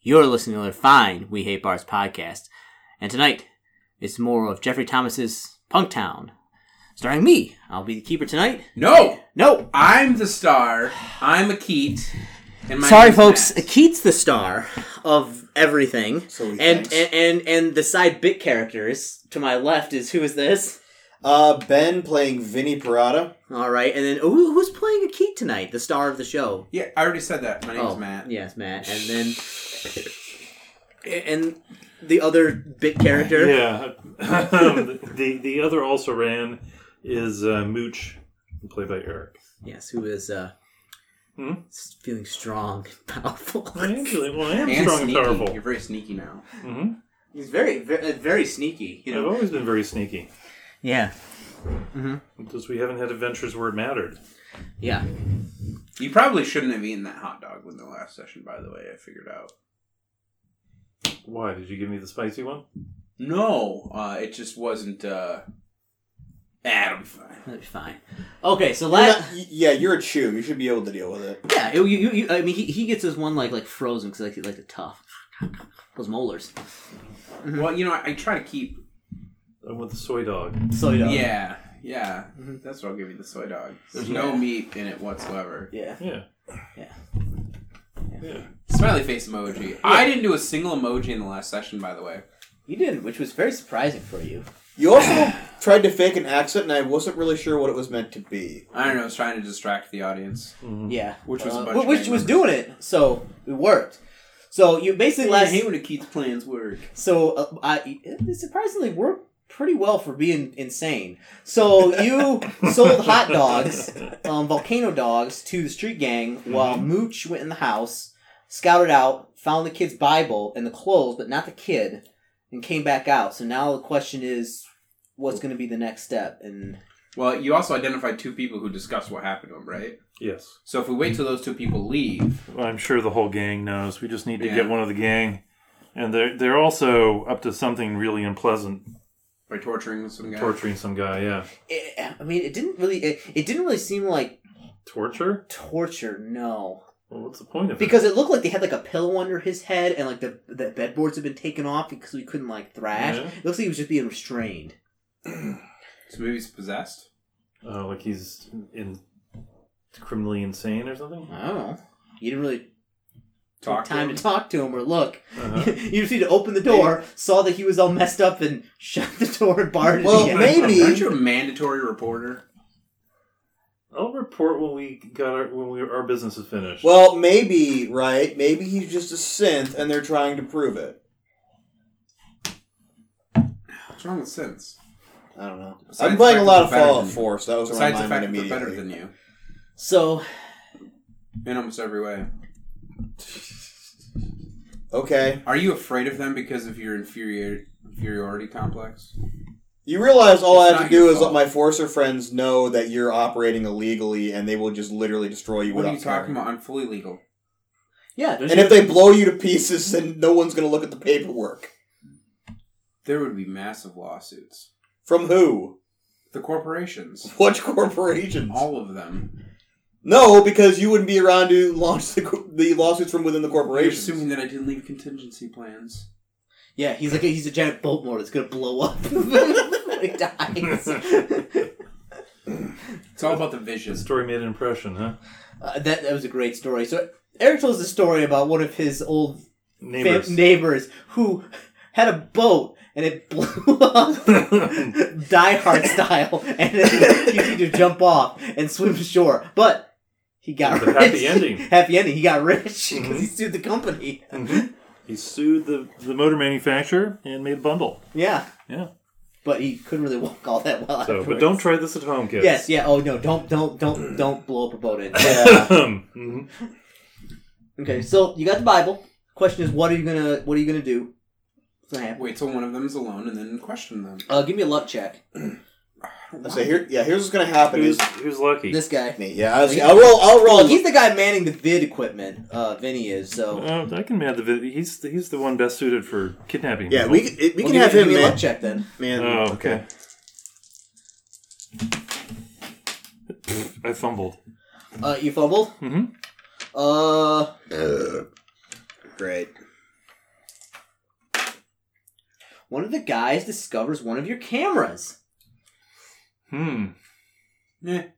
You're listening to the fine We Hate Bars podcast. And tonight, it's more of Jeffrey Thomas's Punktown. Starring me. I'll be the keeper tonight. No, No! I'm the star. I'm a Keat. And my Sorry, name's folks. Matt. Keat's the star of everything. So he and, thinks. and, and, and the side bit characters to my left is who is this? Uh, Ben playing Vinny Parada. All right. And then oh, who, who's playing a Keat tonight? The star of the show. Oh, Yeah, I already said that. My name's Matt. Yes, Matt. And then and the other bit character. Yeah. Um, the the other also ran is uh, Mooch, played by Eric. Yes, who is uh Hmm? s- feeling strong and powerful. I am feeling- well, I am And strong sneaky. and powerful. You're very sneaky now. hmm He's very very, very sneaky, you I've always been very sneaky Yeah. because we haven't had adventures where it mattered. Yeah. You probably shouldn't have eaten that hot dog in the last session, by the way. I figured out. Why did you give me the spicy one? No, uh, it just wasn't. Uh... Ah, it'll be fine. That'd be fine. Okay, so You're last not- y- yeah, you're a chew. You should be able to deal with it. yeah, you, you, you, I mean he, he gets his one like like frozen cuz like like the tough those molars. Mm-hmm. Well, you know, I, I try to keep. I want the soy dog. So yeah. Yeah, yeah. Mm-hmm. That's what I'll give you the soy dog. There's no meat in it whatsoever. Yeah. Yeah. Yeah. Yeah. Smiley face emoji. I didn't do a single emoji in the last session, by the way. You did, which was very surprising for you. You also tried to fake an accent, and I wasn't really sure what it was meant to be. I don't know. I was trying to distract the audience. Yeah, Which was a Uh, bunch of which bang was doing it, so it worked. So you basically last when a Keith's plans work. so uh, I it surprisingly worked pretty well for being insane. So you sold hot dogs, um, volcano dogs, to the street gang while Mooch went in the house, scouted out, found the kid's Bible and the clothes, but not the kid, and came back out. So now the question is, what's going to be the next step? And Well, you also identified two people who discussed what happened to him, right? Yes. So if we wait till those two people leave, Well, I'm sure the whole gang knows. We just need to Yeah. get one of the gang. And they're they're also up to something really unpleasant, by torturing some guy, torturing some guy. Yeah, it, eh, I mean, it didn't really it, it didn't really seem like torture. torture no Well, what's the point of because it looked like they had like a pillow under his head and like the the bedboards had been taken off because we couldn't like thrash Yeah. it looks like he was just being restrained so maybe he's possessed. it? Uh, like he's in criminally insane or something. i don't know you didn't really Talk take time to to, him. talk to him or look Uh-huh. you just need to open the door saw that he was all messed up and shut the door and barred it Well, again. maybe- Aren't you a mandatory reporter? I'll report when we got our when we, our business is finished. Well, maybe right. Maybe he's just a synth, and they're trying to prove it. What's wrong with synths? I don't know. Besides I'm playing a the fact lot that of they're better Fallout than- Four, so that was on Besides my the mind fact that they're better immediately. than you so in almost every way. Okay, Are you afraid of them because of your inferior inferiority complex? you realize all It's I have not to do your is fault. let my Forcer friends know that you're operating illegally, and they will just literally destroy you. What are without you talking caring. about? I'm fully legal. yeah don't And you- if they blow you to pieces, then no one's going to look at the paperwork. There would be massive lawsuits. From who? The corporations, What corporations? all of them. No, because you wouldn't be around to launch the, co- the lawsuits from within the Are you corporations. assuming that I didn't leave contingency plans? yeah he's like a, he's a giant bolt motor that's gonna blow up when he dies It's all about the vision. the story made an impression, huh? Uh, that that was a great story. So Eric tells a story about one of his old fam- Neighbors. neighbors who had a boat and it blew up, Die Hard style, and then he needed to jump off and swim ashore. But he got With a rich. happy ending. happy ending. He got rich because he Mhm. sued the company. Mm-hmm. he sued the the motor manufacturer and made a bundle. Yeah, Yeah. but he couldn't really walk all that well. So, but afterwards. don't try this at home, kids. Yes. Yeah. Oh no. Don't. Don't. Don't. Don't blow up a boat. In. Yeah. Mhm. Okay. So you got the Bible. Question is, what are you gonna? What are you gonna do? What's gonna happen? Wait till one of them's alone and then question them. Uh, give me a luck check. so here, yeah, here's what's going to happen. Is, Who's who's lucky? This guy. yeah, I was, I'll roll. I'll roll. Well, he's the guy manning the vid equipment. Uh, Vinny is so. Uh, I can add the vid- he's he's the one best suited for kidnapping. yeah, people. we c- we can Well, give have me- him give me a luck man. check then. man Oh, okay. I fumbled. Uh, you fumbled. Mhm. Uh, Uh, great. one of the guys discovers one of your cameras. Hmm. And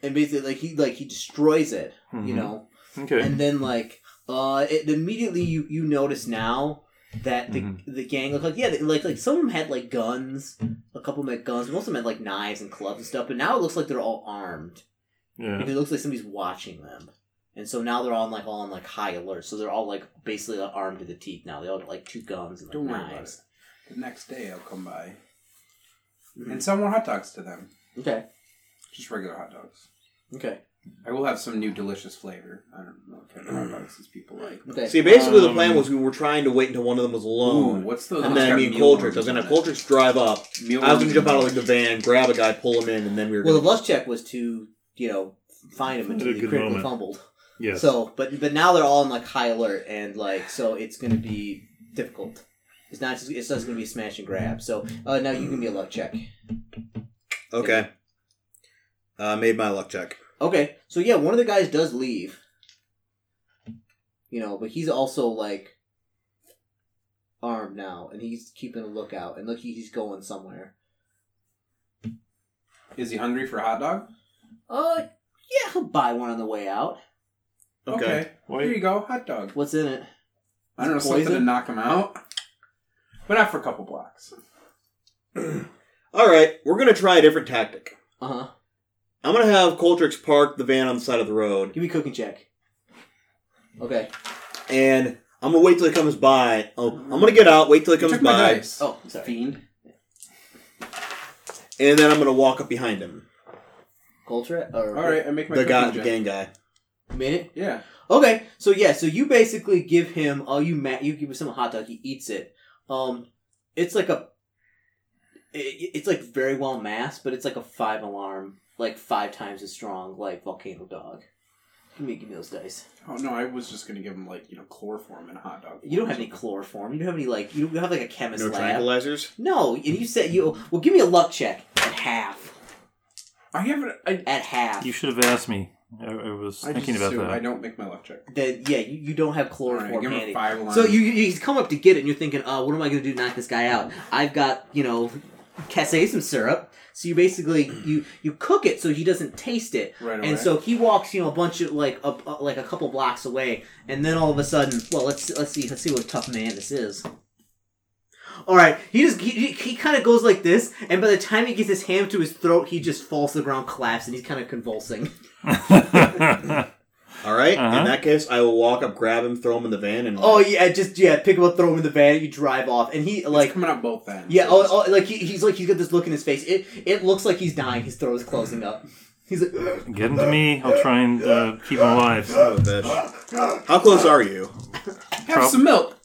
basically, like he like he destroys it, you Mhm. know. Okay. And then like uh, it, immediately you you notice now that the Mhm. the gang look like yeah they, like like some of them had like guns, a couple of them had guns, most of them had like knives and clubs and stuff. But now it looks like they're all armed. yeah. Because it looks like somebody's watching them. And so now they're all on like all on like high alert. So they're all like basically like, armed to the teeth now. They all got like two guns and like Don't worry about knives. The next day I'll come by Mm-hmm. Mhm. and sell more hot dogs to them. Okay. Just regular hot dogs. Okay. I will have some new delicious flavor. I don't know what kind of hot dogs these people like. Okay. See, basically, the Um, plan was we were trying to wait until one of them was Ooh, alone, what's the? and then me and Coldrick. I was gonna have Coldrick drive up. I was gonna jump out of like the van, grab a guy, pull him in, and then we were. well, the gonna... luck check was to you know find them until At a they good critically moment. fumbled. Yes. So, but but now they're all on like high alert and like so it's gonna be difficult. It's not. just- It's just gonna be a smash and grab. So uh, now you can be a luck check. okay. Uh, made my luck check. Okay, so yeah, one of the guys does leave. You know, but he's also like armed now, and he's keeping a lookout. And look, he- he's going somewhere. Is he hungry for a hot dog? Uh, yeah, he'll buy one on the way out. Okay. Here Why? you go, hot dog. What's in it? I don't know something to Poison? knock him out, but not for a couple blocks. All right, we're gonna try a different tactic. Uh huh. I'm gonna have Coldrick's park the van on the side of the road, Give me a cooking check. Okay. and I'm gonna wait till he comes by. Oh, I'm gonna get out, wait till he You comes took my by, dice. Oh, sorry. fiend. and then I'm gonna walk up behind him. Culture or All right, I make my The guy, cooking the check. gang guy. You made it. Yeah, Okay, so yeah, so you basically give him oh you ma- you give him a hot dog, he eats it. Um, it's like a, it, it's like very well masked, but it's like a five alarm, like five times as strong, like volcano dog. Give me give me those dice. Oh no, I was just gonna give him like you know chloroform and a hot dog. You don't have any chloroform. You don't have any like you don't have like a chemist No lab. tranquilizers. No, and you said you well give me a luck check at half I haven't. I, at half. You should have asked me. I, I was I just thinking about assume that. I don't make my luck check. then yeah, you, you don't have All right, chloroform give him handy. a five alarm. So you you- he's come up to get it, and you're thinking, uh, what am I going to do to knock this guy out? I've got you know, some syrup. So you basically you you cook it so he doesn't taste it, right away. and so he walks you know a bunch of like up uh, like a couple blocks away, and then all of a sudden, well let's let's see let's see what a tough man this is. All right, he just he, he, he kind of goes like this, and by the time he gets his hand to his throat, he just falls to the ground, collapses, and he's kind of convulsing. All right. Uh-huh. In that case, I will walk up, grab him, throw him in the van, and Oh yeah, just yeah, pick him up, throw him in the van, you drive off, and he like like coming out both ends. Yeah, oh, oh, like he, he's like he's got this look in his face. It it looks like he's dying. His throat is closing up. He's like, Get him to me. I'll try and uh, keep him alive. Son of a Oh, bitch. How close are you? have prob- some milk.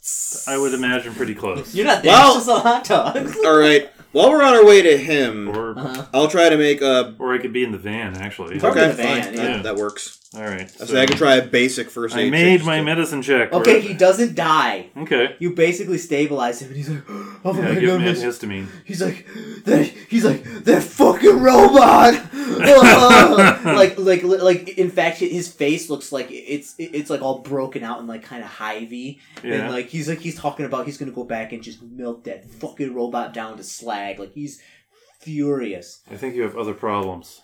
I would imagine pretty close. "You're not there. Well- it's just a hot dog." All right. While we're on our way to him, Or Uh-huh. I'll try to make a. or I could be in the van actually. Throw him in Okay, the van, fine. yeah. That, that works. All right. I said I can try a basic first aid. I made check. my medicine check. Okay, We're- he doesn't die. Okay. You basically stabilize him, and he's like, "Oh Yeah, my give him goodness." antihistamine. He's like, "They're he's like that fucking robot." Ugh. like like like in fact, his face looks like it's it's like all broken out and like kind of hivey. Yeah. And like he's like he's talking about he's gonna go back and just melt that fucking robot down to slag. Like he's furious. I think you have other problems.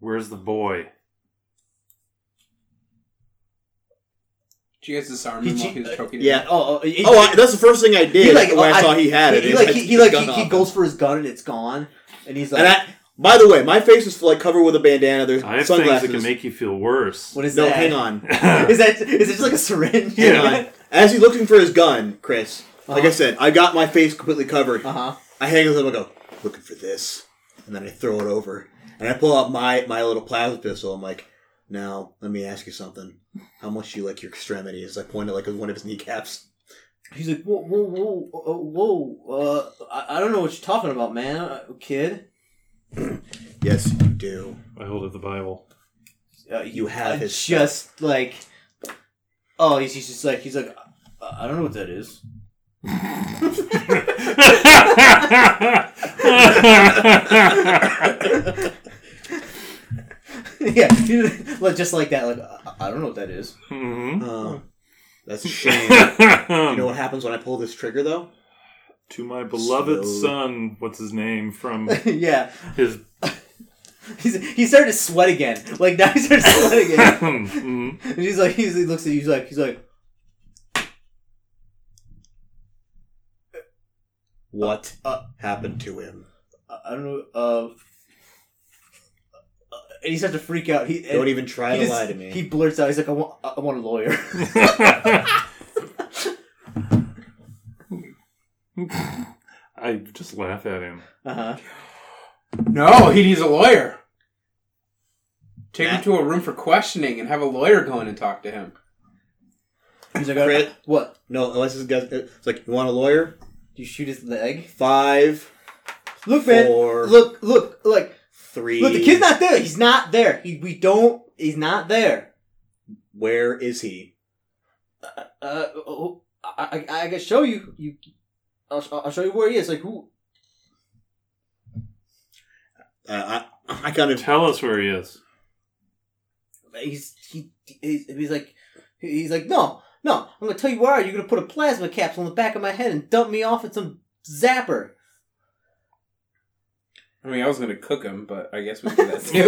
Where's the boy? Did you guys disarm He him che- while he was choking? yeah. Oh, oh, he- Oh, I, that's the first thing I did He like- when oh, I saw I- he had it. he, is like I he, he took like the he, gun he off goes him. for his gun and it's gone, and he's like, And I, by the way, my face is like covered with a bandana. There's I have sunglasses. things that can make you feel worse. "What is no, that? hang on, Is that is it just like a syringe? hang on. As he's looking for his gun, Chris. Like I Uh-huh. said, I got my face completely covered. Uh huh. I hang with him. I go looking for this, and then I throw it over, and I pull out my my little plasma pistol. I'm like, now let me ask you something. How much do you like your extremities? I point at like one of his kneecaps. He's like, whoa, whoa, whoa, uh, whoa! Uh, I, I don't know what you're talking about, man, uh, kid. Yes, you do. I hold up the Bible. Uh, You have his It's just like, oh, he's, he's just like he's like, uh, I, I don't know what that is. Mm-hmm. yeah, like, just like that. Like I, I don't know what that is. Mhm. Um, That's a shame. you know what happens when I pull this trigger, though? to my beloved Slowly. son, what's his name from yeah, his he's, he started to sweat again. Like now he started to sweat again. Mhm. And he's like, he's, he looks at you. He's like, he's like, What Uh, happened to him? I I don't know. Uh, uh," and he starts to freak out. He and Don't even try he to just- lie to me. He blurts out. He's like, I want, I want a lawyer. I just laugh at him. Uh huh. No, he needs a lawyer. Take Matt? him to a room for questioning and have a lawyer go in and talk to him. He's like, "Uh, Crit. what? no, unless this guy's it's like, you want a lawyer? You shoot his leg? Five, Look, man. Four. Look, look, like, three. look. The kid's not there. He's not there. He, we don't. He's not there. Where is he? Uh, oh, I, I, I can show you. You, I'll, I'll show you where he is. Like, who? Uh, I, I kind of Tell us where he is. he's he he's, he's like he's like no no I'm gonna tell you why you're gonna put a plasma capsule in the back of my head and dump me off in some zapper. I mean, I was going to cook him, but I guess we can do that too.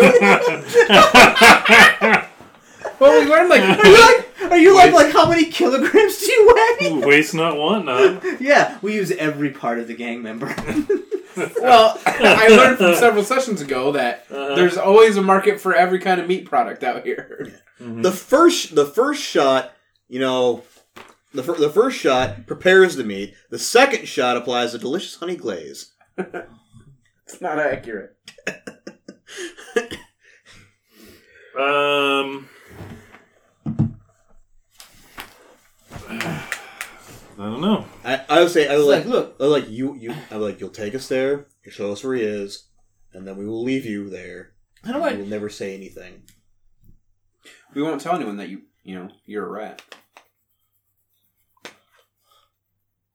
Waste well, we learned Are you like like are you like like how many kilograms do you weigh? not, want not. yeah, we use every part of the gang member. well, I learned from several sessions ago that Uh-huh. there's always a market for every kind of meat product out here. Mhm. the first the first shot, you know, the fir- the first shot prepares the meat. The second shot applies a delicious honey glaze. It's not accurate. Um. I don't know. I, I would say I It's would like, like look I would like you you I would like you'll take us there. You show us where he is, and then we will leave you there. how do We I will never say anything. We won't tell anyone that you, you know, you're a rat.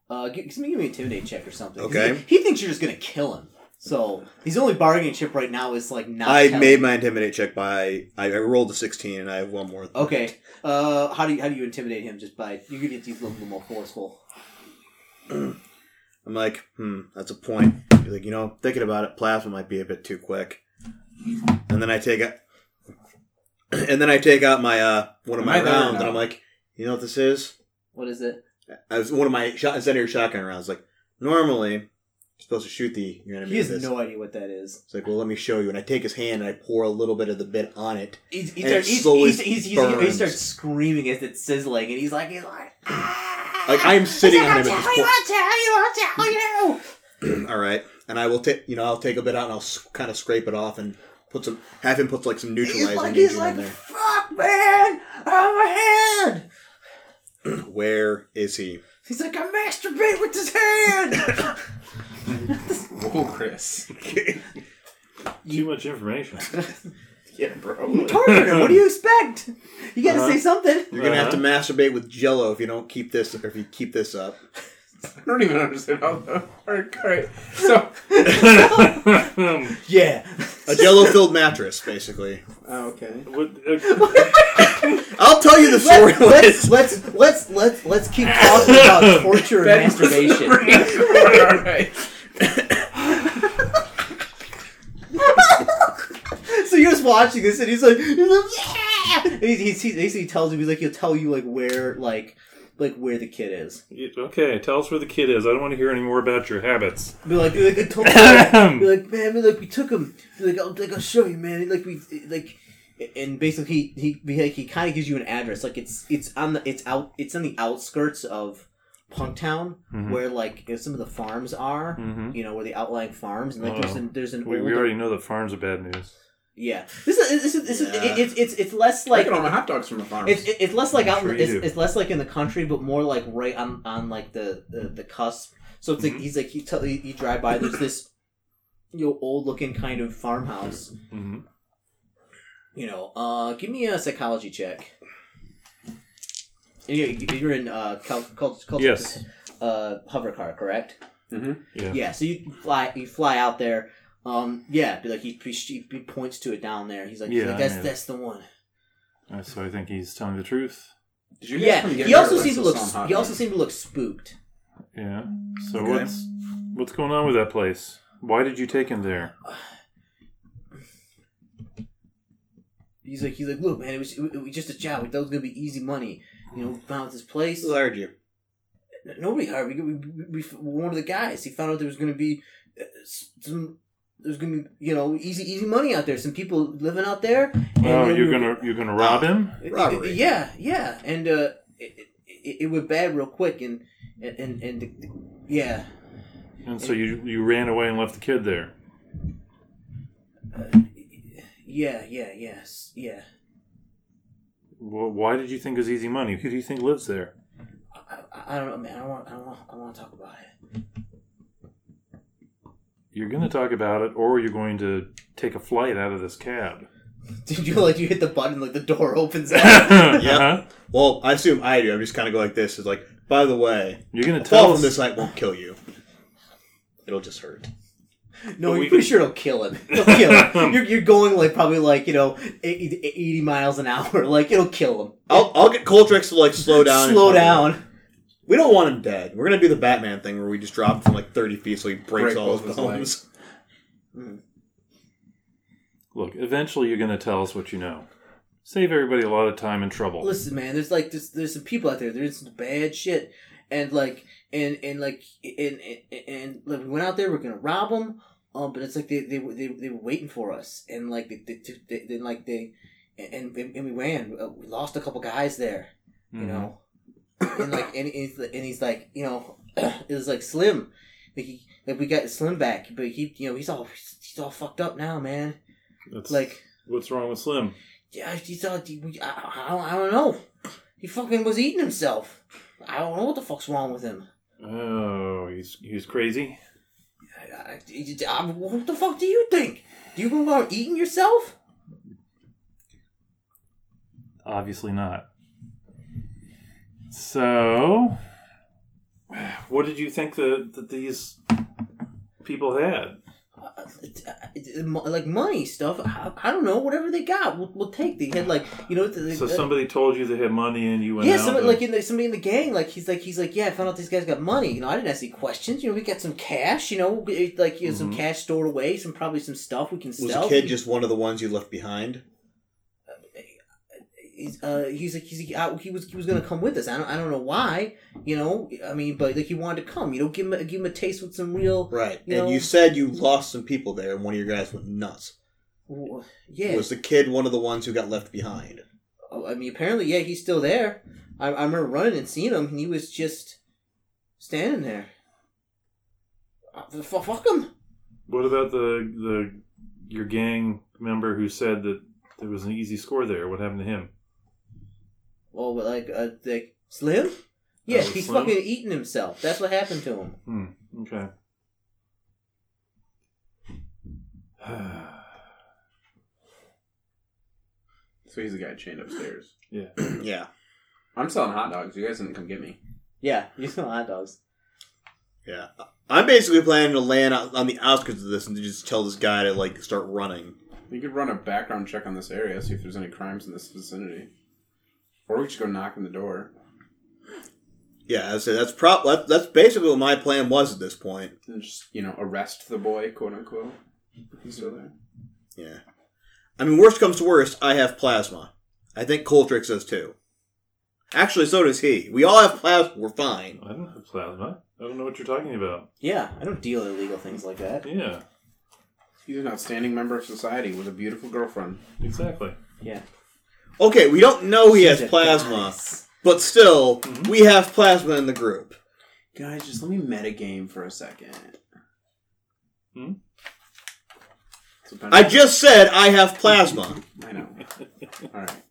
uh give, give me give me an intimidate check or something. Okay. he, he thinks you're just gonna kill him. So his only bargaining chip right now is like not. I telling. made my intimidate check by I, I rolled a sixteen, and I have one more. Okay. Uh, how do you how do you intimidate him? Just by you could get these a little bit more forceful. I'm like, hmm, that's a point. He's like, you know, thinking about it, plasma might be a bit too quick. And then I take out, and then I take out my uh, one of Am my I there rounds, now? and I'm like, you know what this is? What is it? I was one of my shot instead of your shotgun rounds. Like normally, you're supposed to shoot the your enemy. He has with this. no idea what that is. It's like, well, let me show you. And I take his hand and I pour a little bit of the bit on it. He's, he's, And it he's, he's, slowly he's, he's, he's, he burns. starts screaming as it's sizzling, and he's like, he's like, "Ah!" Like I am sitting on him at I'll this tell you, I'll tell you. point. All right, and I will take you know I'll take a bit out and I'll s- kind of scrape it off and put some have him put like some He's neutralizing like, agent he's like, in there. fuck, man, I'm ahead. Where is he? He's like, I masturbate with his hand. Whoa, Chris. Too much information. Yeah, bro. Tortured him. What do you expect? You got to Uh-huh. say something. You're gonna have to Uh-huh. masturbate with Jello if you don't keep this or if you keep this up. I don't even understand how that works. All right. So, Um, Yeah. A Jello filled mattress, basically. oh, okay. What, uh, I'll tell you the story. Let's, let's let's let's let's let's keep talking about torture and That was masturbation. the reason. All right. So you're just watching this, and he's like, he's like, yeah. And he, he, he basically tells you, he's like, he'll tell you like where, like, like where the kid is. okay, tell us where the kid is. I don't want to hear any more about your habits. Be like, be like, I told him, be like, man, be like, we took him. Be like, I'll, like, I'll show you, man. Like, we, like, and basically, he, he, like, he kind of gives you an address. Like, it's, it's on the, it's out, it's on the outskirts of Punktown, Mhm. where like some of the farms are. Mm-hmm. Mhm. You know, where the outlying farms, and like, Oh. there's an, there's an We, old, we already know that farms are bad news. yeah. This is, this is, this is, Yeah. it, it's, it's, it's less Like, I like. get all my hot dogs from the farm. It's, it's less like out Sure you it's, do. it's less like in the country, but more like right on on like the the, the cusp. So it's Mhm. like he's like he tell you drive by. There's this you know old looking kind of farmhouse. Mm-hmm. hmm You know, uh, give me a psychology check. You- You're in uh, cul- cul- cul- Yes. uh, hover car, correct? Yeah. Yeah, so you fly you fly out there. Um, yeah, be like he, he, he points to it down there. He's like, he's Yeah, like, I that's know. that's the one. Uh, So I think he's telling the truth. Did you guys Yeah, come get he also rid of seemed to Russell look. somehow? He also seemed to look spooked. Yeah. So Okay. what's what's going on with that place? Why did you take him there? He's like, he's like, look, man, it was, it was just a job. We thought it was gonna be easy money. You know, we found this place. Who hired you? Nobody hired me. We, we, we, one of the guys. He found out there was gonna be uh, some. There's gonna be you know easy easy money out there. Some people living out there. and, you Oh, know, you're we- gonna you're gonna rob Oh. him? It- it- Robbery. yeah, yeah, and uh, it, it, it went bad real quick, and and and the, yeah, And so you you ran away and left the kid there. yeah, yeah, yes, yeah. Wh- Why did you think it was easy money? Who do you think lives there? I, I, I don't know, man. I don't want, I don't want, I want to talk about it. You're gonna talk about it, or you're going to take a flight out of this cab. Did you like you hit the button like the door opens up? yeah. Well, I assume I do. I'm just kind of go like this. Is like, by the way, You're gonna fall tell from us. this light won't kill you. It'll just hurt. no, But you're we- pretty sure it'll kill him. It'll kill him. You're, you're going like probably like you know eighty, 80 miles an hour. Like it'll kill him. I'll, I'll get Coltrix to like slow down. and Slow cover. down. We don't want him dead. We're gonna do the Batman thing where we just drop him from like 30 feet so he breaks Break all both his his legs. bones. Look, eventually you're gonna tell us what you know. Save everybody a lot of time and trouble. Listen, man. There's like there's there's some people out there. There's some bad shit, and like and and like and and, and like, we went out there. We're gonna rob them. Um, but it's like they they were- they, they were waiting for us, and like they they, they, they like they and and and we ran. Uh, We lost a couple guys there. you Mhm. know and like and, he's and he's like you know it was like slim like he like we got slim back but he you know he's all he's all fucked up now man That's- like what's wrong with Slim? yeah he's all I, I, I don't know he fucking was eating himself i don't know what the fuck's wrong with him Oh, he's he's crazy. I, I, I- what the fuck do you think do you go around eating yourself Obviously not. So, what did you think that that these people had? Uh, uh, uh, like money stuff I, I don't know whatever they got we'll, we'll take they had like you know the, uh, So the- somebody told you they had money, and you went Yeah, out somebody and- like in the, somebody in the gang, like he's like he's like, yeah, I found out these guys got money. You know, I didn't ask any questions. You know, we got some cash. You know, we- like you know, some Mhm. cash stored away, some probably some stuff we can Was sell. the kid just one of the ones you left behind? He's, uh, he's like he's like, uh, he was he was gonna come with us. I don't I don't know why. You know, I mean, but like he wanted to come. You know, give him a, give him a taste with some real. Right. You and know- you said you lost some people there and one of your guys went nuts. Yeah, Was the kid one of the ones who got left behind? Oh, I mean, apparently, yeah, he's still there. I, I remember running and seeing him, and he was just standing there. Uh, fu- Fuck him. What about the the your gang member who said that there was an easy score there? What happened to him? Well, but like, uh, like Slim? Yeah, Oh, he's Slim? fucking eating himself. That's what happened to him. Hmm. Okay. So he's the guy chained upstairs. yeah. Yeah. I'm selling hot dogs. You guys didn't come get me. Yeah, you smell hot dogs. Yeah. I'm basically planning to land out on the outskirts of this and to just tell this guy to like start running. You could run a background check on this area, see if there's any crimes in this vicinity, or we just go knock on the door. Yeah, I say that's prop. That, that's basically what my plan was at this point. and just you know arrest the boy, quote unquote. He's still there. Yeah, I mean, worst comes to worst, I have plasma. I think Coltrix does too. Actually, so does he. We all have plasma. We're fine. I don't have plasma. I don't know what you're talking about. Yeah, I don't deal in illegal things like that. Yeah. He's an outstanding member of society with a beautiful girlfriend. Exactly. Yeah. Okay, we don't know Oh, he has She's a plasma, goddess. but still, we have plasma in the group. Guys, just let me metagame for a second. Hmm? So Ben- I just said I have plasma, I know. All right.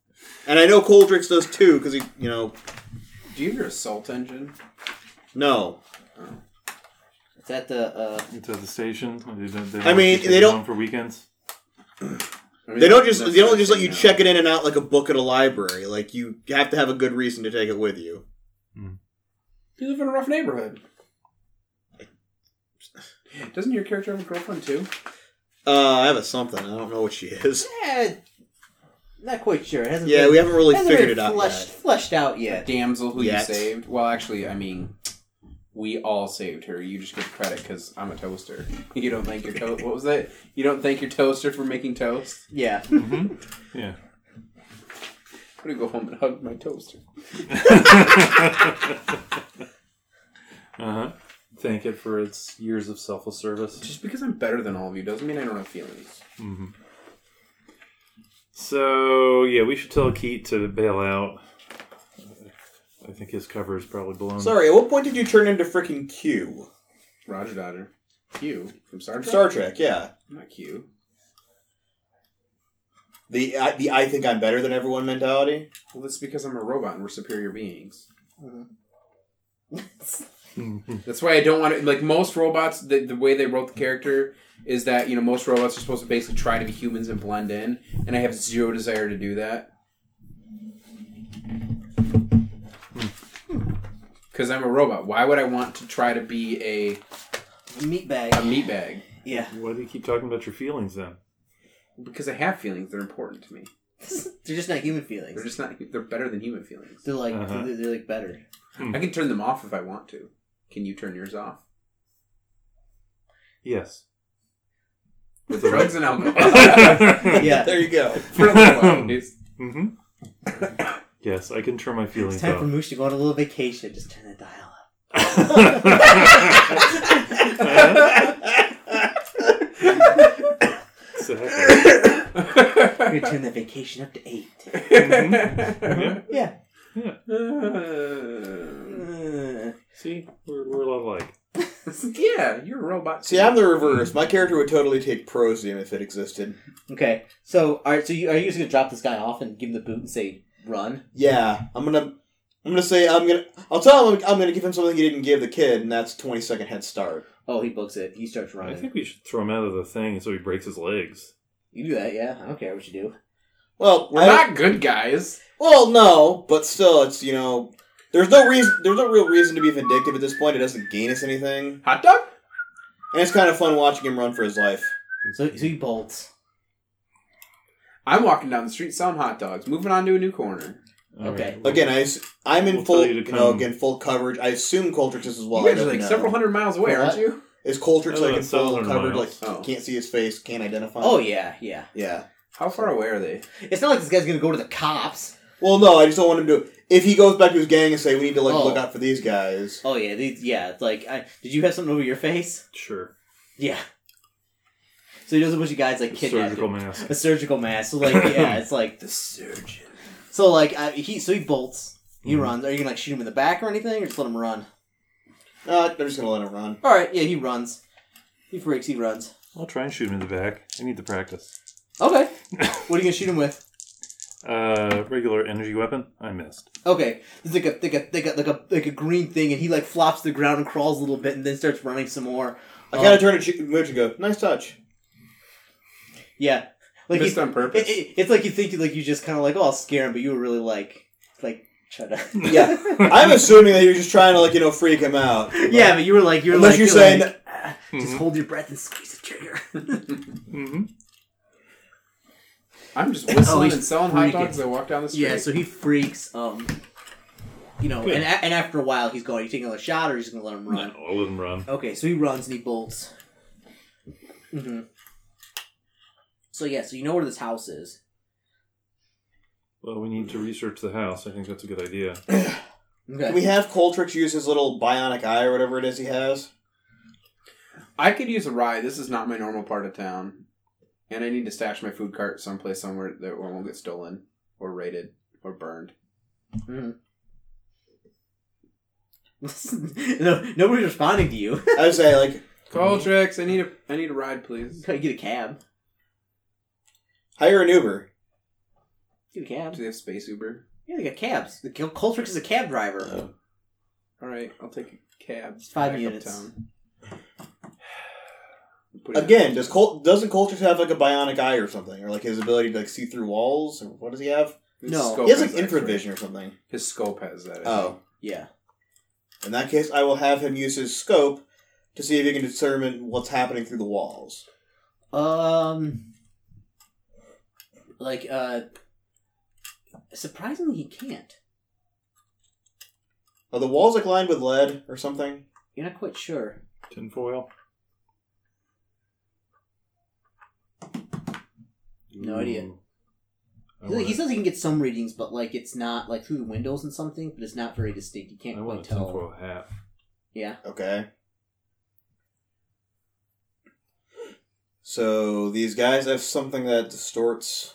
and I know Coltrix does too because he, you know, Do you have your assault engine? no. It's at the, uh, It's at the station. They don't, they I mean, let they you take it don't- home for weekends. I mean, They don't just they don't that's- just let you no. check it in and out like a book at a library. Like you have to have a good reason to take it with you. You live in a rough neighborhood. Doesn't your character have a girlfriend too? Uh, I have a something. I don't know what she is. eh, not quite sure. It hasn't Yeah, been, we haven't really hasn't figured been it out fleshed, yet. fleshed out Yeah, yet. damsel who Yet. you saved. Well, actually, I mean, we all saved her. You just get the credit because I'm a toaster. You don't thank your toast. What was that? You don't thank your toaster for making toast. Yeah, hmm Yeah. I'm gonna go home and hug my toaster. Uh huh. Thank it for its years of selfless service. Just because I'm better than all of you doesn't mean I don't have feelings. hmm So yeah, we should tell Keat to bail out. I think his cover is probably blown. Sorry, at what point did you turn into freaking Q? Roger Dodger, Q from Star Trek. Star Trek, yeah. Not Q. The I, the I think I'm better than everyone mentality. Well, that's because I'm a robot and we're superior beings. Mhm. That's why I don't want to. Like most robots, the, the way they wrote the character is that you know most robots are supposed to basically try to be humans and blend in, and I have zero desire to do that. Because Hmm. I'm a robot. Why would I want to try to be a, meat bag. a meatbag? Yeah, Why do you keep talking about your feelings then? Because I have feelings. They're important to me. they're just not human They're feelings. just not. They're better than human feelings. They're like Uh-huh. they're, they're like better. I can turn them off if I want to. Can you turn yours off? Yes. With drugs and alcohol. yeah. Yeah, There you go. For a little while, at least. hmm Yes, I can turn my it's feelings time for off. Uh-huh. Moosh to go on a little vacation. Just turn the dial up. Exactly. We're gonna turn the vacation up to eight. Yeah. Yeah. Uh, Uh, See, we're, we're a lot alike. yeah, you're a robot. See, I'm the reverse. My character would totally take prosium if it existed. okay, so all right, so you are you just gonna drop this guy off and give him the boot and say run? Yeah, I'm gonna. I'm gonna say I'm gonna. I'll tell him I'm gonna give him something he didn't give the kid, and that's 20 second head start. Oh, he books it. He starts I running. think we should throw him out of the thing so he breaks his legs. You do that, yeah. I don't care what you do. Well, We're I- not good guys. Well, no, but still, it's you know, there's no reason. There's no real reason to be vindictive at this point. It doesn't gain us anything, Hot dog? and it's kind of fun watching him run for his life. So, so he bolts. I'm walking down the street selling hot dogs. Moving on to a new corner. All Okay. well, Again, I am in We'll full, tell you to you, know, come. again full coverage. I assume Coltrix is as well. you I guys are don't like know. several hundred miles away, aren't What? you? Is Coltrix Oh, like in it's full several coverage? miles. Like Oh. can't see his face, can't identify. Oh him? yeah, yeah. yeah. How far away are they? It's not like this guy's gonna go to the cops. Well, no, I just don't want him to. If he goes back to his gang and say we need to like Oh. look out for these guys, Oh yeah, these, yeah. It's like, I, did you have something over your face? Sure. Yeah. So he does a bunch of guys like kidnapped. Surgical him. mask. A surgical mask. So like, yeah, it's like The surgeon. so like I, he so he bolts. He Mhm. runs. Are you gonna like shoot him in the back or anything, or just let him run? uh, I'm just gonna let him run. All right, yeah, he runs. He freaks. He runs. I'll try and shoot him in the back. I need the practice. Okay. what are you gonna shoot him with? Uh, regular energy weapon. I missed. Okay, there's like a like a like a like a like a green thing, and he like flops to the ground and crawls a little bit, and then starts running some more. I Um, kind of turn to Mooch and go, "Nice touch." Yeah, like he, Missed on purpose. it, it- it's like you think like you just kind of like oh I'll scare him, but you were really like like shut up. Yeah. I'm assuming that you're just trying to like you know freak him out. yeah, but you were like you were like Unless you're like, saying- "Ah, just hold your breath and squeeze the trigger. hmm I'm just whistling Oh, he's and selling hot freaking- dogs as I walk down the street. yeah, so he freaks. Um, you know, and a- and after a while he's going. Are you taking another shot, or he's gonna let him run? I'll let him run. Okay, so he runs and he bolts. hmm So yeah, so you know where this house is. Well, we need to research the house. I think that's a good idea. Okay. Can we have Coltrix use his little bionic eye or whatever it is he has? I could use a ride. This is not my normal part of town. And I need to stash my food cart someplace somewhere that it won't get stolen or raided or burned. no, nobody's responding to you. I would say like, Call tricks. I need a I need a ride, please. Get a cab. hire an Uber. Get a cab. Do they have space Uber? Yeah, they got cabs. The Col- Coltrix is a cab driver. Oh. All right, I'll take a cab. It's five back units. uptown. I'm putting- Again, does Col- doesn't Coltrix have like a bionic eye or something, or like his ability to like see through walls, or what does he have? His No. scope he has like has infrared Oh, X-ray. vision or something. His scope has that. I think. Oh, Yeah. in that case, I will have him use his scope to see if he can determine what's happening through the walls. Um. Like uh, Surprisingly, he can't. Are the walls like lined with lead or something? You're not quite sure. Tinfoil. No idea. Ooh. I He- He want, says he can get some readings, but like it's not like through the windows and something, but it's not very distinct. You a, can't I quite want a tell. tinfoil hat. Yeah. Okay. So these guys have something that distorts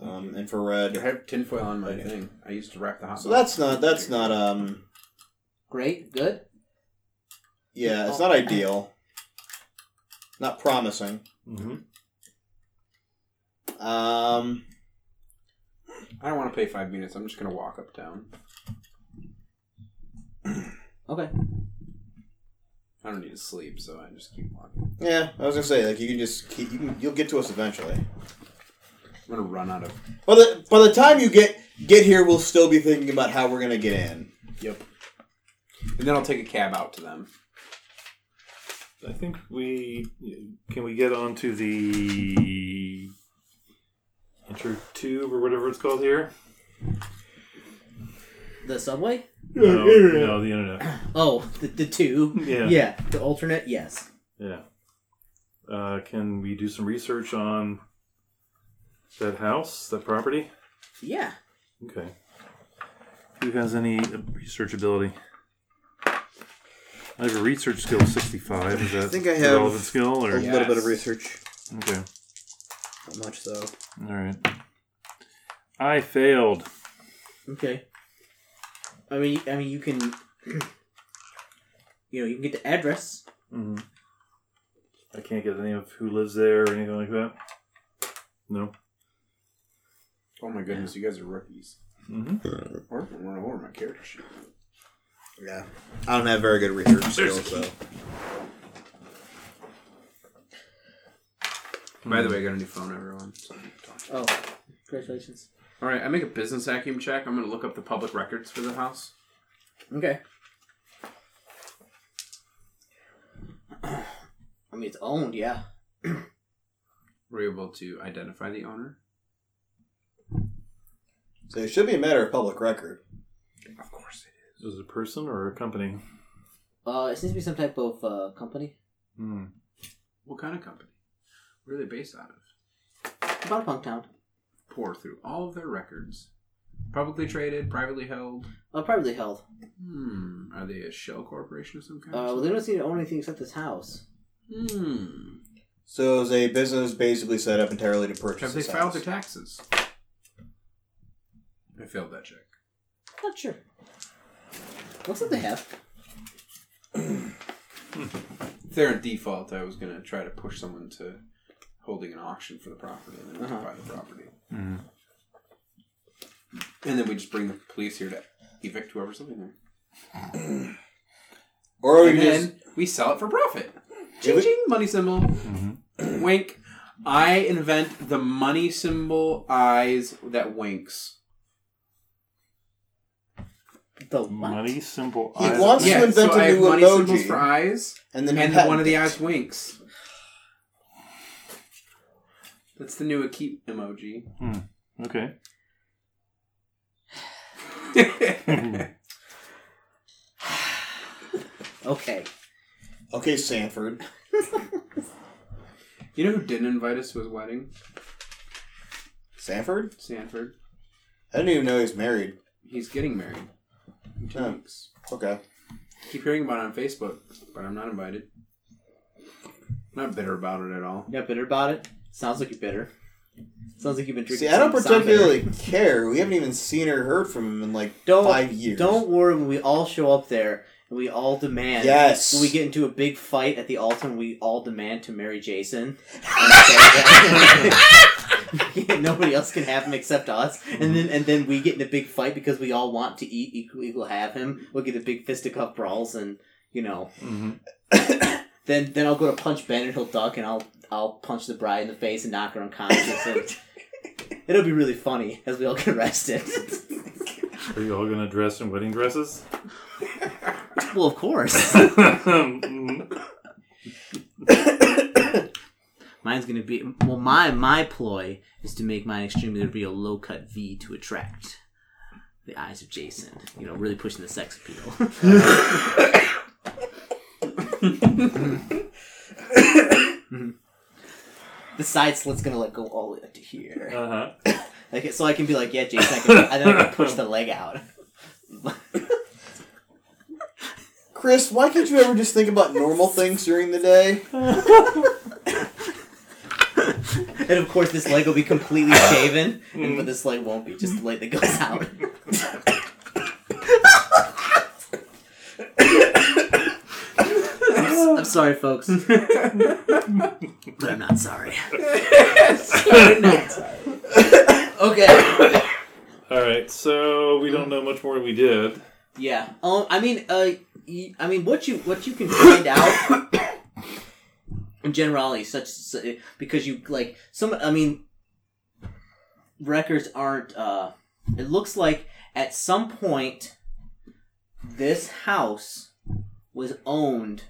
um, I infrared. have tinfoil on my thing. I used to wrap the hot. So dog. that's not that's not um Great. Good. yeah it's not ideal. Not promising. Mm-hmm. Um, I don't want to pay five minutes. I'm just gonna walk uptown. Okay. I don't need to sleep, so I just keep walking. yeah, I was gonna say like you can just keep, you can, you'll get to us eventually. I'm gonna run out of. By the by the time you get get here, we'll still be thinking about how we're gonna get in. Yep. And then I'll take a cab out to them. I think we can we get onto the intro tube or whatever it's called here. The subway. No, no, the internet. Oh, the, the two. Yeah, Yeah. The alternate. Yes. yeah. Uh, can we do some research on that house, that property? Yeah. Okay. Who has any research ability? I have a research skill of sixty-five. Is that think I a have relevant skill A or little bit of research, okay? not much though. All right. I failed. Okay. I mean, I mean, you can. You know, you can get the address. hmm I can't get the name of who lives there or anything like that. No. Oh my goodness, you guys are rookies. Mm-hmm. Or run over my character sheet. Yeah, I don't have very good research skills so. By the way, I got a new phone, everyone. Oh, congratulations. All right, I make a business acumen check. I'm gonna look up the public records for the house. Okay. I mean, it's owned. Yeah. Were you able to identify the owner? So it should be a matter of public record. Of course it is. Is it a person or a company? Uh, it seems to be some type of uh, company. Hmm. What kind of company? Where are they based out of? About Punk Town. Pour through all of their records. Publicly traded, privately held. Uh, privately held. Hmm. Are they a shell corporation of some kind? Uh, well, they don't seem to own anything except this house. hmm. So is a business basically set up entirely to purchase. Have they this filed house? their taxes? I failed that check. Not sure. Looks like they have. If they're in default, I was gonna try to push someone to holding an auction for the property and then we could Uh-huh. buy the property. Hmm. And then we just bring the police here to evict whoever's living there. Or we and just then we sell it for profit. Yeah, Ching we- ching, money symbol. Wink. I invent the money symbol eyes that winks. The what? Money, simple. He eyes. wants- Also Yeah, so invent a I have new money emoji. symbols for eyes, and then, and patent one of the it. eyes winks. That's the new Akeem emoji. Okay. Okay. Okay, Sanford. you know who didn't invite us to his wedding? Sanford? Sanford. I didn't even know he was married. He's getting married. In two Oh. weeks. Okay. Keep hearing about it on Facebook, but I'm not invited. Not bitter about it at all. You're not bitter about it? Sounds like you're bitter. Sounds like you've been drinking. See, I don't some cider. particularly care. We haven't even seen or heard from him in like Don't- five years. Don't worry when we all show up there and we all demand. Yes. When we get into a big fight at the altar and we all demand to marry Jason. And say that- Nobody else can have him except us, and then and then we get in a big fight because we all want to eat equal equal have him. We'll get a big fisticuff brawls, and you know, hmm then then I'll go to punch Ben and he'll duck, and I'll I'll punch the bride in the face and knock her unconscious. And it'll be really funny as we all get arrested. Are you all gonna dress in wedding dresses? well, Mm-hmm. of course. Mhm. Mine's gonna be well. My my ploy is to make mine extremely to be a low cut V to attract the eyes of Jason. You know, really pushing the sex appeal. the side slit's gonna like go all the way up to here. Uh huh. Like so I can be like, yeah, Jason, I can, and then I can push the leg out. Chris, why can't you ever just think about normal things during the day? And of course this leg will be completely shaven, and but this leg won't be, just the leg that goes out. I'm sorry, folks. but I'm not sorry. okay. All right, so we Mm. don't know much more than we did. Yeah. Um. I mean. Uh. y- I mean, what you what you can find out in generality, such s- because you like some. I mean, records aren't. Uh. It looks like at some point, this house was owned,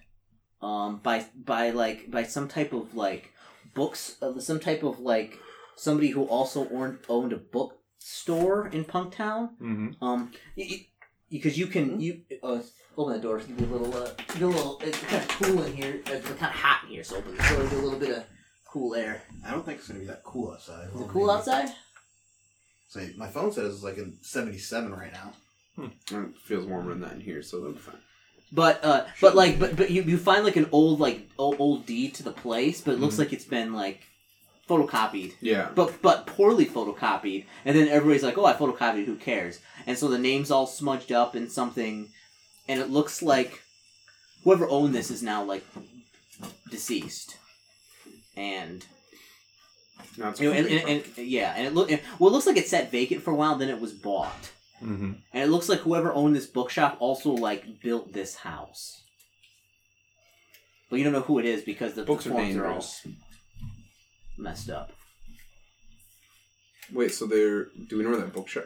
um, by by like by some type of like books, uh, some type of like somebody who also owned owned a book store in Punktown. Mm-hmm. Um, because you can you uh, open the door. It's gonna be a little uh, be a little. It's kind of cool in here. It's kind of hot in here, so open the door. Get a little bit of cool air. Oh, I don't think it's gonna be that cool outside. Is Well, it cool maybe. outside? So my phone says it's like in 77 right now. It feels warmer than that in here, so that'll be fine. But uh, but like but but you, you find like an old like o- old deed to the place, but it looks like it's been like photocopied. Yeah. But but poorly photocopied, and then everybody's like, "Oh, I photocopied. Who cares?" And so the name's all smudged up and something, and it looks like whoever owned this is now like deceased, and Now it's you know, and, and, and yeah, and it look and- well, it looks like it sat vacant for a while, then it was bought, Mm-hmm. and it looks like whoever owned this bookshop also like built this house, but you don't know who it is because the Books are forms are all dangerous. messed up. Wait, so there? Do we know where that bookshop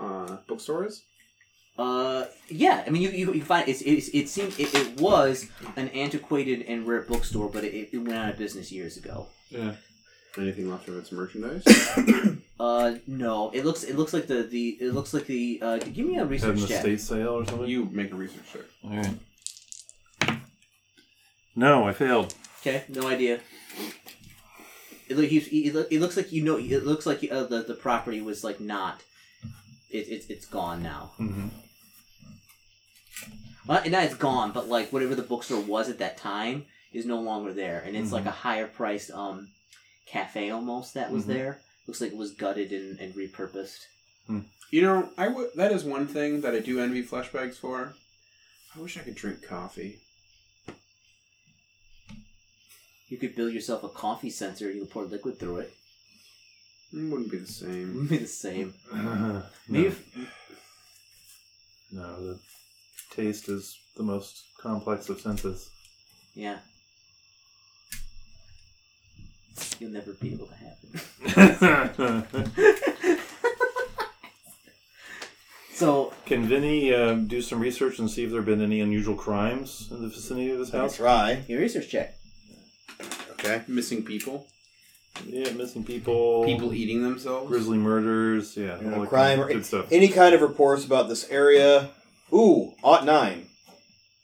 uh, bookstore is? Uh, yeah. I mean, you you, you find it's, it's it seems it, it was an antiquated and rare bookstore, but it, it went out of business years ago. Yeah. Anything left of its merchandise? Uh, no. It looks it looks like the the it looks like the uh. Give me a Having research a check. state sale or something. you make a research check. All right. No, I failed. Okay, no idea. It look he, he, it look- it looks like you know it looks like uh, the the property was like not. It, it, it's gone now. Mm-hmm. Well, and now it's gone, but like whatever the bookstore was at that time is no longer there, and it's like Mhm. a higher priced um cafe almost that was Mhm. there. Looks like it was gutted and, and repurposed. You know, I w- that is one thing that I do envy flashbacks for. I wish I could drink coffee. You could build yourself a coffee sensor. You could pour liquid through it. It wouldn't be the It same. would be the same. no, Maybe if- no, the taste is the most complex of senses. yeah. You'll never be able to have it. Can So Vinny um, do some research and see if there have been any unusual crimes in the vicinity of this I'll house? try. your research check. Mm. Okay. Missing people, Yeah, missing people, people eating themselves. grisly murders, yeah, You know, all that crime good or- stuff. Any kind of reports about this area? Ooh, ought nine.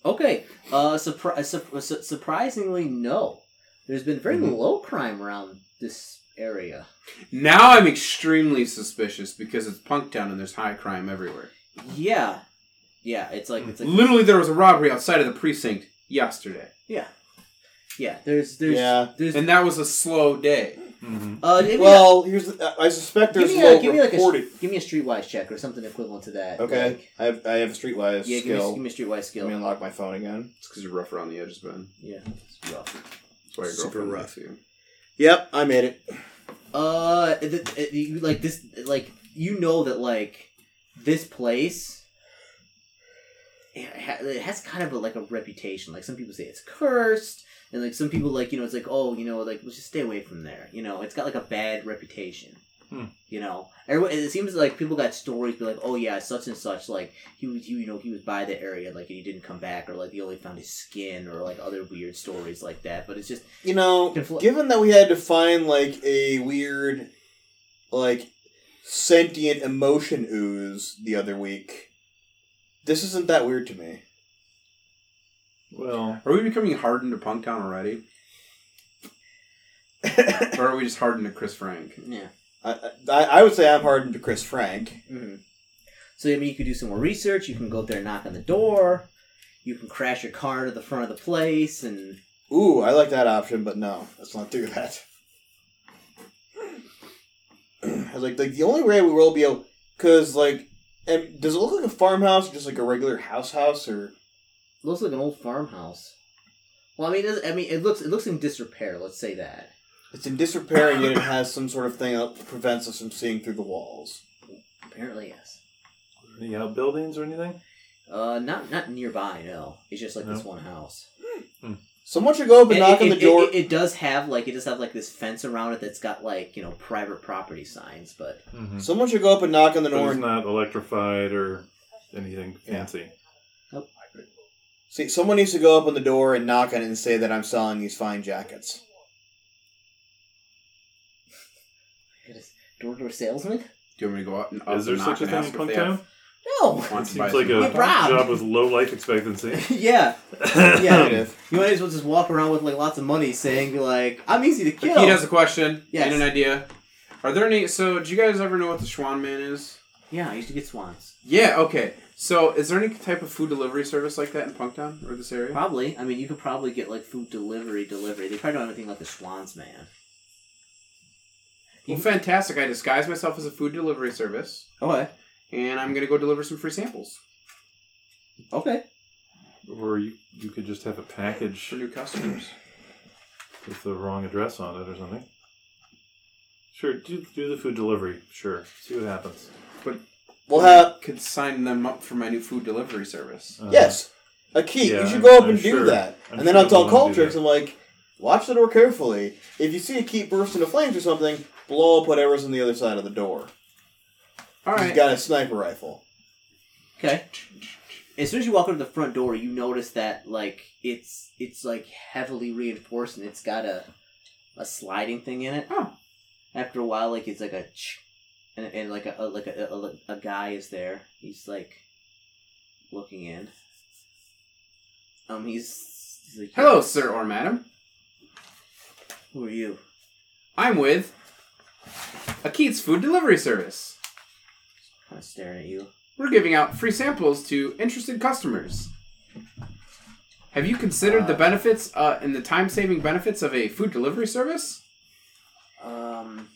Okay. Uh, surpri- su- su- surprisingly, no. There's been very low crime around this area. Now I'm extremely suspicious because it's Punk Town and there's high crime everywhere. Yeah, yeah. It's like it's like Literally, there was a robbery outside of the precinct yesterday, yeah, yeah. There's there's Yeah. there's and that was a slow day. hmm uh. give me a- Well, here's the, uh, I I suspect give there's me, low a, give me like a reported. give me a streetwise check or something equivalent to that. okay, like- I have I have a streetwise yeah, give me, skill. give me a streetwise skill. Let me unlock my phone again. It's because you're rough around the edges, Ben. yeah, it's rough. That's why your Super girlfriend rough. likes you. Yep, I made it. Uh, th- th- you- like this, like you know that like this place. It ha- it has kind of a, like a reputation. Like some people say it's cursed, and like some people like you know it's like oh you know like let's just stay away from there. You know it's got like a bad reputation. Hmm. You know, everyone. It seems like people got stories, be like, "Oh yeah, such and such. Like he was, he, you know, he was by the area, like and he didn't come back, or like he only found his skin, or like other weird stories like that." But it's just You know, Confl- given that we had to find like a weird, like sentient emotion ooze the other week, this isn't that weird to me. Well, Are we becoming hardened to Punk Town already? or are we just hardened to Chris Frank? yeah. I, I, I would say I'm hardened to Chris Frank. hmm So I mean, you could do some more research. You can go up there and knock on the door. You can crash your car to the front of the place, and Ooh, I like that option, but no, let's not do that. I was like, like the only way we will be able, cause like, and does it look like a farmhouse or just like a regular house house or? looks like an old farmhouse. Well, I mean, it doesn't- I mean, it looks it looks in disrepair. Let's say that. It's in disrepair, and yet it has some sort of thing that prevents us from seeing through the walls. Apparently, yes. any outbuildings or anything? Uh, not not nearby. No, it's just like this No. one house. Someone should go up and It- knock it- on the it- door. It, it does have like it does have like this fence around it that's got like you know private property signs, but Mm-hmm. Someone should go up and knock on the But door. it's and- not electrified or anything fancy. See, someone needs to go up on the door and knock on it and say that I'm selling these fine jackets. door to door salesman. Do you want me to go out and up Is there and knock such a and thing ask in if Punk they have- Town? No. It want to buy seems like some- a Get robbed. job with low life expectancy. yeah, Yeah. Negative. you might as well just walk around with like lots of money, saying like I'm easy to kill. He has a question Yes. and an idea. Are there any? So, do you guys ever know what the Schwan Man is? Yeah, I used to get swans. Yeah. Okay. So, is there any type of food delivery service like that in Punktown or this area? Probably. I mean, you could probably get like food delivery, delivery. They probably don't have anything like the Swans Man. Well, fantastic! I disguise myself as a food delivery service, Okay. and I'm gonna go deliver some free samples Okay. or you, you could just have a package for new customers. with the wrong address on it or something. Sure, do, do the food delivery. Sure, see what happens. We'll have Could sign them up for my new food delivery service. Uh, yes, a key. yeah, you should go up I'm- and I'm do sure- that, I'm and then sure I'll tell they wouldn't do Cultrix. that. I'm like, watch the door carefully. If you see a key burst into flames or something, blow up whatever's on the other side of the door. All He's right. got a sniper rifle. Okay. As soon as you walk into the front door, you notice that like it's it's like heavily reinforced and it's got a a sliding thing in it. Oh. After a while, like it's like a ch- and, and like a, a like a, a a guy is there. He's like looking in. Um, he's, he's like, Hello, sir or madam. Who are you? I'm with Akeet's Food Delivery Service. Kind of staring at you. We're giving out free samples to interested customers. Have you considered the Uh, benefits uh, and the time saving benefits of a food delivery service? Um.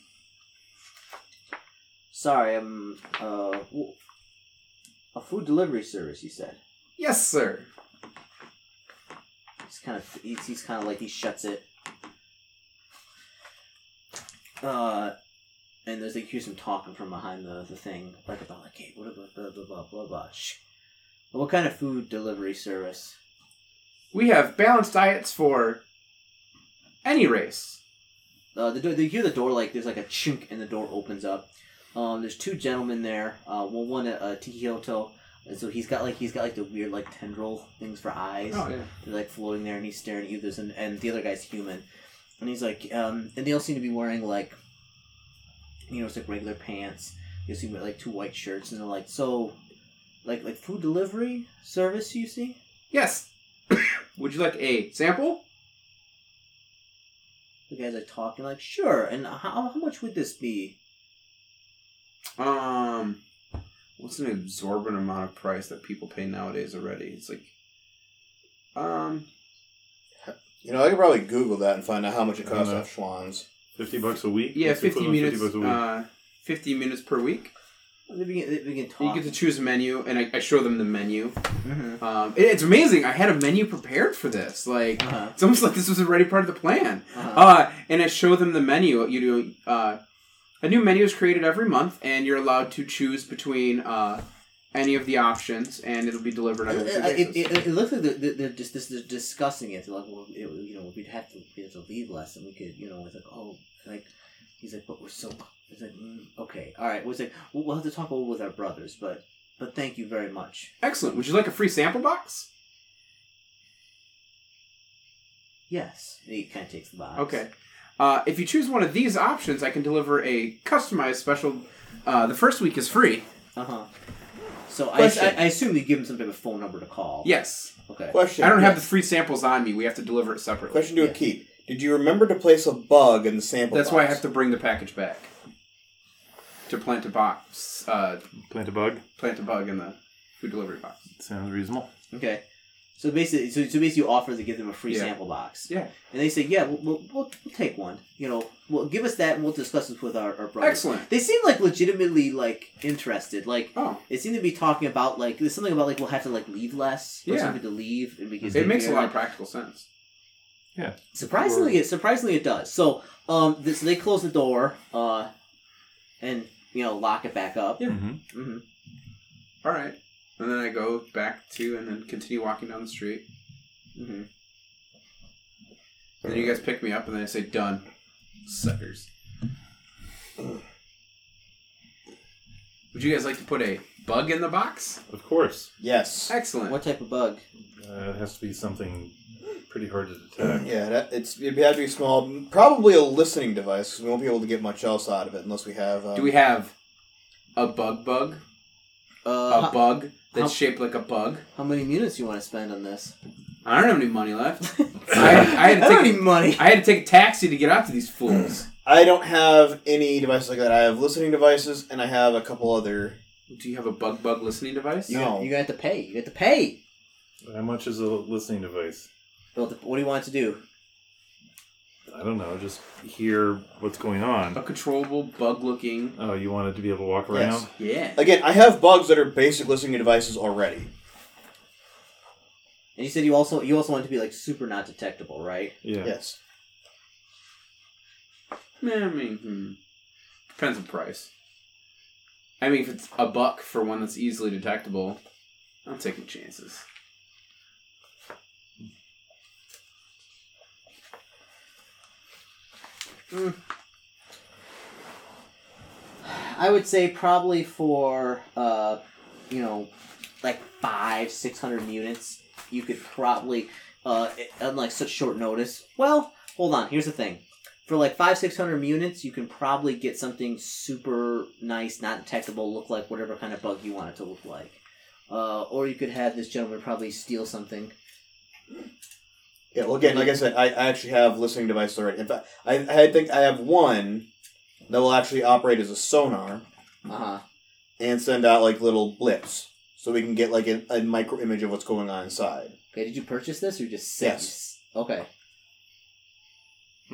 Sorry, I'm. Uh, w- a food delivery service. You said. Yes, sir. He's kind of. He's, he's kind of like he shuts it. Uh, and there's like you hear some talking from behind the, the thing, like about like hey, what about blah blah blah blah blah. Shh. What kind of food delivery service? We have balanced diets for any race. Uh, the door, they hear the door like there's like a chink and the door opens up. Um, there's two gentlemen there. Uh, well, one a uh, Tikioto, and so he's got like he's got like the weird like tendril things for eyes. Oh, yeah. They're like floating there, and he's staring at you. There's an, and the other guy's human, and he's like, um, and they all seem to be wearing like, you know, it's like regular pants. You see, like two white shirts, and they're like, so, like like food delivery service. You see? Yes. Would you like a sample? The guys are talking like, sure. And how, how much would this be? Um, what's an absorbent amount of price that people pay nowadays already? It's like, um, You know, I could probably Google that and find out how much it I don't costs know. at Schwann's. Fifty bucks a week. yeah, What's the fifty equivalent minutes. of 50 bucks a week. uh, fifty minutes per week. They begin, they begin talking. You get to choose a menu, and I, I show them the menu. Mhm. Um, it- it's amazing. I had a menu prepared for this. Like Uh-huh. it's almost like this was already part of the plan. Uh-huh. Uh, and I show them the menu. You do uh, a new menu is created every month, and you're allowed to choose between uh, any of the options, and it'll be delivered on a weekly Uh, It, basis. it, it looks like they're, they're they're just this- they're discussing it. They're like, well, it, you know, we'd have to we have to leave less, and we could, you know, it's like, oh, like he's like, but we're so It's like, mm, okay, all right. We'll say we'll we'll have to talk over with our brothers, but but thank you very much. Excellent. Would you like a free sample box? Yes, he kind of takes the box. Okay. Uh, if you choose one of these options, I can deliver a customized special. Uh, the first week is free. Uh huh. So I, Question. I, I assume they give him some type of phone number to call. Yes. Okay. Question. I don't have the free samples on me. We have to deliver it separately. question to Yeah. a keep. Did you remember to place a bug in the sample? That's why I have to bring the package back to plant a box, uh, Plant a bug. plant a bug in the food delivery box. Sounds reasonable. Okay. So basically, so, so basically, you offer to give them a free Yeah. sample box. Yeah. And they say, yeah, we'll, we'll, we'll, we'll take one. You know, well, give us that, and we'll discuss this with our, our brothers. Excellent. They seem like legitimately like interested. Like Oh, they seem to be talking about like there's something about like we'll have to like leave less. Or Yeah. something to leave and because it they're makes a here. lot of practical sense. Surprisingly, it surprisingly it does. So, um, this, they close the door, uh, and you know lock it back up. Yeah. Mm-hmm. hmm All right. And then I go back to and then continue walking down the street. hmm Mm-hmm. And then you guys pick me up, and then I say, "Done, suckers." Would you guys like to put a bug in the box? Of course. Yes. Excellent. What type of bug? Uh, it has to be something pretty hard to detect. Yeah, that, it's it'd have to be small. Probably a listening device 'cause we won't be able to get much else out of it unless we have. Um, Do we have a bug bug? A Uh, how, bug that's how- shaped like a bug? how many units you want to spend on this? I don't have any money left. I, I had to don't take, need money. I had to take a taxi to get out to these fools. I don't have any devices like that. I have listening devices, and I have a couple other. Do you have a bug bug listening device? You, No. you got to pay. You got to pay. How much is a listening device? Well, th- What do you want to do? I don't know. Just hear what's going on. A controllable bug looking. Oh, you wanted to be able to walk around? Yes. Yeah. Again, I have bugs that are basic listening devices already. And you said you also you also want it to be like super not detectable, right? Yeah. Yes. I mean, hmm. depends on price. I mean, if it's a buck for one that's easily detectable, I'm taking chances. I would say probably for uh, you know, like five six hundred units, you could probably uh, on like such short notice. Well, hold on. Here's the thing. For like five six hundred units, you can probably get something super nice, not detectable, look like whatever kind of bug you want it to look like. Uh, or you could have this gentleman probably steal something. Yeah. Well, again, like I said, I, I actually have listening devices already. In fact, I, I think I have one that will actually operate as a sonar Uh huh. and send out like little blips, so we can get like a, a micro image of what's going on inside. Okay. Did you purchase this or just sit? Yes. Okay.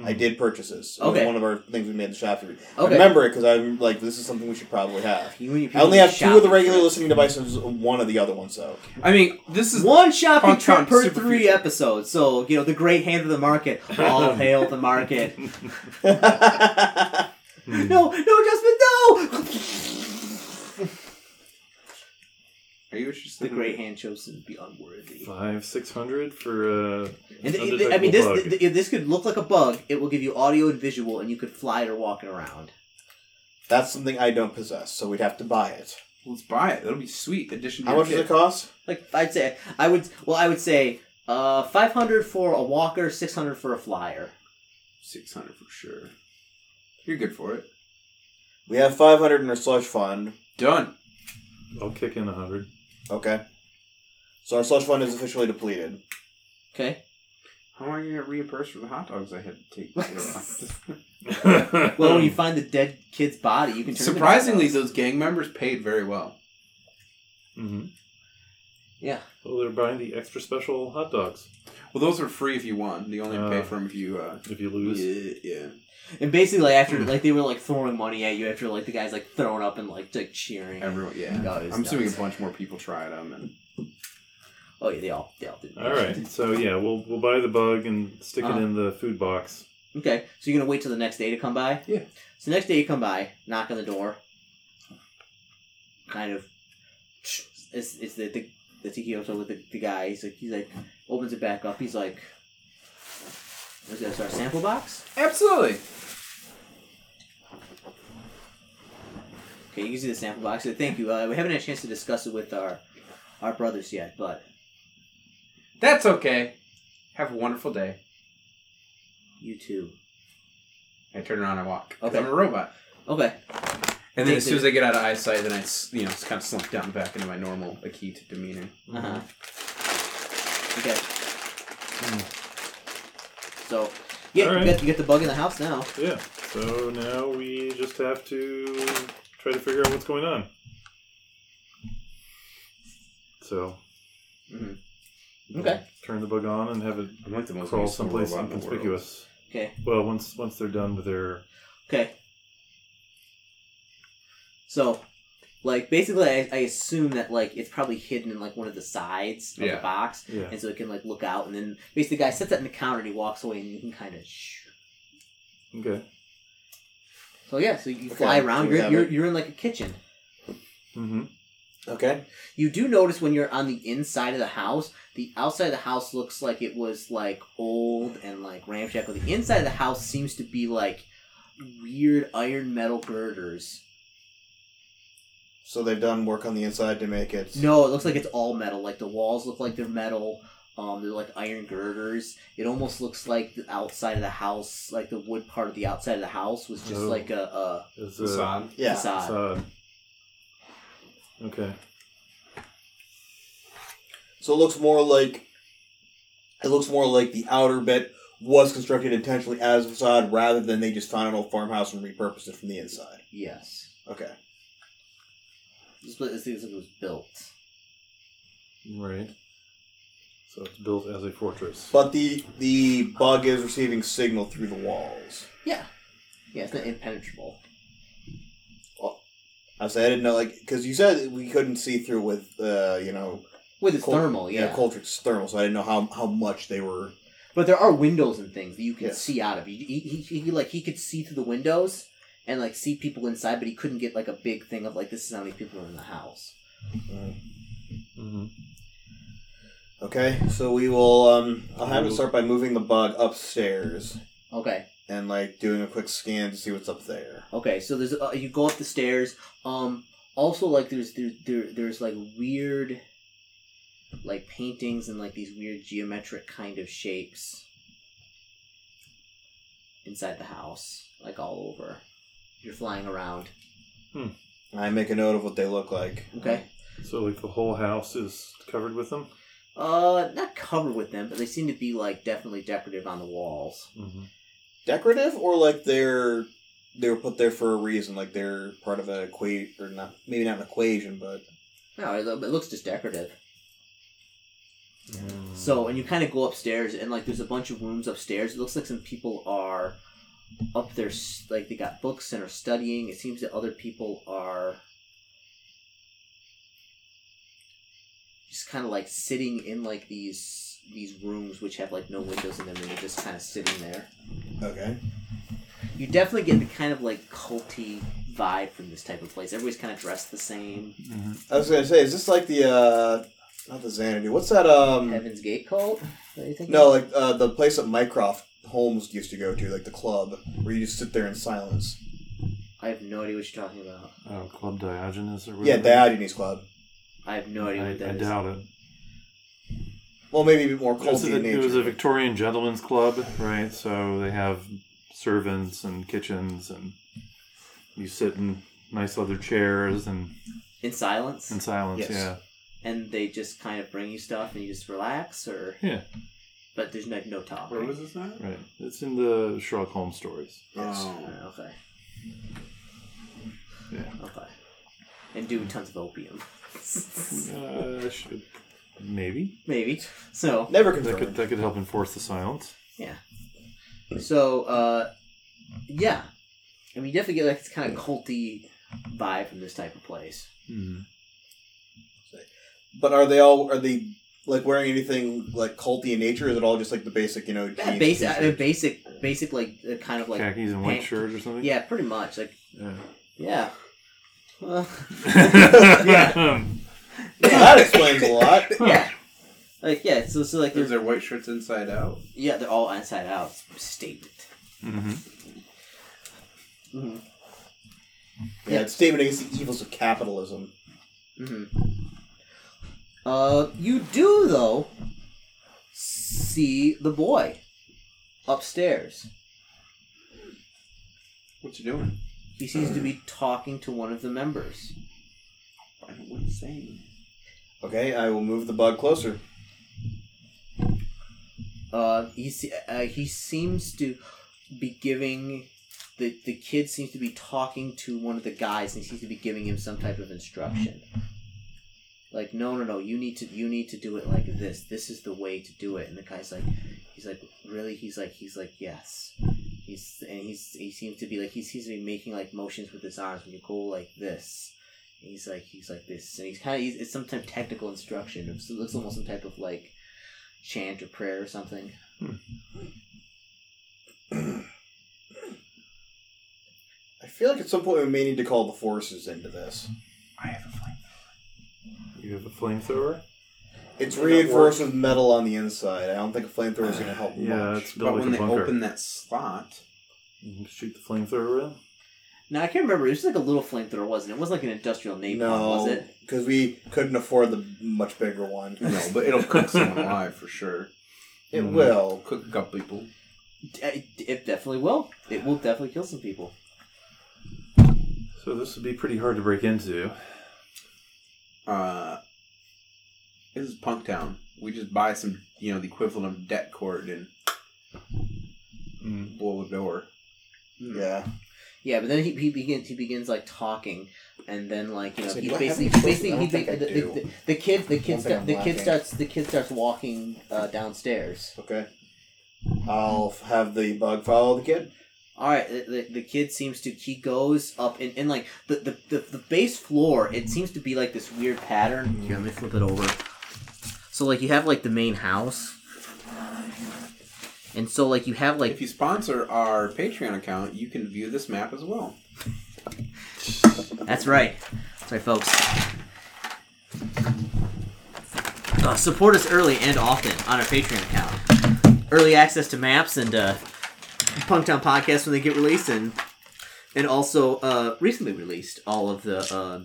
I did purchase this. It Okay. was one of our things we made in the shop. Okay. I Okay. remember it because I'm like, this is something we should probably have. You and your I only people have two of the shopping regular trip. listening devices, one of the other ones though. I mean, this is One shopping Punk trip Town per Super three Future. episodes. So, you know, the great hand of the market. All hail the market. Mm-hmm. Hmm. No, no, Justin, no! Are you interested? the great hand chose to be unworthy. Five, six hundred for uh, And th- undetectable I mean, this bug. th- th- this could look like a bug. It will give you audio and visual, and you could fly it or walk it around. That's something I don't possess, so we'd have to buy it. Let's buy it. That'll be sweet. Addition. To How your much does kit. it cost? Like I'd say, I would. Well, I would say uh, five hundred for a walker, six hundred for a flyer. Six hundred for sure. You're good for it. We have five hundred in our slush fund. Done. I'll kick in a hundred. Okay. So our slush fund is officially depleted. Okay. How are you gonna reimburse for the hot dogs I had to take? Well, when you find the dead kid's body, you can turn it into Hmm. Surprisingly, a bug. those gang members paid very well. hmm yeah. Well, they're buying the extra special hot dogs. Well, those were free if you won. You only Uh, pay for them if you. Uh, If you lose, yeah, yeah. And basically, like, after like they were like throwing money at you after like the guys like throwing up and like like cheering. Everyone, yeah. God, it's I'm assuming a nuts. bunch more people tried them, and Oh yeah, they all they all did. all right. So yeah, we'll we'll buy the bug and stick Uh-huh. it in the food box. Okay, so you're gonna wait till the next day to come by. Yeah. So next day you come by, knock on the door. Kind of, it's it's the the, the tiki also with the, the guy. He's like he's like opens it back up. He's like, "Is this our sample box?" absolutely. Okay, you can see the sample box. So thank you. Uh, we haven't had a chance to discuss it with our our brothers yet, but That's okay. Have a wonderful day. you too. I turn around and walk. 'Cause Okay. I'm a robot. Okay. And then Thank as soon as I get out of eyesight, then I, s- you know, just kind of slump down back into my normal Akita demeanor. Uh huh. Mm-hmm. Okay. Mm-hmm. So, yeah, All you, right. get, you get the bug in the house now. Yeah. So now we just have to try to figure out what's going on. So. Mhm. Okay. Turn the bug on and have it I'm like the most crawl useful someplace robot in the world. inconspicuous. uh, Okay. Well, once once they're done with their Okay. So, like, basically, I, I assume that like it's probably hidden in like one of the sides of Yeah. the box, yeah, and so it can like look out. And then basically, the guy sets that in the counter, and he walks away, and you can kind of. Shh. okay. So yeah, so you fly Okay, so around. we You're, have you're it. you're in like a kitchen. Mm-hmm. Okay. You do notice when you're on the inside of the house, the outside of the house looks like it was like old and like ramshackle. The inside of the house seems to be like weird iron metal girders. So they've done work on the inside to make it. No, it looks like it's all metal. Like the walls look like they're metal. Um, they're like iron girders. It almost looks like the outside of the house, like the wood part of the outside of the house, was just Oh. like a, a Is uh, Facade. Yeah. facade. facade. Okay. So it looks more like it looks more like the outer bit was constructed intentionally as a facade rather than they just found an old farmhouse and repurposed it from the inside. Yes, Okay. this is what this thing was built. Right. So it's built as a fortress. But the the bug is receiving signal through the walls. Yeah, yeah, it's not impenetrable. I say I didn't know like because you said we couldn't see through with uh you know With its Cold- thermal, yeah. Coltric's thermal, so I didn't know how how much they were. But there are windows and things that you can Yes. see out of. He, he, he, he like he could see through the windows and like see people inside, but he couldn't get like a big thing of like this is how many people are in the house. Mm-hmm. Okay, so we will. um I'll have to start by moving the bug upstairs Okay, and like doing a quick scan to see what's up there. okay. So there's uh, you go up the stairs. Um, also like there's there, there there's like weird, like paintings and like these weird geometric kind of shapes inside the house, like all over. You're flying around. I make a note of what they look like. Okay. So like the whole house is covered with them. Uh, not covered with them, but they seem to be like definitely decorative on the walls. Mm-hmm. Decorative or like they're they were put there for a reason, like they're part of an equation or not maybe not an equation, but No, it, lo- it looks just decorative. Mm-hmm. So, and you kind of go upstairs, and like there's a bunch of rooms upstairs. It looks like some people are up there, s- like they got books and are studying. It seems that other people are just kind of like sitting in like these these rooms which have like no windows in them, and they're just kind of sitting there. okay. You definitely get the kind of like culty vibe from this type of place. Everybody's kind of dressed the same. Mm-hmm. I was gonna say, is this like the uh not the Xanadu? What's that? Hmm. Um, Heaven's Gate cult? What do you think? no, like uh, the place that Mycroft Holmes used to go to, like the club where you just sit there in silence. I have no idea what you're talking about. Uh, Club Diogenes or Yeah, whatever. Diogenes Club. I have no idea I, what that I is. doubt it. Well, maybe a bit more It was, culty a, in it was a nature. Victorian gentleman's club, right? So they have servants and kitchens, and you sit in nice leather chairs and In silence, in silence. Yes. Yeah. and they just kind of bring you stuff, and you just relax, or Yeah. But there's like no talk. Where right? was this at? Right. It's in the Sherlock Holmes stories. Oh. Uh, okay. Yeah. Okay. And do tons of opium, Uh, should, maybe maybe. So, Never that could confirmed. that could help enforce the silence. so, uh, yeah. I mean, you definitely get like this kind of culty vibe from this type of place. Mm. But are they all? Are they like wearing anything like culty in nature? Is it all just like the basic, you know, Yeah, jeans? basic, I mean, t-shirt? basic, basic, like uh, kind of like Khakis and white pant- shirt or something. yeah, pretty much like Yeah. yeah. Well, yeah. that explains a lot. yeah. Like yeah, so so like Is there's there white shirts inside out? yeah, they're all inside Mm-hmm. out statement. hmm Mhm. Yeah, it's a statement against the evils of capitalism. hmm Uh, you do though see the boy upstairs. What's he doing? He seems to be talking to one of the members. I don't want to say. Okay, I will move the bug closer. Uh, he se- uh, he seems to be giving the the kid seems to be talking to one of the guys and he seems to be giving him some type of instruction. Like no no no you need to you need to do it like this this is the way to do it and the guy's like he's like really he's like he's like yes he's and he's he seems to be like he seems to be making like motions with his arms when you go like this and he's like he's like this and he's kind of he's, it's some type of technical instruction it looks almost some type of like chant or prayer or something. I feel like at some point we may need to call the forces into this. You have a flamethrower? It's Would that reinforced with metal on the inside. I don't think a flamethrower is going to help Yeah, much. it's But built like when a they bunker. open that slot, You Shoot the flamethrower in? Now I can't remember. It was just like a little flamethrower, wasn't it? It wasn't like an industrial napalm, was no, it? because we couldn't afford the much bigger one. no, but it'll cook someone alive for sure. It Mhm. will. Cook a couple people. D- It, it definitely will. It will definitely kill some people. So this would be pretty hard to break into. Uh, this is Punk Town. We just buy some, you know, the equivalent of debt cord and Mm. blow the door. Yeah. Yeah, but then he, he begins he begins like talking, and then like you know I said, he do I have basically any choices? basically I don't he think the, I the, do. the, the kid the kid One thing sta- I'm the kid lacking. starts the kid starts walking uh, downstairs. Okay. I'll f- have the bug follow the kid. All right, the, the, the kid seems to he goes up and, and like the, the, the, the base floor. It seems to be like this weird pattern. Here, let me flip it over. So like you have like the main house, and so like you have If like you sponsor our Patreon account, you can view this map as well. that's right, that's right, folks. Uh, support us early and often on our Patreon account. Early access to maps and uh, Punktown podcasts when they get released, and and also uh, recently released all of the uh,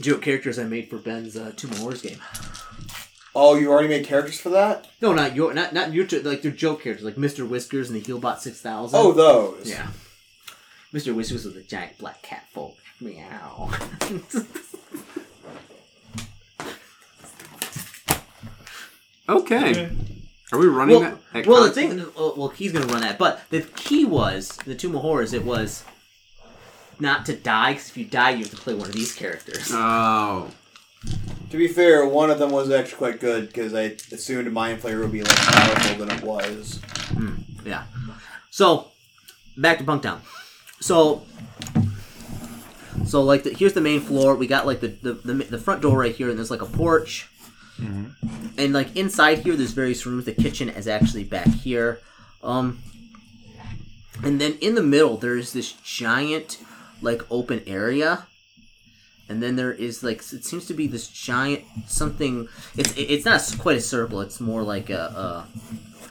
joke characters I made for Ben's uh, Tomb of Wars game. Oh, you already made characters for that? No, not your, not not your, like they're joke characters, like Mister Whiskers and the Healbot Six Thousand. Oh, those. yeah, Mister Whiskers with a giant black cat folk. Meow. Okay. Are we running Well, that? well the thing, well, well, he's gonna run that. But the key was the Tomb of Horrors. It was not to die because if you die, you have to play one of these characters. Oh. To be fair, one of them was actually quite good because I assumed Mind Flayer would be less powerful than it was. Yeah. So, back to Punktown. So, so like the, here's the main floor. We got like the, the the the front door right here, and there's like a porch. Mm-hmm. And like inside here, there's various rooms. The kitchen is actually back here. Um, and then in the middle, there's this giant like open area. And then there is like it seems to be this giant something. It's it's not quite a circle. It's more like a, a, a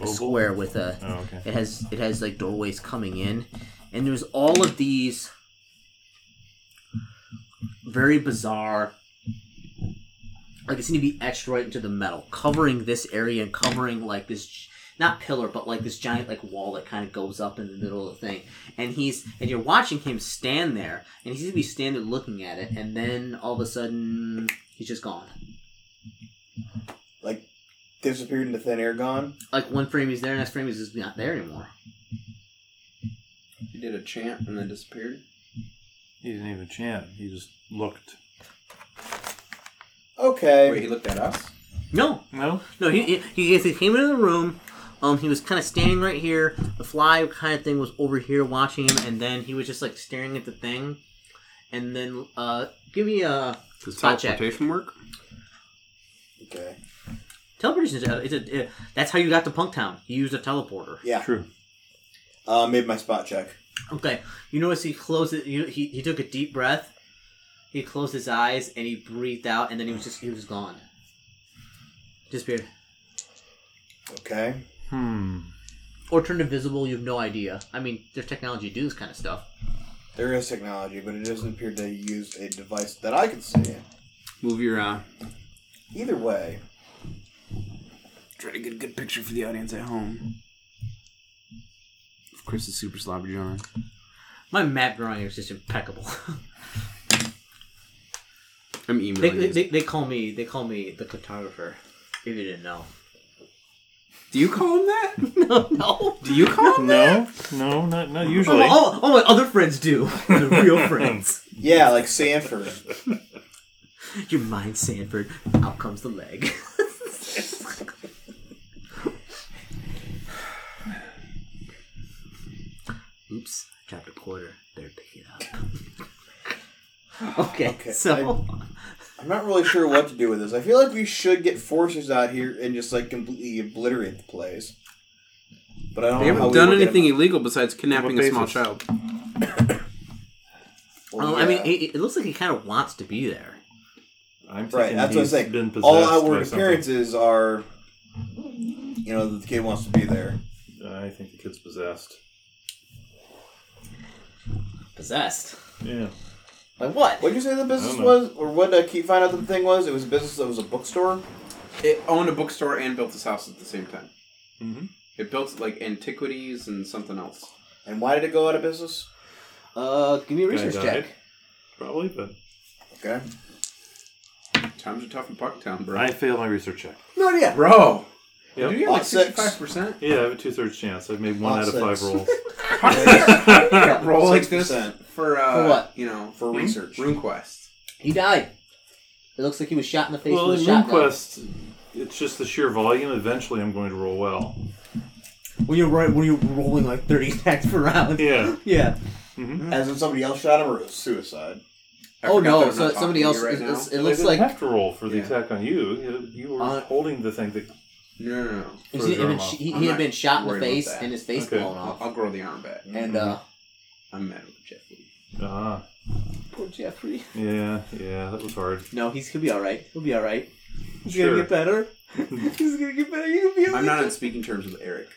Oval? square with a Oh, okay. it has it has like doorways coming in, and there's all of these very bizarre. Like it seemed to be etched right into the metal, covering this area and covering like this, gi- not pillar, but like this giant like wall that kind of goes up in the middle of the thing. And he's and you're watching him stand there, and he's gonna be standing looking at it, and then all of a sudden he's just gone. Like, disappeared into thin air, gone. Like one frame he's there, next frame he's just not there anymore. He did a chant and then disappeared. He didn't even chant. He just looked. Okay. Wait, he looked at us? No, No? No, he, he he came into the room. Um, he was kind of standing right here. The fly kind of thing was over here watching him, and then he was just like staring at the thing. And then, uh, give me a Does Spot check. work? Okay. teleportation. It's a, it's a, uh, that's how you got to Punk Town. You used a teleporter. Yeah. True. Uh, made my spot check. Okay, you notice he closed it. You, he he took a deep breath. He closed his eyes and he breathed out, and then he was just he was gone. Disappeared Okay. Hmm. or turned invisible. You have no idea. I mean, their technology to do this kind of stuff. There is technology, but it doesn't appear to use a device that I can see. Move your uh, Either way, try to get a good picture for the audience at home. Of Chris is super sloppy drawing. My map drawing is just impeccable. I'm they, emailing. they, these. they, they call me they call me the cartographer. If you didn't know. Do you call him that? no, no. Do you call him that? No, no, not not All, usually. my- all- all my other friends do. The real friends. yeah, like Sanford. Your mind, Sanford. Out comes the leg. Oops, dropped a quarter. Better pick it up. okay, Okay, so I'm not really sure what to do with this. I feel like we should get forces out here and just like completely obliterate the place. But I don't They know how haven't done we would get anything them- illegal besides kidnapping What a small basis? child. Well, Oh, I mean, yeah. it, it looks like he kind of wants to be there. I'm right. thinking That's what I'm he's Been saying. possessed All by outward something. appearances are, you know, that the kid wants to be there. I think the kid's possessed. Possessed. Yeah. By what? What did you say the business know. was, or what did Keith find out the thing was? It was a business that was a bookstore. It owned a bookstore and built this house at the same time. Mm-hmm. It built like antiquities and something else. And why did it go out of business? Uh, give me a Guy research died. check. Probably, but Okay. Times are tough in Pucktown, bro. I failed my research check. No idea. Bro, Yep. do you have like Lot six. sixty-five percent? Yeah, I have a two thirds chance. I've made one Lot out of five six. rolls. Roll like this 6%. for uh, For what? Oh, You know, For research. RuneQuest. He died. It looks like he was shot in the face well, with a in shotgun. RuneQuest, it's just the sheer volume. Eventually, I'm going to roll well. When you're right, when you're rolling like thirty attacks per round. Yeah. Yeah. Hmm. As in somebody else shot him, or it was suicide. I oh forgot that no! I'm So not somebody else. talking to you it's- it now. They looks didn't like have to roll for the Yeah. attack on you. You, you were Uh, holding the thing that No, no, no. he, for had been, Zormo. sh- he, I'm he had not been shot in the worried about face that. and his face Okay. blown I'll, off. I'll grow the arm back. And uh, I'm mad with Jeff. Lee. Ah, poor Jeffrey. yeah, yeah, that was hard. No, he's gonna be all right. He'll be all right. He's Sure. gonna get better. he's gonna get better. He'll be. all I'm not right. on speaking terms with Eric.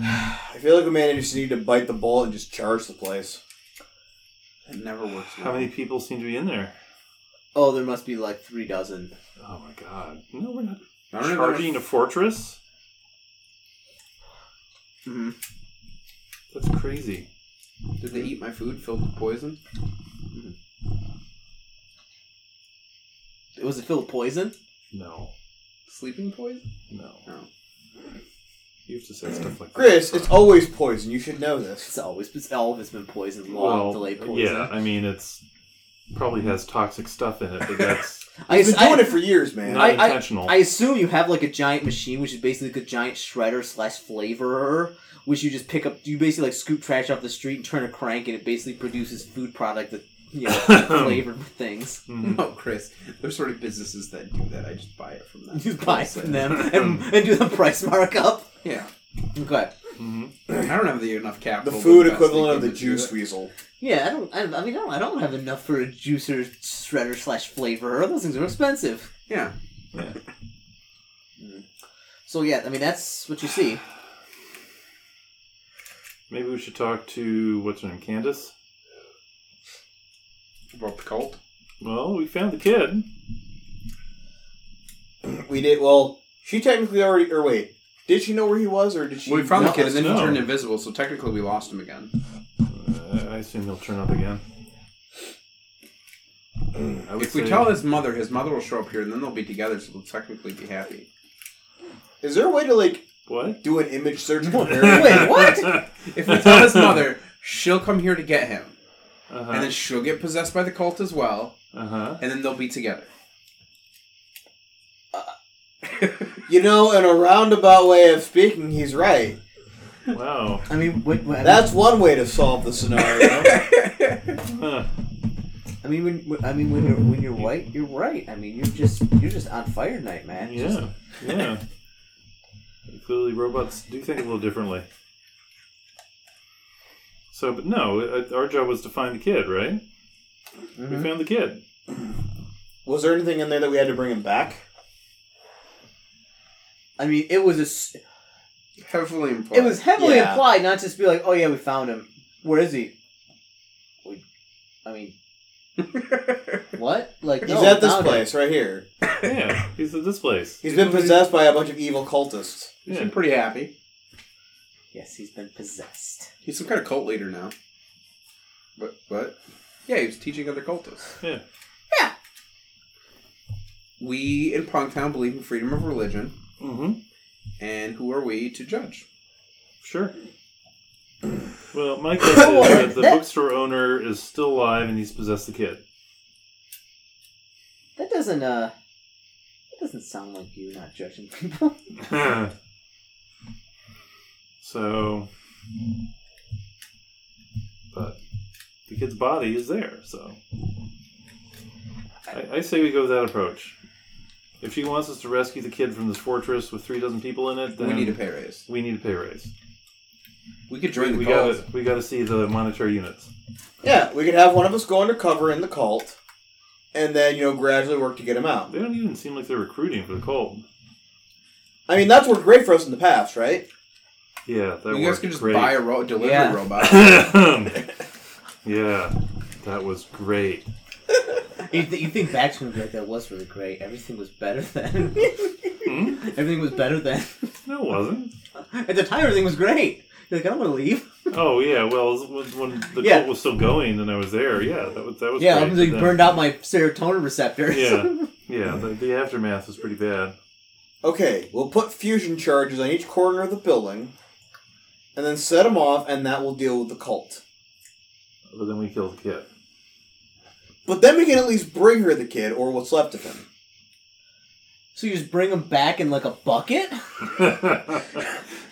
I feel like we may just need to bite the bullet and just charge the place. That never works. How many people seem to be in there? Oh, there must be like three dozen. Oh my god! No, we're not I don't know. charging a fortress. hmm That's crazy. Did they eat my food filled with poison? Was it filled with poison? No, Sleeping poison? no. No. You have to say stuff like Chris, that. it's always poison. You should know this. It's always been, all of it's been poison. Long well, delayed poison. yeah. I mean, it's probably has toxic stuff in it, but that's I, He's been I- doing it for years, man. not I- I- intentional. I assume you have like a giant machine, which is basically like a giant shredder slash flavorer, which you just pick up. You basically like scoop trash off the street and turn a crank, and it basically produces food product that you know flavored with things. Mhm. No, Oh, Chris. There's sort of businesses that do that. I just buy it from them. You buy it from them and, and do the price markup. Yeah. Okay. Mhm. I don't have the enough capital. the food to invest equivalent in of the to do juice it. weasel. Yeah, I don't. I, don't- I mean, I don't, I don't have enough for a juicer, shredder slash flavorer. Those things are expensive. Yeah. So yeah, I mean that's what you see. Maybe we should talk to what's her name, Candace. About the cult. Well, we found the kid. We did well. She technically already, or wait, did she know where he was, or did she? Well, we found the No, kid and then no. he turned invisible, so technically we lost him again. Uh, I assume he'll turn up again. I would Mm. If we say- tell his mother, his mother will show up here, and then they'll be together, so we'll technically be happy. Is there a way to like what? do an image search? and compare? Wait, what? If we tell his mother, she'll come here to get him, and Uh then she'll get possessed by the cult as well, huh. and then they'll be together. you know, in a roundabout way of speaking, he's right. Wow. I mean, what, what, I mean- That's one way to solve the scenario. Huh. I mean, when- when I mean when you're when you're white, you're right. I mean, you're just you're just on fire tonight, man. Just- Yeah. Yeah. Clearly, robots do think a little differently. So, but no, uh, our job was to find the kid, right? Mm-hmm. We found the kid. was there anything in there that we had to bring him back? I mean, it was a. s- heavily implied. It was heavily Yeah. implied, not just be like, "Oh yeah, we found him. Where is he?" We, I mean, what? Like, He's no, we at this found him. place right here. yeah, he's at this place. He's been possessed by a bunch of evil cultists. Yeah. pretty happy. Yes, he's been possessed. He's some kind of cult leader now. But but yeah, he was teaching other cultists. Yeah. Yeah. We in Pongtown believe in freedom of religion, Mm-hmm. and who are we to judge? Sure. Well, my guess is that the That- bookstore owner is still alive and he's possessed the kid. That doesn't uh, that doesn't sound like you not judging people. so, but the kid's body is there, so I, I say we go with that approach. If she wants us to rescue the kid from this fortress with three dozen people in it, then we need a pay raise. we need a pay raise. We could join the We cult. gotta, we gotta see the monetary units. Yeah, we could have one of us go undercover in the cult, and then you know gradually work to get him out. They don't even seem like they're recruiting for the cult. I mean, that's worked great for us in the past, right? Yeah, that you guys worked could just great. buy a ro- delivery Yeah. robot. yeah, that was great. you, th- you think back to him like that was really great. Everything was better then. Hmm? everything was better then. No, it wasn't. At the time, everything was great. You're like, I don't want to leave. Oh yeah, well, it was when the Yeah. cult was still going and I was there, yeah, that was that was. yeah, great, until but you then- burned out my serotonin receptors. Yeah, yeah, the, the aftermath was pretty bad. Okay, we'll put fusion charges on each corner of the building, and then set them off, and that will deal with the cult. But then we killed the kid. But then we can at least bring her the kid or what's left of him. so you just bring him back in like a bucket.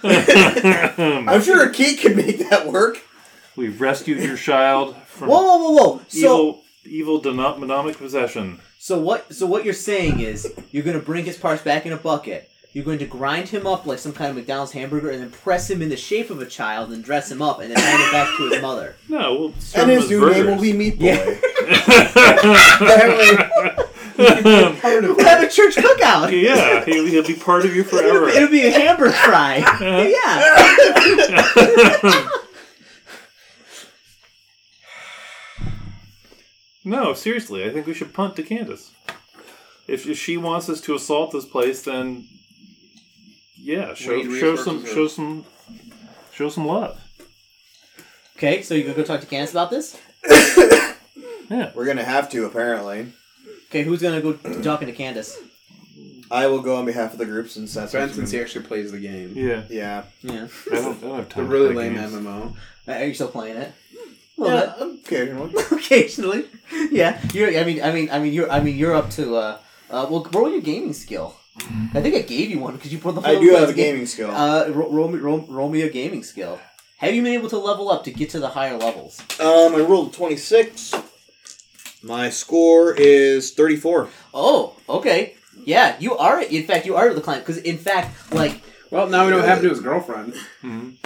I'm sure a kid could make that work. We've rescued your child from Whoa, whoa, whoa, whoa! So. evil, evil denom- demonic possession. So what? So what you're saying is you're going to bring his parts back in a bucket. You're going to grind him up like some kind of McDonald's hamburger, and then press him in the shape of a child, and dress him up, and then hand him back to his mother. No, we'll serve And him his as new burgers. name will be Meat Boy. Yeah. We'll Part have a church cookout. yeah, he'll, he'll be part of you It'll, forever. be- it'll be a hamburger fry. Uh-huh. yeah. no, seriously, I think we should punt to Candace. If, if she wants us to assault this place, then yeah, show need show resources some or- show some show some love. Okay, so you gonna go talk to Candace about this? We're gonna have to, apparently. Okay, who's gonna go talking to Candace? I will go on behalf of the group since that's Ben, since he actually plays the game, Yeah, Yeah. Yeah, I don't, I don't have the time. really for lame games. MMO. Uh, are you still playing it? A little yeah occasionally. bit, occasionally. Yeah, you're. I mean, I mean, I mean, you're. I mean, you're up to. Uh, uh, well, roll your gaming skill. I think I gave you one because you pulled the. I do have a gaming skill. Uh, ro- roll, me- roll, roll me a gaming skill. Have you been able to level up to get to the higher levels? Um, I rolled 26. My score is 34. Oh, okay. Yeah, you are. In fact, you are the client because, in fact, like, Well, now we don't have to his girlfriend. Mhm.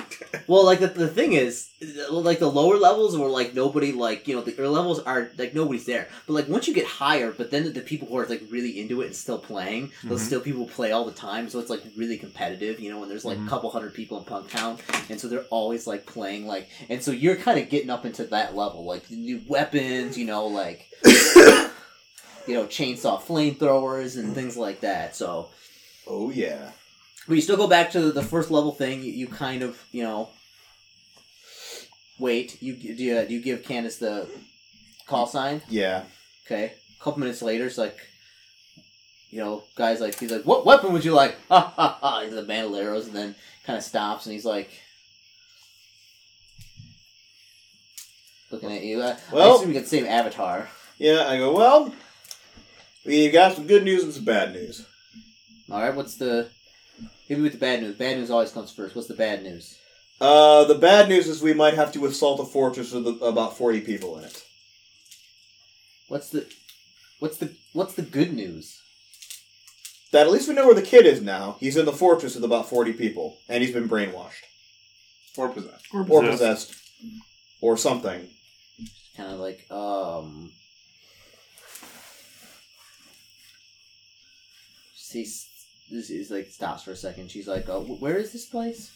well, like the, the thing is, like the lower levels were like nobody, like you know, the early levels are like nobody's there. But like once you get higher, but then the people who are like really into it and still playing, those Mhm. still people play all the time. So it's like really competitive, you know. And there's like Mhm. a couple hundred people in Punk Town, and so they're always like playing, like, and so you're kind of getting up into that level, like new weapons, you know, like. you know, chainsaw flamethrowers and things like that. So, Oh, yeah. but you still go back to the first level thing. You, you kind of, you know, wait. You do you, do you give Candace the call sign? Yeah. Okay. A couple minutes later, it's like, you know, guys like he's like, "What weapon would you like?" Ha ha ha! Into the bandoleros, and then kind of stops, and he's like, looking at you. Uh, well, I Well- assume you got the same avatar. Yeah, I go, well, we got some good news and some bad news. All right, what's the? Hit me with the bad news. Bad news always comes first. What's the bad news? Uh, the bad news is we might have to assault a fortress with about 40 people in it. What's the? What's the? What's the good news? That at least we know where the kid is now. He's in the fortress with about 40 people, and he's been brainwashed. Or possessed. Or possessed. Or something. Kind of like um. See, This is like stops for a second. She's like, oh, wh- "Where is this place?"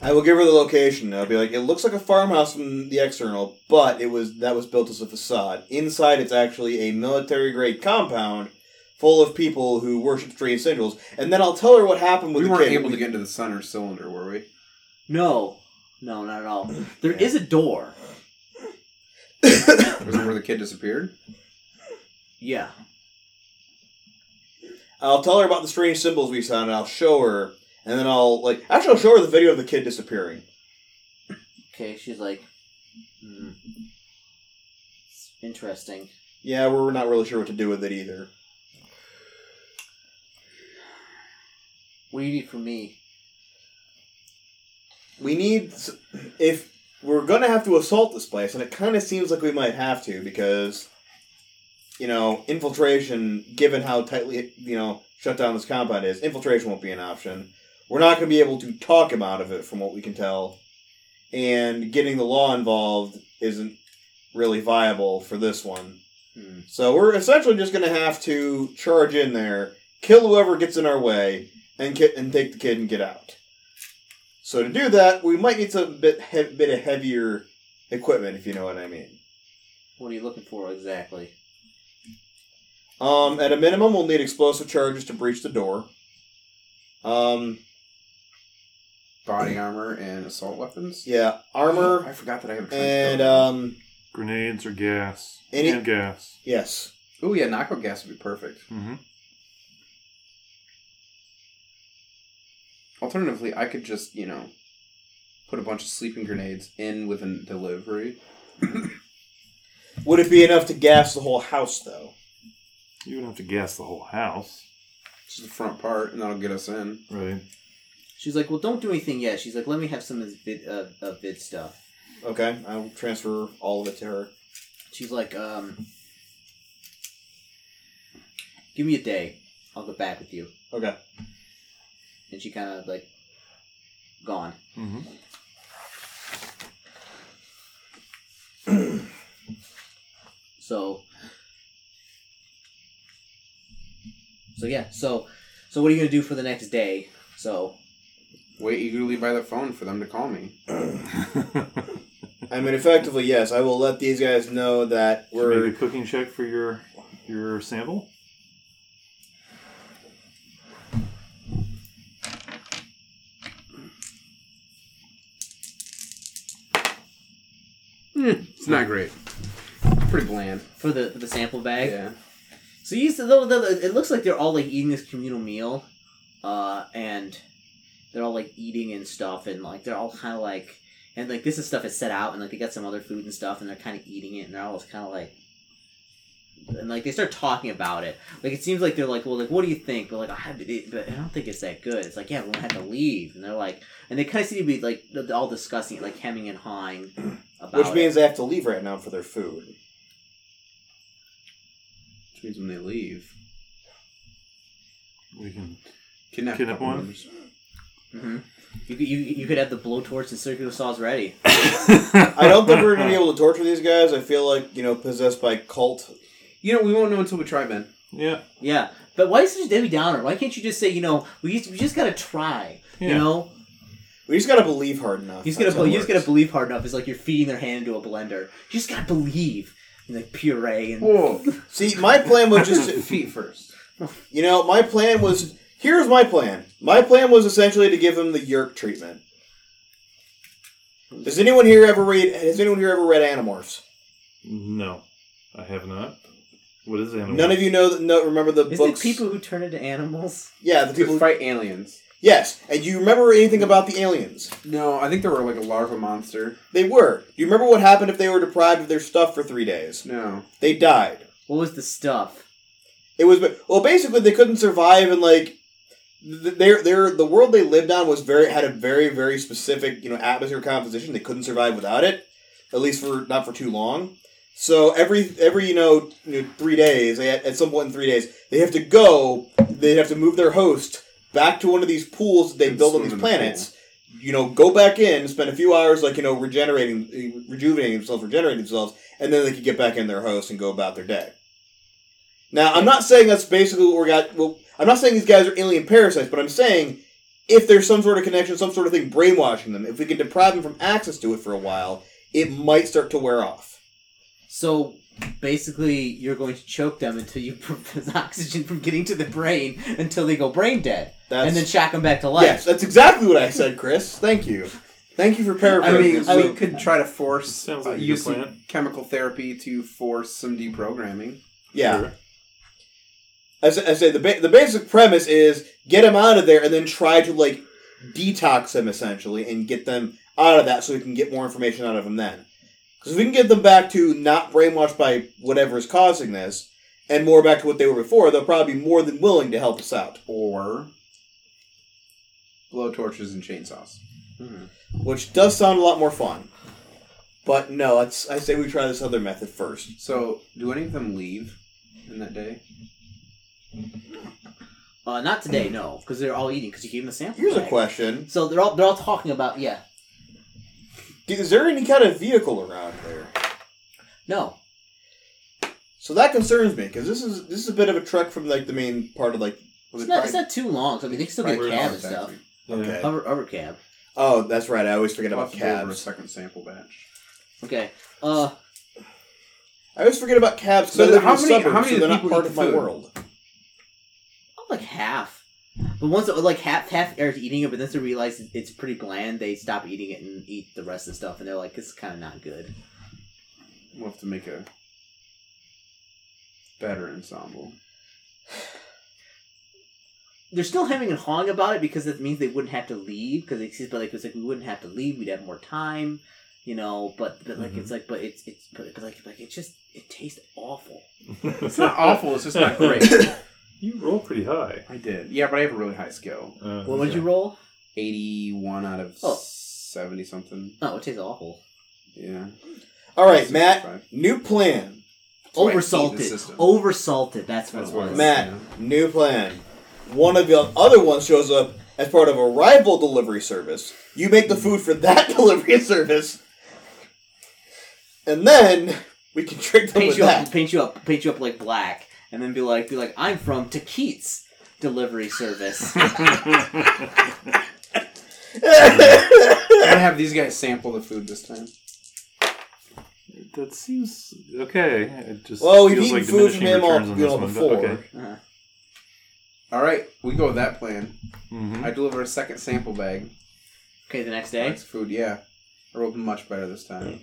I will give her the location. I'll be like, it looks like a farmhouse from the external, but it was that was built as a facade. Inside, it's actually a military grade compound full of people who worship three essentials. And then I'll tell her what happened with we the weren't kid. able to get into the center cylinder, were we? No, no, not at all. There is a door. Was it where the kid disappeared? Yeah. I'll tell her about the strange symbols we saw, and I'll show her. And then I'll like actually I'll show her the video of the kid disappearing. Okay. She's like, hmm. It's interesting. Yeah, we're not really sure what to do with it either. What do you need from me? We need s- if we're gonna have to assault this place, and it kind of seems like we might have to because you know infiltration, given how tightly you know shut down this compound is, infiltration won't be an option. We're not gonna be able to talk him out of it, from what we can tell, and getting the law involved isn't really viable for this one. Hmm. So we're essentially just gonna have to charge in there, kill whoever gets in our way, and get, and take the kid and get out. So to do that, we might need some bit he- bit of heavier equipment, if you know what I mean. What are you looking for exactly? Um, at a minimum, we'll need explosive charges to breach the door. Um, Body armor and assault weapons. yeah, armor I forgot that I have. a trench and coat. um, Grenades or gas. Any- and gas. yes, oh yeah, knockout gas would be perfect. hmm Alternatively, I could just you know put a bunch of sleeping grenades in with a delivery. would it be enough to gas the whole house though? You would have to gas the whole house, Just the front part, and that'll get us in. right? She's like, "Well, don't do anything yet." She's like, "Let me have some of this vid, uh, uh, vid stuff." Okay, I'll transfer all of it to her. She's like, um, give me a day. I'll get back with you. Okay. And she kind of like gone. hmm So, so yeah. So, so what are you gonna do for the next day? So, Wait eagerly by the phone for them to call me. I mean, effectively, yes. I will let these guys know that Maybe a we're cooking check for your your sample. It's not great. Pretty bland. for the for the sample bag. Yeah. So you used to, though, though, it looks like they're all like eating this communal meal, uh, and they're all like eating and stuff, and like they're all kind of like, and like this is stuff is set out, and like they got some other food and stuff, and they're kind of eating it, and they're all kind of like, and like they start talking about it. Like it seems like they're like, well, like what do you think? But like I have, it, but I don't think it's that good. It's like yeah, we're gonna have to leave, and they're like, and they kind of seem to be like all discussing it, like hemming and hawing about which it. means they have to leave right now for their food. Which means when they leave, We can. kidnap, Kidnap couple one? members. Mhm. You could you, you could have the blowtorch and circular saws ready. I don't think we're gonna be able to torture these guys. I feel like you know possessed by cult. You know, we won't know until we try, Ben. Yeah. Yeah, but why is it Debbie Downer? Why can't you just say, you know, we just, we just gotta try, you Yeah. know? We just gotta believe hard enough. You just That's gotta, how it believe, you just gotta works. believe hard enough. It's like you're feeding their hand into a blender. You just gotta believe, and like puree and Whoa. See, my plan was just to, feet first. you know my plan was here's my plan. My plan was essentially to give him the Yerk treatment. Does anyone here ever read? Has anyone here ever read Animorphs? No, I have not. What is animal? None of you know. No, remember the Isn't books? it people who turn into animals? yeah, the People people. fight aliens. Yes, and you remember anything about the aliens? No, I think they were like a larva monster. They were. Do you remember what happened if they were deprived of their stuff for three days? No. They died. What was the stuff? It was well, basically they couldn't survive, and like th- their their the world they lived on was very had a very very specific you know atmosphere composition. They couldn't survive without it, at least for not for too long. So every every you know, you know three days they at, at some point in three days they have to go. They have to move their host back to one of these pools that they And build on swim these in the pool. planets. You know, go back in, spend a few hours like you know regenerating, rejuvenating themselves, regenerating themselves, and then they could get back in their host and go about their day. Now, I'm not saying that's basically what we got. Well, I'm not saying these guys are alien parasites, but I'm saying if there's some sort of connection, some sort of thing brainwashing them, if we can deprive them from access to it for a while, it might start to wear off. So basically, you're going to choke them until you prevent oxygen from getting to the brain until they go brain dead, That's, and then shock them back to life. yes, that's exactly what I said, Chris. Thank you. Thank you for I paraphrasing. mean, this. we could try to force Sounds uh, like a good use some plan. chemical therapy to force some deprogramming. yeah. Sure. I say, I say the ba- the basic premise is get him out of there and then try to like detox them essentially and get them out of that so we can get more information out of them then. Because if we can get them back to not brainwashed by whatever is causing this and more back to what they were before, they'll probably be more than willing to help us out. or blow torches and chainsaws. Which does sound a lot more fun. But no, it's, I say we try this other method first. So, do any of them leave in that day? Uh, not today, no, because they're all eating. Because you gave them a sample. Here's a bag. question: So they're all they're all talking about yeah. Is there any kind of vehicle around there? No, So that concerns me because this is this is a bit of a trek from like the main part of like. was it's it not, Pride- it's not too long. So I mean, they can still get a Right, cab Or and stuff. exactly. Okay. Hover, hover cab. Oh, that's right. I always forget about Possibly over a cabs. second sample batch. Okay. Uh, I always forget about cabs So because I live in how the many- suburbs, how many so they're not people part eat of my food? world. I'm like half. But once like half half are eating it, but then they realize it- it's pretty bland. They stop eating it and eat the rest of the stuff, and they're like, "It's kind of not good." We'll have to make a better ensemble. They're still hemming and hawing about it because that means they wouldn't have to leave. Because they see, but like it's like we wouldn't have to leave. We'd have more time, you know. But, but like it's like, but it's it's but, but like like it just it tastes awful. It's not awful. It's just not great. You roll pretty high. I did. Yeah, but I have a really high skill. Uh, What would okay. you roll? Eighty-one out of Oh. seventy something. Oh, it tastes awful. Yeah. All right, Matt. 65. New plan. why I hate this Oversalted. system. Oversalted. That's what That's it what was. it was. Matt. New plan. One of the other ones shows up as part of a rival delivery service. You make the food for that delivery service, and then we can trick them paint with you up, that. paint you up, paint you up like black, and then be like, be like, I'm from Taquit's delivery service. I'm gonna have these guys sample the food this time. That seems okay. It just Well, we've feels eaten like food from diminishing him all, returns on you this know, one, but before. Okay. Uh, All right, we go with that plan. Mm-hmm. Mhm. I deliver a second sample bag. okay, the next day, Lots of food. Yeah, I rolled much better this time.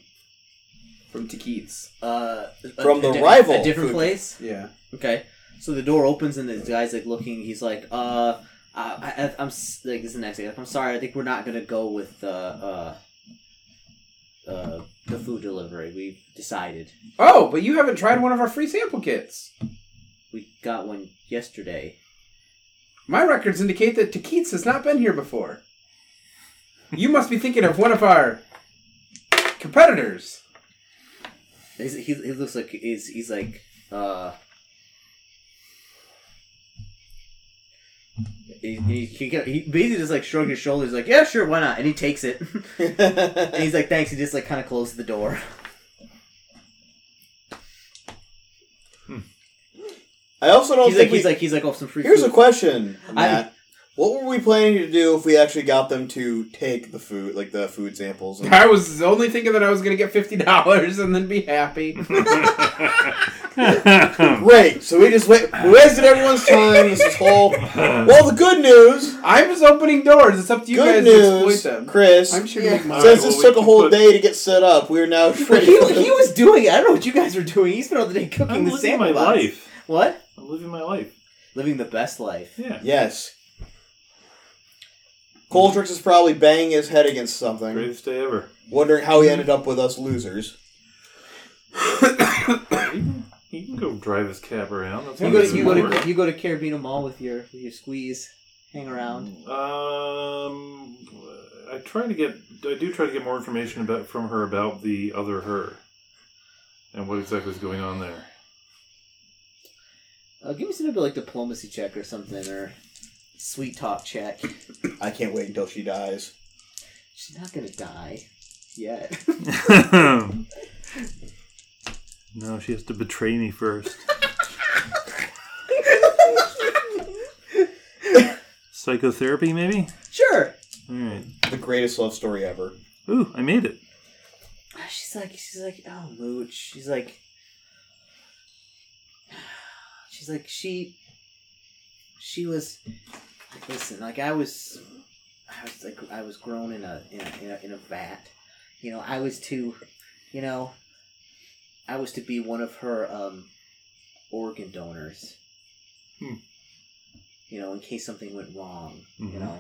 From Tikits. uh, a- From a the di- rival a different food. place. Yeah. Okay, so the door opens and the guy's like looking. He's like, uh, I, I, I'm s- like, this is the next day. Like, I'm sorry, I think we're not gonna go with uh, uh, uh, the food delivery. We've decided. Oh, but you haven't tried one of our free sample kits. We got one yesterday. My records indicate that Tikits has not been here before. You must be thinking of one of our competitors. He's, he, he looks like he's he's like uh. He, he, he, get- he basically just like shrugged his shoulders, like yeah, sure, why not? And he takes it, and he's like, thanks. He just like kind of closed the door. I also don't He's like, think we- he's like, he's like, oh, some free. Here's a food. question, I- Matt. what were we planning to do if we actually got them to take the food, like the food samples? And, I was only thinking that I was going to get fifty dollars and then be happy. Mm-hmm. Great. So we just wa- we wasted everyone's time. This is whole. Well, the good news, I'm just opening doors. It's up to you good guys to news, exploit them. Chris. I'm sure. Yeah. you make money. since Alright, well, this we took a can whole put- day to get set up, we are now But free. he, he was doing. it. I don't know what you guys were doing. He spent all the day cooking I'm the living my sample box. life. What? I'm living my life. Living the best life. Yeah. yes. Coltrix is probably banging his head against something, Greatest day ever. wondering how he ended up with us losers. He can, he can go drive his cab around. That's You not go, his to, you go reward. to you go to Carabino Mall with your with your squeeze, hang around. Um, I try to get. I do try to get more information about from her about the other her, and what exactly is going on there. Uh, give me something like diplomacy check or something or sweet talk check. I can't wait until she dies. She's not gonna die yet. no, she has to betray me first. Psychotherapy, maybe? Sure. All right. The greatest love story ever. Ooh, I made it. She's like, she's like, oh, Mooch. She's like, she's like, she, she was, like, listen, like I was, I was like, I was grown in a in a, in a in a vat, you know. I was to, you know, I was to be one of her um organ donors. Hmm. You know, in case something went wrong, Mhm. you know.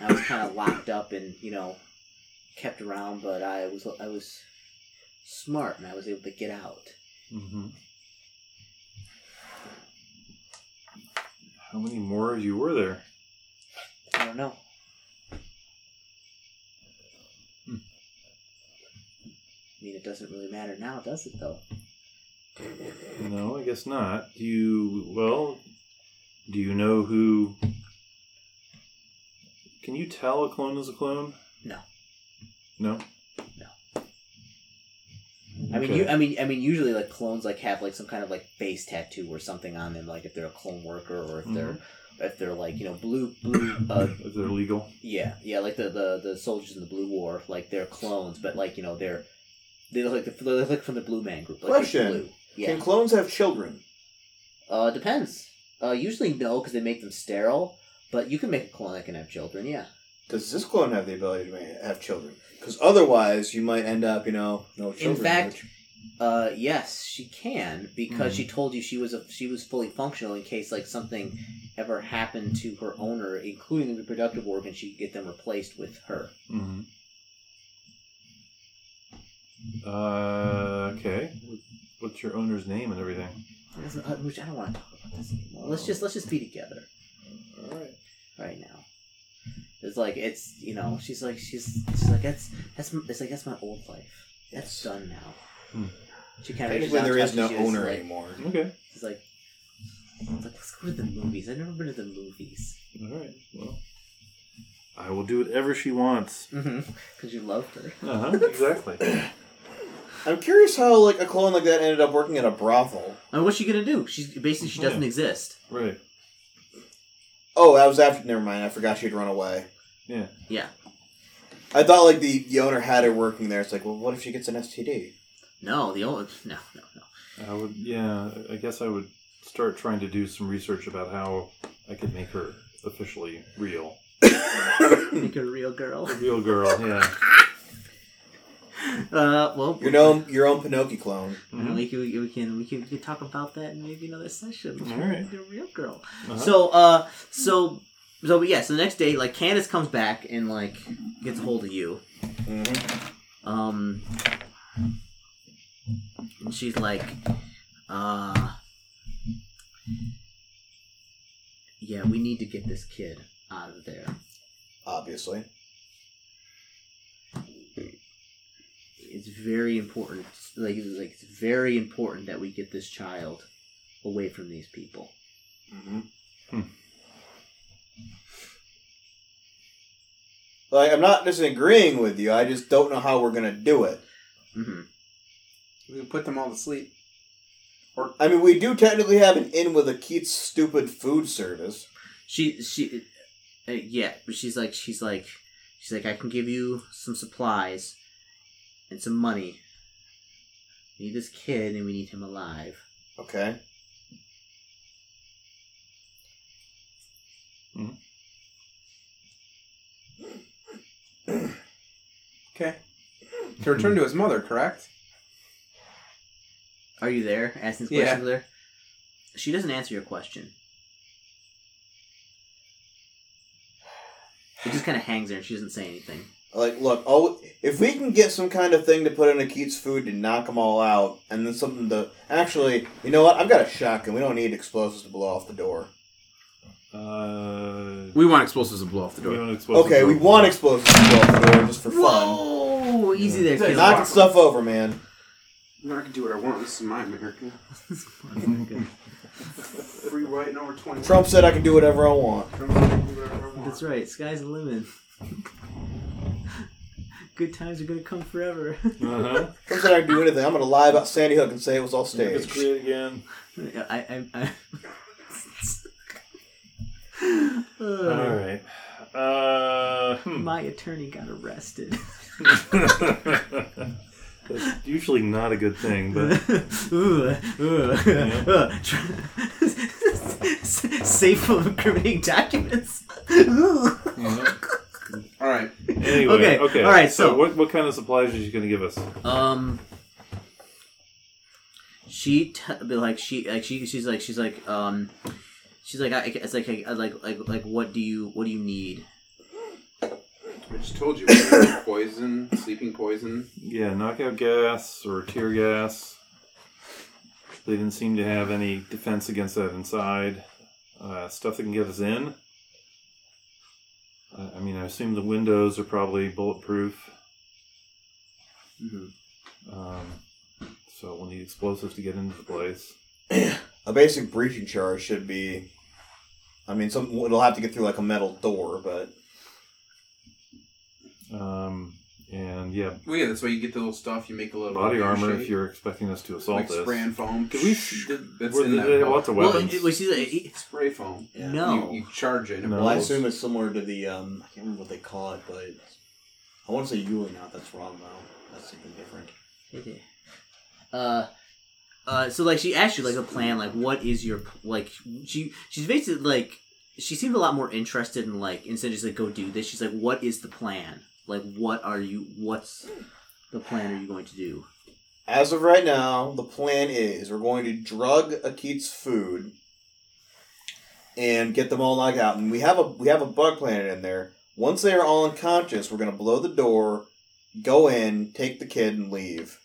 I was kind of locked up and you know kept around, but I was I was smart and I was able to get out. Mm-hmm. How many more of you were there? I don't know. Hmm. I mean, it doesn't really matter now, does it? Though No, I guess not. Do you, well, do you know who. Can you tell a clone is a clone? No. No? I mean, Okay. you, I mean, I mean, usually like clones like have like some kind of like face tattoo or something on them, like if they're a clone worker or if they're if they're like you know blue blue uh, If they're legal. Yeah, yeah, like the, the the soldiers in the Blue War, like they're clones, but like you know they're they look like the, they look like from the Blue Man group. Like they're Question. Blue. Can Yeah. clones have children? Uh, depends. Uh, usually no, because they make them sterile. But you can make a clone that can have children. Yeah. Does this clone have the ability to ma- have children? Because otherwise, you might end up, you know, no children. fact- which- Uh, yes, she can Mm-hmm. because she told you she was a, she was fully functional in case like something ever happened to her owner, including the reproductive organ. She could get them replaced with her. hmm Uh, okay. What's your owner's name and everything? Listen, uh, Mooch, I don't want to talk about this anymore. Let's just let's just be together. All right. right now. It's like it's you know she's like she's she's like that's that's m- it's like that's my old life. That's done now. Hmm. She kind of Technically, there is no owner Like, anymore. Okay. she's like, it's like, let's go to the movies. I've never been to the movies. All right. Well, I will do whatever she wants. Mm-hmm. Because you loved her. Uh huh. Exactly. I'm curious how, like, a clone like that ended up working at a brothel. I mean, what's she gonna do? She's basically she doesn't exist. right. Oh, that was after. Never mind. I forgot she'd run away. Yeah. Yeah. I thought like the, the owner had her working there. It's like, well, what if she gets an STD? No, the only no no no. I would. Yeah. I guess I would start trying to do some research about how I could make her officially real. Make her a real girl. A real girl. Yeah. Uh, well, Your own your own Pinocchio clone. Mhm. we, can, we can we can we can talk about that in maybe another session. All right. You're a real girl. Uh-huh. So, uh, so, so, but yeah, so the next day, like, Candace comes back and, like, gets a hold of you. Um, and she's like, uh, yeah, we need to get this kid out of there. Obviously, It's very important. Like, like, it's very important that we get this child away from these people. like I'm not disagreeing with you. I just don't know how we're gonna do it. hmm We can put them all to sleep. I mean, we do technically have an in with a Keats stupid food service. she she uh, yeah but she's like she's like she's like i can give you some supplies and some money we need this kid and we need him alive Okay. Okay. To return to his mother, correct? are you there asking this Yeah. question there she doesn't answer your question it just kind of hangs there and she doesn't say anything Like, look, oh, if we can get some kind of thing to put in a Keats food to knock them all out, and then something to actually, you know what? I've got a shotgun. We don't need explosives to blow off the door. Uh, We want explosives to blow off the we want explosive Okay, we growth. want explosives to blow off the door just for fun. Whoa! easy there kid. Knocking stuff over, man. I'm not gonna do what I want. This is my America. Free right and over twenty. Trump said I can do whatever I want. Trump said I can do whatever I want. that's right sky's the limit good times are gonna come forever Uh-huh. Trump said I can do anything. I'm gonna lie about Sandy Hook and say it was all Let's staged. create again. I, I, I... Uh, hmm. attorney got arrested. That's usually not a good thing, but Ooh, ooh, uh, tr- Safe from incriminating documents. Ooh. All right. anyway. Okay, Okay. all right, so- what, what kind of supplies are you going to give us? Um, she t- but, like she like she she's like she's like um, she's like I, it's like I, like like like what do you what do you need? I just told you we had poison, sleeping poison. Yeah, knockout gas or tear gas. They didn't seem to have any defense against that inside. Uh, stuff that can get us in. I I mean, I assume the windows are probably bulletproof. Mm-hmm. Um, so we'll need explosives to get into the place. A basic breaching charge should be. I mean, some it'll have to get through like a metal door, but Um, and yeah, Well, yeah, that's why you get the little stuff. You make the little body armor shape, if you're expecting us to assault like this. spray and foam. Did we- Did- That's Were- in did that. they have belt. lots of Well, weapons? it, it was she's like it- spray foam. Yeah. no. You, you charge it. No. well, I assume it's similar to the um, I can't remember what they call it, but I want to say Yuli knot. That's wrong though. That's something different. Uh, uh, so like she asked you like a plan, like what is your like she she's basically like she seemed a lot more interested in like instead of just like go do this, she's like what is the plan? Like what are you what's the plan are you going to do? As of right now, the plan is we're going to drug Akit's food and get them all knocked out. And we have a we have a bug planet in there. Once they are all unconscious, we're gonna blow the door, go in, take the kid, and leave.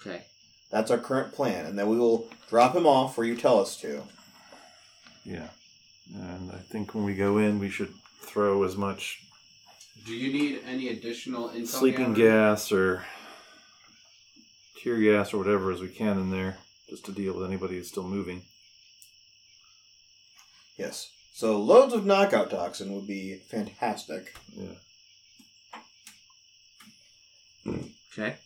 Okay. That's our current plan, and then we will drop him off where you tell us to. Yeah. And I think when we go in, we should throw as much Do you need any additional intel? sleeping gathering? gas or tear gas or whatever as we can in there just to deal with anybody who's still moving. Yes. So loads of knockout toxin would be fantastic. Okay.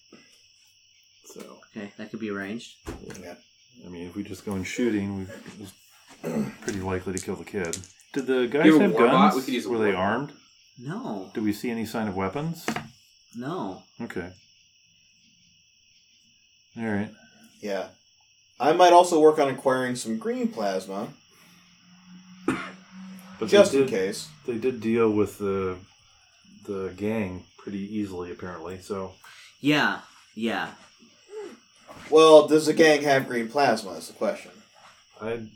So, Okay. That could be arranged. I mean, if we just go in shooting, we it's pretty likely to kill the kid. Did the guys You have a have war bot? guns? We could use a Were they war bot. armed? No. Do we see any sign of weapons? No. Okay. All right. Yeah. I might also work on acquiring some green plasma, But they just in did- case. They did deal with the the gang pretty easily, apparently. So Yeah. Yeah. Well, does the gang have green plasma? Is the question. I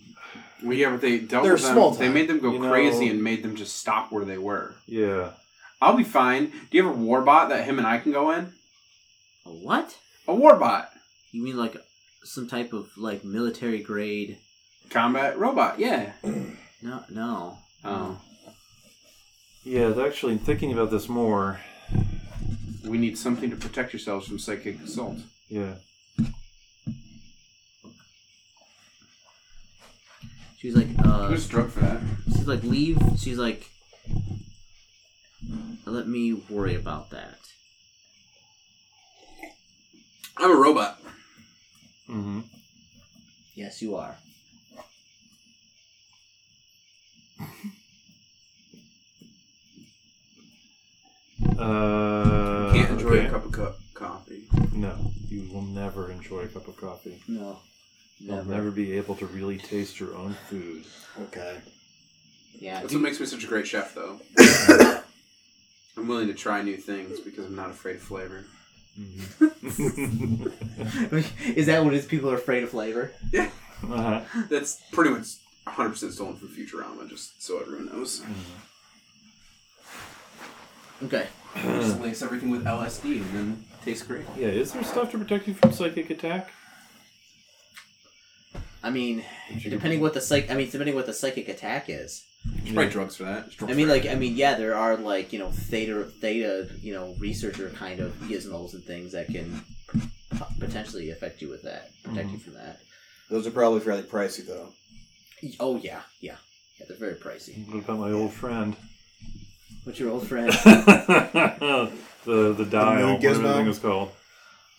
Well, yeah, but they dealt They're with them. small they time. made them go You know- crazy and made them just stop where they were. yeah. I'll be fine. Do you have a warbot that him and I can go in? A what? A warbot You mean like some type of like military grade? combat robot. Yeah. No. No. Oh, Yeah, it's actually thinking about this more. we need something to protect yourselves from psychic assault. Yeah. She was like, uh, Who's drug for that? She's like, leave. She's like, let me worry about that. I'm a robot. Mm-hmm. Yes, you are. Uh, Can't enjoy okay. a cup of co- coffee. No, you will never enjoy a cup of coffee. No. You'll never be able to really taste your own food. Okay. Yeah. That's do- what makes me such a great chef, though. I'm willing to try new things because I'm not afraid of flavor. Is that what it is? People are afraid of flavor. uh-huh. That's pretty much 100% stolen from Futurama, just so everyone knows. Okay. Just lace everything with LSD and then it tastes great. Yeah, is there stuff to protect you from psychic attack? I mean, depending what the psych. I mean, depending what the psychic attack is. There's probably drugs for that. I mean, like, I mean, yeah, there are like you know theta theta you know researcher kind of gizmos and things that can po- potentially affect you with that, protect you from that. Those are probably fairly pricey though. Y- Oh yeah, yeah, yeah. They're very pricey. What about my old friend? What's your old friend? the the dial, whatever the gizmo? thing was called.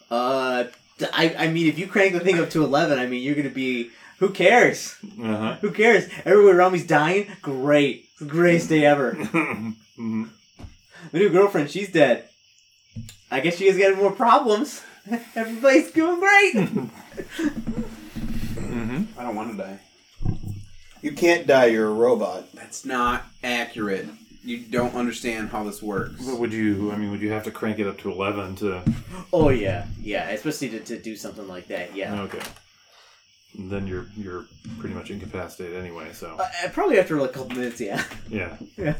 Uh, th- I, I mean, if you crank the thing up to 11, I mean, you're going to be. Who cares? Uh huh. Who cares? Everyone around me's dying? Great. It's the greatest day ever. hmm My new girlfriend, she's dead. I guess you guys got more problems. Everybody's doing great. hmm I don't want to die. You can't die. You're a robot. That's not accurate. You don't understand how this works. But would you? I mean, would you have to crank it up to eleven to? oh yeah, yeah. Especially to, to do something like that. Mm. Yeah. Okay. Then you're you're pretty much incapacitated anyway. So Uh, uh, probably after like a couple minutes. Yeah. yeah. yeah.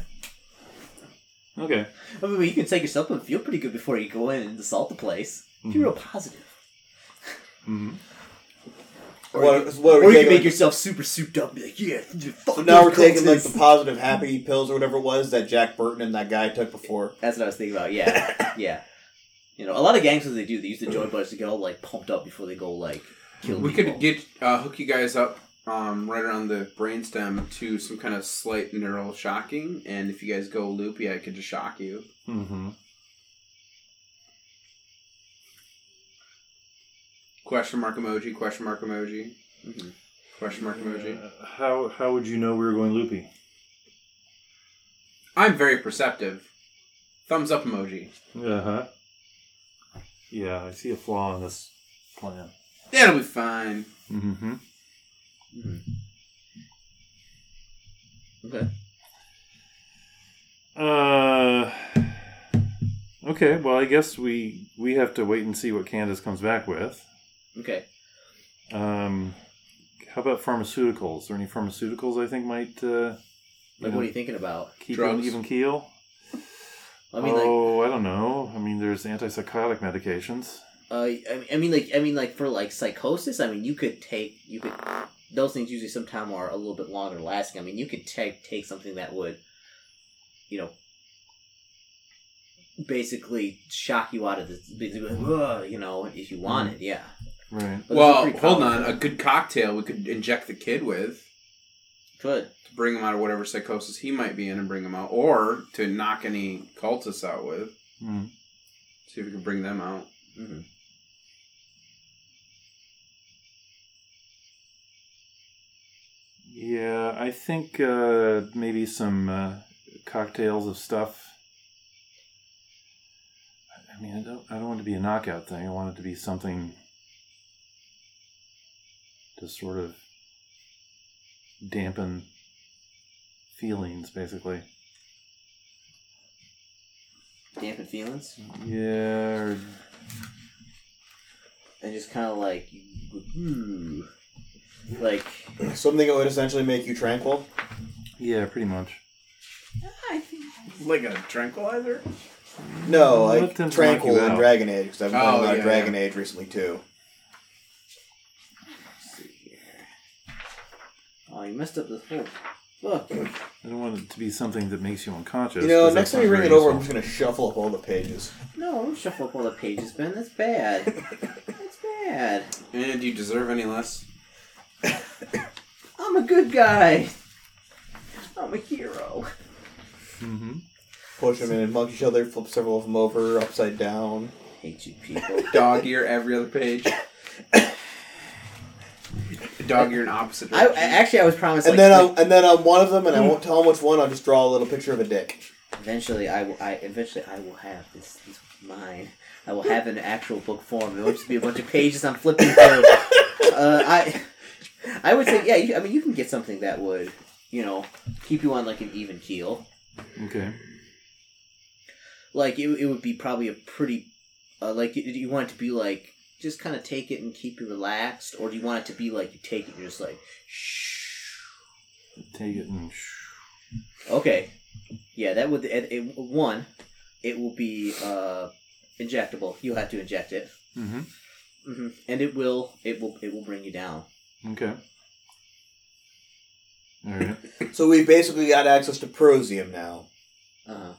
Okay. I mean, you can take yourself and feel pretty good before you go in and assault the place. Be Mm-hmm. Mhm. real positive. hmm Or what, what are we Or you taking, can make like- yourself super souped up and be like, yeah, fuck so now we're these taking like cultists. the positive happy pills or whatever it was that Jack Burton and that guy took before. That's what I was thinking about, yeah. yeah. You know, a lot of gangsters, they do, they use the joint buddies to get all, like, pumped up before they go, like, kill we people. could get uh, hook you guys up um, right around the brainstem to some kind of slight neural shocking, and if you guys go loopy, I could just shock you. hmm Question mark emoji. Question mark emoji. Mm-hmm. Question mark emoji. how how would you know we were going loopy? I'm very perceptive. Thumbs up emoji. Uh huh. Yeah, I see a flaw in this plan. That'll be fine. Mm-hmm. Mm-hmm. Okay. Uh. Okay. Well, I guess we we have to wait and see what Candace comes back with. Okay. Um, how about pharmaceuticals? Are there any pharmaceuticals I think might uh, Like, what are you thinking about? keep Drugs. an even keel? I mean, like, oh, I don't know. I mean, there's antipsychotic medications. uh, I mean- I mean, like, I mean, like, for, like, psychosis, I mean, you could take, you could, those things usually sometime are a little bit longer lasting. I mean, you could take, take something that would, you know, basically shock you out of this, you know, if you want it, yeah. Right. But this is well, pretty hold on. common. A good cocktail we could inject the kid with Good. to bring him out of whatever psychosis he might be in and bring him out, or to knock any cultists out with. Mm. See if we can bring them out. Mhm. Yeah, I think uh, maybe some uh, cocktails of stuff. I- I mean, I don't, I don't want it to be a knockout thing. I want it to be something to sort of dampen feelings, basically. Dampen feelings. Yeah, or And just kind of like, hmm. Like, Something that would essentially make you tranquil. yeah, pretty much. Like a tranquilizer? No, Let like them knock tranquil you in out. Dragon Age because I've been playing Oh, a lot yeah, of Dragon Age recently too. oh, you messed up the whole book. I don't want it to be something that makes you unconscious. You know, 'cause next time that's you not bring it very over, I'm just useful. gonna shuffle up all the pages. No, don't shuffle up all the pages, Ben. That's bad. That's bad. And do you deserve any less? I'm a good guy. I'm a hero. Mhm. Push them in and monkey shoulder, flip several of them over, upside down. Hate you people. Dog ear every other page. Dog ear in opposite I, I- direction. actually I was promised. and like, then like, I'll, and then on one of them, and I won't tell them which one. I'll just draw a little picture of a dick. eventually I will. I eventually I will have this. This mine. I will have an actual book form. It will just be a bunch of pages I'm flipping through. uh, I I would say yeah. You, I mean, you can get something that would you know keep you on like an even keel. Mm-hmm. Okay. Like it, it would be probably a pretty uh, like you, you want it to be like just kind of take it and keep you relaxed, or do you want it to be like you take it and you're just like shh. Take it and. Okay, yeah, that would it, it, one. It will be uh, injectable. You'll have to inject it, hmm hmm and it will it will it will bring you down. Okay. All right. So we basically got access to Prosium now. Uh-huh.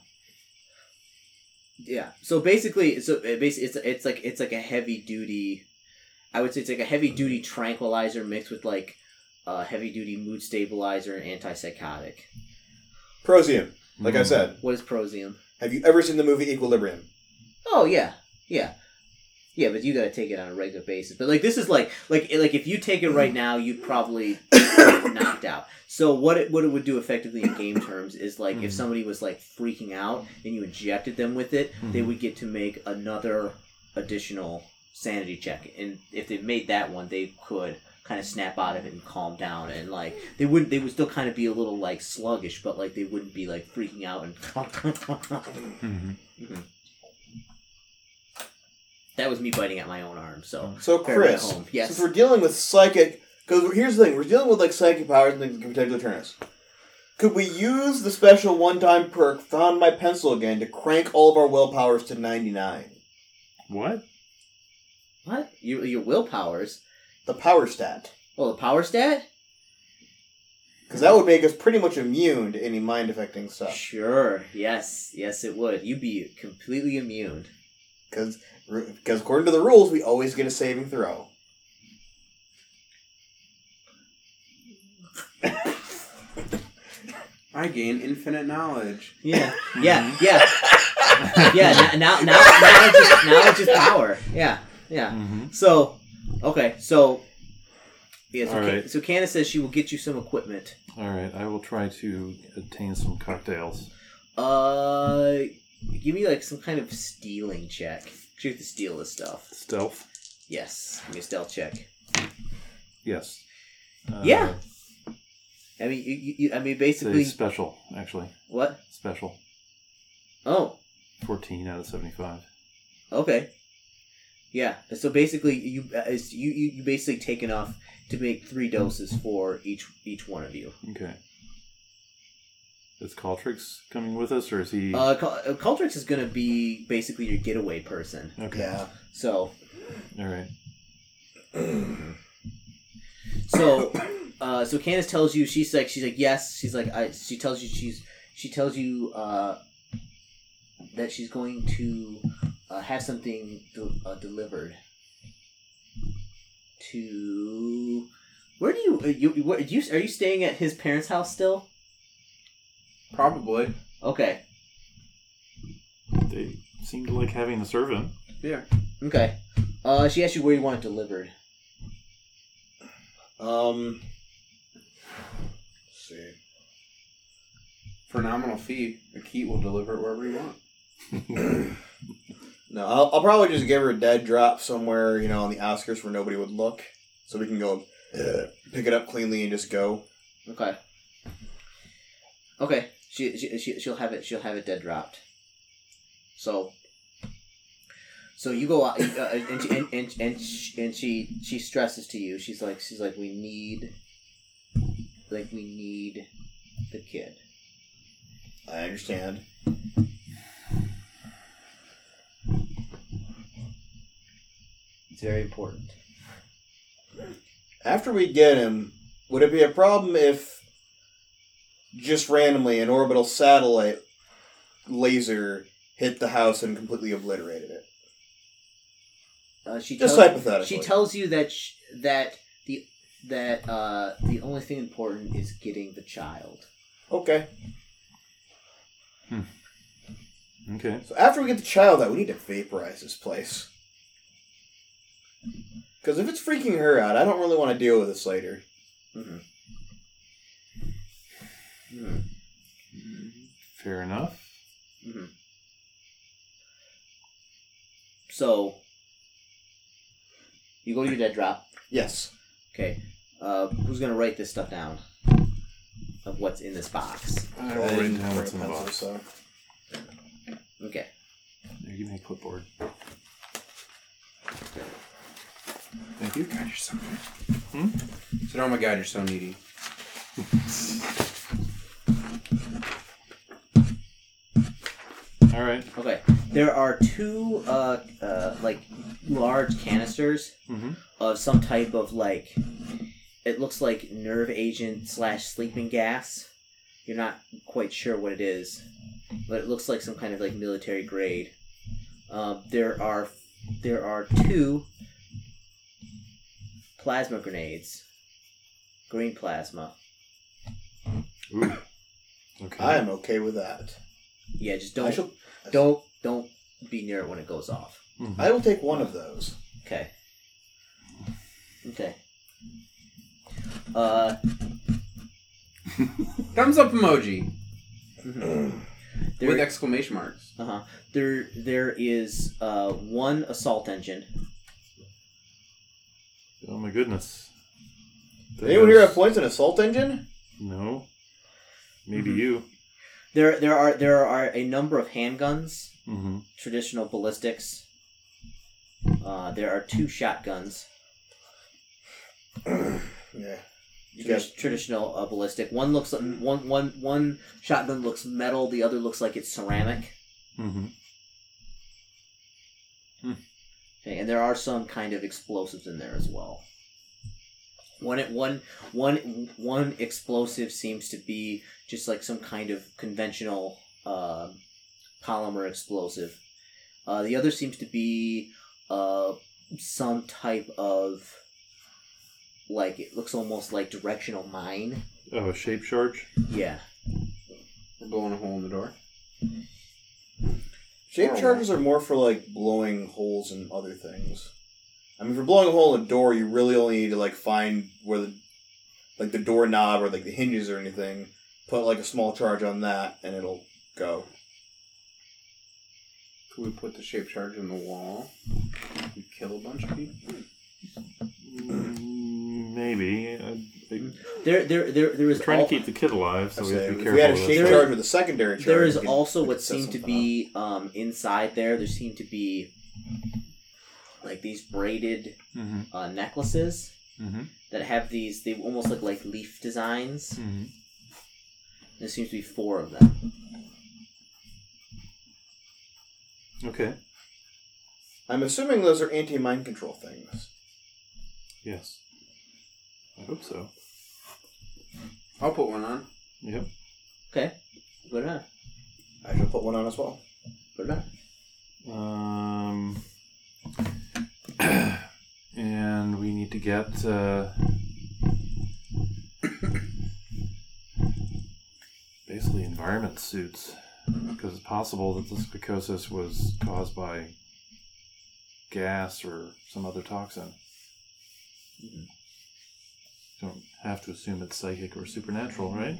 Yeah. So basically, so it basically, it's it's like it's like a heavy duty. I would say it's like a heavy duty tranquilizer mixed with like a heavy duty mood stabilizer and antipsychotic. Prosium, like I Mm. said, What is Prosium? have you ever seen the movie Equilibrium? Oh yeah, yeah, yeah. But you gotta take it on a regular basis. But like this is like like like if you take it right now, you'd probably knocked out. So what it what it would do effectively in game terms is like if somebody was like freaking out and you injected them with it, they would get to make another additional sanity check. And if they made that one, they could kind of snap out of it and calm down and like they wouldn't they would still kind of be a little like sluggish but like they wouldn't be like freaking out and Mm-hmm. that was me biting at my own arm so So Fair way Chris, home. Yes. since we're dealing with psychic, because here's the thing, we're dealing with like psychic powers and things that can potentially turn us. Could we use the special one-time perk "Found My Pencil Again" to crank all of our willpowers to ninety-nine? What? what your, your willpowers The power stat, well the power stat because that would make us pretty much immune to any mind-affecting stuff. Sure. Yes. Yes, it would. You'd be completely immune. Because, because according to the rules, we always get a saving throw. I gain infinite knowledge. Yeah. Yeah. Yeah. yeah. Now, now, now, now, it's just, now it's just power. Yeah. Yeah. Mm-hmm. So, okay. So, yeah. So, All Can- right. so Candace says she will get you some equipment. All right, I will try to obtain some cocktails. Uh, give me like some kind of stealing check. 'Cause You have to steal this stuff. Stealth. Yes. Give me a stealth check. Yes. Uh, Yeah. I mean, you, you, you- I mean, It's a basically, special, actually. what? Special. Oh, 14 out of 75. Okay. Yeah. So basically, you uh, it's, you you you basically take enough to make three doses for each each one of you. Okay. Is Caltrix coming with us, or is he. Uh, Cul- uh, Cultrix is gonna be basically your getaway person. okay. Yeah. So All right. so uh, so Candace tells you she's like she's like yes she's like I she tells you she's she tells you uh, that she's going to uh, have something del- uh, delivered to where do you, uh, you you- where, do you are you staying at his parents' house still? Probably. Okay. They seem to like having a servant. Okay. Uh, she asked you where you want it delivered. Um. let's see. For a nominal fee, the key will deliver it wherever you want. No, I'll, I'll probably just give her a dead drop somewhere, you know, on the Oscars where nobody would look, so we can go uh, pick it up cleanly and just go. Okay. Okay. She, she, she she'll have it she'll have it dead dropped. So. So you go out uh, and, she, and and and she, and she she stresses to you. She's like she's like we need. Like we need, the kid. I understand. It's very important. After we get him, would it be a problem if just randomly an orbital satellite laser hit the house and completely obliterated it? Uh, she Just tells- hypothetically. She tells you that sh- that the that uh, the only thing important is getting the child. okay. Okay. So after we get the child out, we need to vaporize this place. Because if it's freaking her out, I don't really want to deal with this later. Fair enough. So you go to your dead drop. Yes. Okay, uh, who's gonna write this stuff down of what's in this box? I I will write didn't down bring what's a in the pencil, box. so- Okay, Here, give me a clipboard. Thank you. God, you're so needy. Hmm? Said, oh my God, you're so needy. All right. okay. There are two uh, uh, like large canisters Mm-hmm. of some type of like it looks like nerve agent slash sleeping gas you're not quite sure what it is but it looks like some kind of like military grade um, there are there are two plasma grenades green plasma Ooh. Okay. I am okay with that. yeah just I don't shall. don't don't be near it when it goes off Mhm. I will take one of those. Okay. Okay. Uh, Thumbs up emoji There- with exclamation marks. Uh-huh. There there is uh one assault engine. Oh my goodness. Did anyone here have points in assault engine? No. Maybe Mhm. Mm-hmm. you. There there are there are a number of handguns, Mm-hmm. traditional ballistics. Uh, there are two shotguns, Yeah. You tradi- guys, traditional uh, ballistic. One looks one one one shotgun looks metal, the other looks like it's ceramic. Mm-hmm. Okay, and there are some kind of explosives in there as well. One one one one explosive seems to be just like some kind of conventional uh, polymer explosive. Uh, the other seems to be uh, some type of like it looks almost like directional mine. Oh, a shape charge. Yeah. We're blowing a hole in the door. shape charges are more for like blowing holes in other things. I mean, if you're blowing a hole in a door, you really only need to like find where the like the doorknob or like the hinges or anything. Put like a small charge on that, and it'll go. Could we put the shape charge in the wall? We kill a bunch of people. Mm, Maybe. I, I, There there there there is I'm trying al- to keep the kid alive, so I we have say, to be if careful. we had a with shape that. There- charge with a secondary charge. there is we could- also we what could set seemed to something be up. um, inside there. There seemed to be like these braided Mhm, uh, necklaces mhm, that have these. They almost look like leaf designs. mhm. There seems to be four of them. Okay. I'm assuming those are anti mind control things. Yes. I hope so. I'll put one on. Yep. Okay, put it on. I shall put one on as well. Put it on. Um, and we need to get. Uh, basically, environment suits. Because it's possible that this psychosis was caused by gas or some other toxin. Don't have to assume it's psychic or supernatural, right?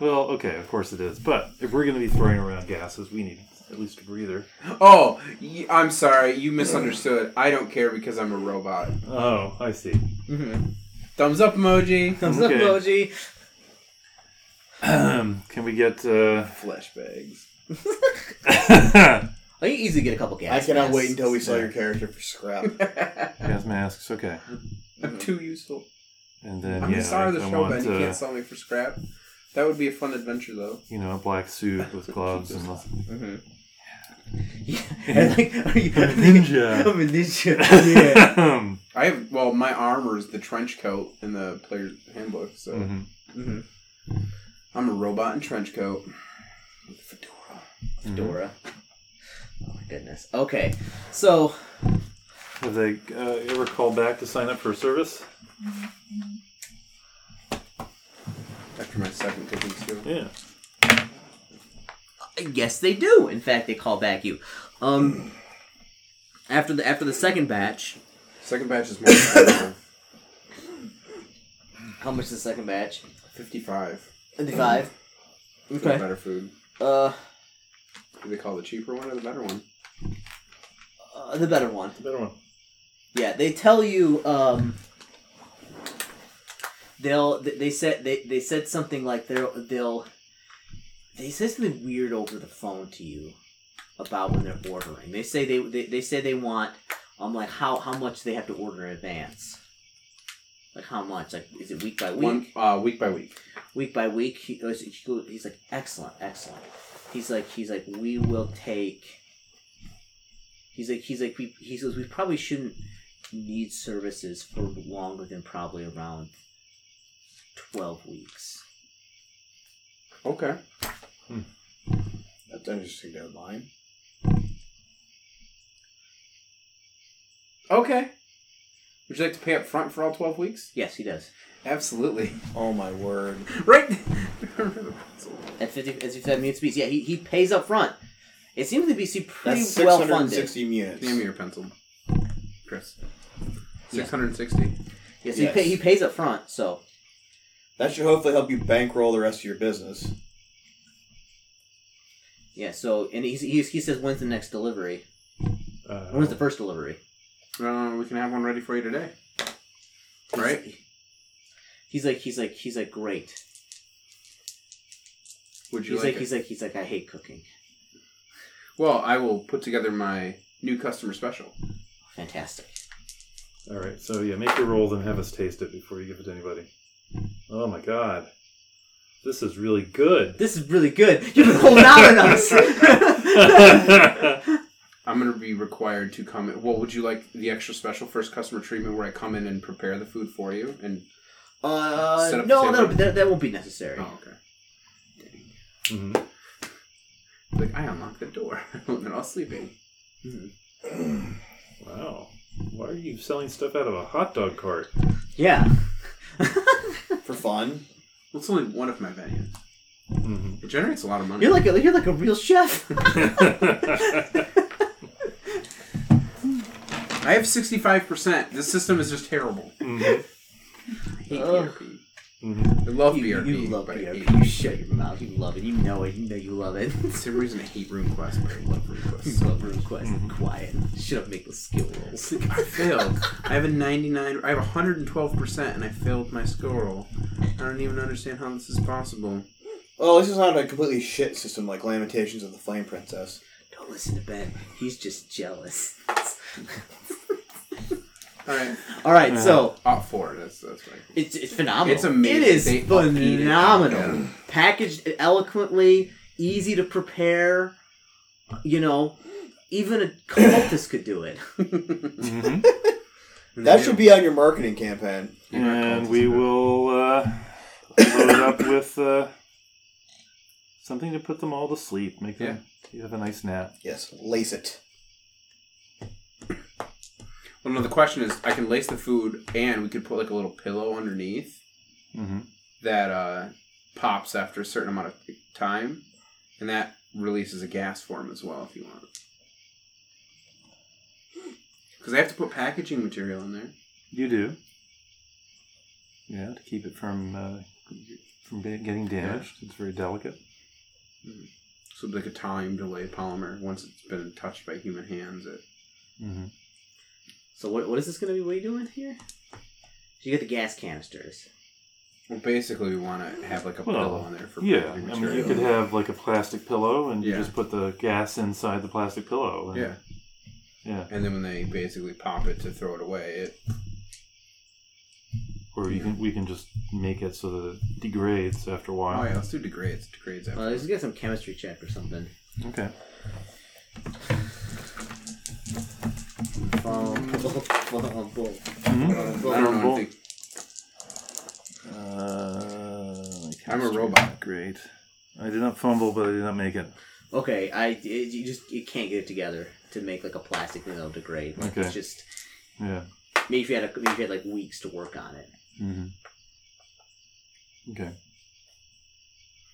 well, okay, of course it is. But if we're going to be throwing around gases, we need at least a breather. Oh, y- I'm sorry. You misunderstood. I don't care because I'm a robot. Oh, I see. Mm-hmm. Thumbs up emoji. Thumbs Okay. up emoji. Um, Can we get? Uh... Flesh bags. Gas Oh, you easily get a couple gas. I cannot masks. wait until we sell Yeah. your character for scrap. masks, okay. I'm too useful. And then I'm yeah, the star of the I show, want, Ben. You uh, can't sell me for scrap. That would be a fun adventure, though. you know, a black suit with gloves and a Mhm. Yeah. and like, are you ninja. I'm a ninja. Yeah. I have well, my armor is the trench coat in the player's handbook, so Mhm. Mhm. I'm a robot in trench coat. With a fedora. Dora. Oh my goodness. Okay, so Have they uh, ever called back to sign up for service? After my second cooking skill. Yeah. Yes, they do. In fact, they call back you. Um, after the after the second batch, Second batch is more how much is the second batch? fifty five. Fifty-five. Okay. Better food. Uh, Do they call the cheaper one or the better one? uh, the better one. Better one. Yeah, they tell you. Um, they'll. th- They said they they said something like they'll they'll. They said something weird over the phone to you about when they're ordering. They say they they, they say they want um like how how much they have to order in advance. Like how much? Like is it week by week? One uh, week by week. week by week. He, goes- he go- he's like, excellent, excellent. He's like, he's like, we will take. He's like, he's like, we, he says we probably shouldn't need services for longer than probably around twelve weeks. Okay. That's interesting to have mine. Okay. Would you like to pay up front for all twelve weeks? Yes, he does. Absolutely. Oh my word. Right. At fifty, as you said, minutes piece. Yeah, he, he pays up front. It seems to be pretty That's well funded. 660 units. Hand me your pencil, Chris. Six hundred sixty. Yeah, so he, Yes. pay, he pays up front, so That should hopefully help you bankroll the rest of your business. yeah, so and he's, he's, he says when's the next delivery? Uh, When's the first delivery? Uh, we can have one ready for you today. Right? He's like he's like he's like great. Would you He's like, like it? he's like he's like I hate cooking. Well, I will put together my new customer special. Fantastic. All right, so yeah, make your rolls and have us taste it before you give it to anybody. Oh my god, this is really good. This is really good. You've been holding out on us. Uh, Mm-hmm. I'm going to be required to come in. Well, would you like the extra special first customer treatment where I come in and prepare the food for you? And uh, Set up no, the that'll table. be, that that won't be necessary. Oh, okay. Mhm. Like, I unlocked the door when they're all sleeping. Wow, why are you selling stuff out of a hot dog cart? Yeah, For fun. Well, it's only one of my venues. hmm It generates a lot of money. you're like a, you're like a real chef. I have 65%. This system is just terrible. I hate Ugh. BRP. Mhm. I love Oh. you, BRP. you love but I hate BRP. You shut your mouth. You love it. You know it. You know you love it. For some reason, I hate room quest, but I love room You quest. love room quest. Quiet. Shut up. Make the skill rolls. I failed. I have a 99. I have 112%, and I failed my skill roll. I don't even understand how this is possible. Well, this is not a completely shit system like Lamentations of the Flame Princess. Don't listen to Ben. He's just jealous. All right, All right, so op Ah, four. That's that's right. It's, it's phenomenal. It's amazing. It is They upbeat it. phenomenal. Yeah. Packaged eloquently, easy to prepare. You know, even a cultist could do it. Mhm. That should be on your marketing campaign. And we will uh, load it up with uh, something to put them all to sleep. Make them you have a nice nap. Yes, lace it. Well, no. The question is, I can lace the food, and we could put like a little pillow underneath hmm that uh, pops after a certain amount of time, and that releases a gas form as well if you want. Because I have to put packaging material in there. You do. Yeah, to keep it from uh, from be- getting damaged. It's very delicate. So like a time delay polymer. Once it's been touched by human hands, it Mm-hmm. So what, what is this going to be? What are you doing here? You got the gas canisters. well, basically we want to have like a Well, pillow on there for Yeah, packaging I mean, you material. could have like a plastic pillow, and you Yeah. just put the gas inside the plastic pillow. And, yeah. yeah. And then when they basically pop it to throw it away, it Or you can we can just make it so that it degrades after a Oh while. yeah, let's do degrades. Degrades after. Uh, let's get some chemistry check or something. Okay. Fumble. I don't know. Fumble. anything. Uh, I'm a robot. Great. I did not fumble, but I did not make it. Okay, I it, you just you can't get it together to make like a plastic thing that'll degrade. Like, Okay. It's just Yeah. maybe if you had a, maybe if you had like weeks to work on it. Mm-hmm. Okay.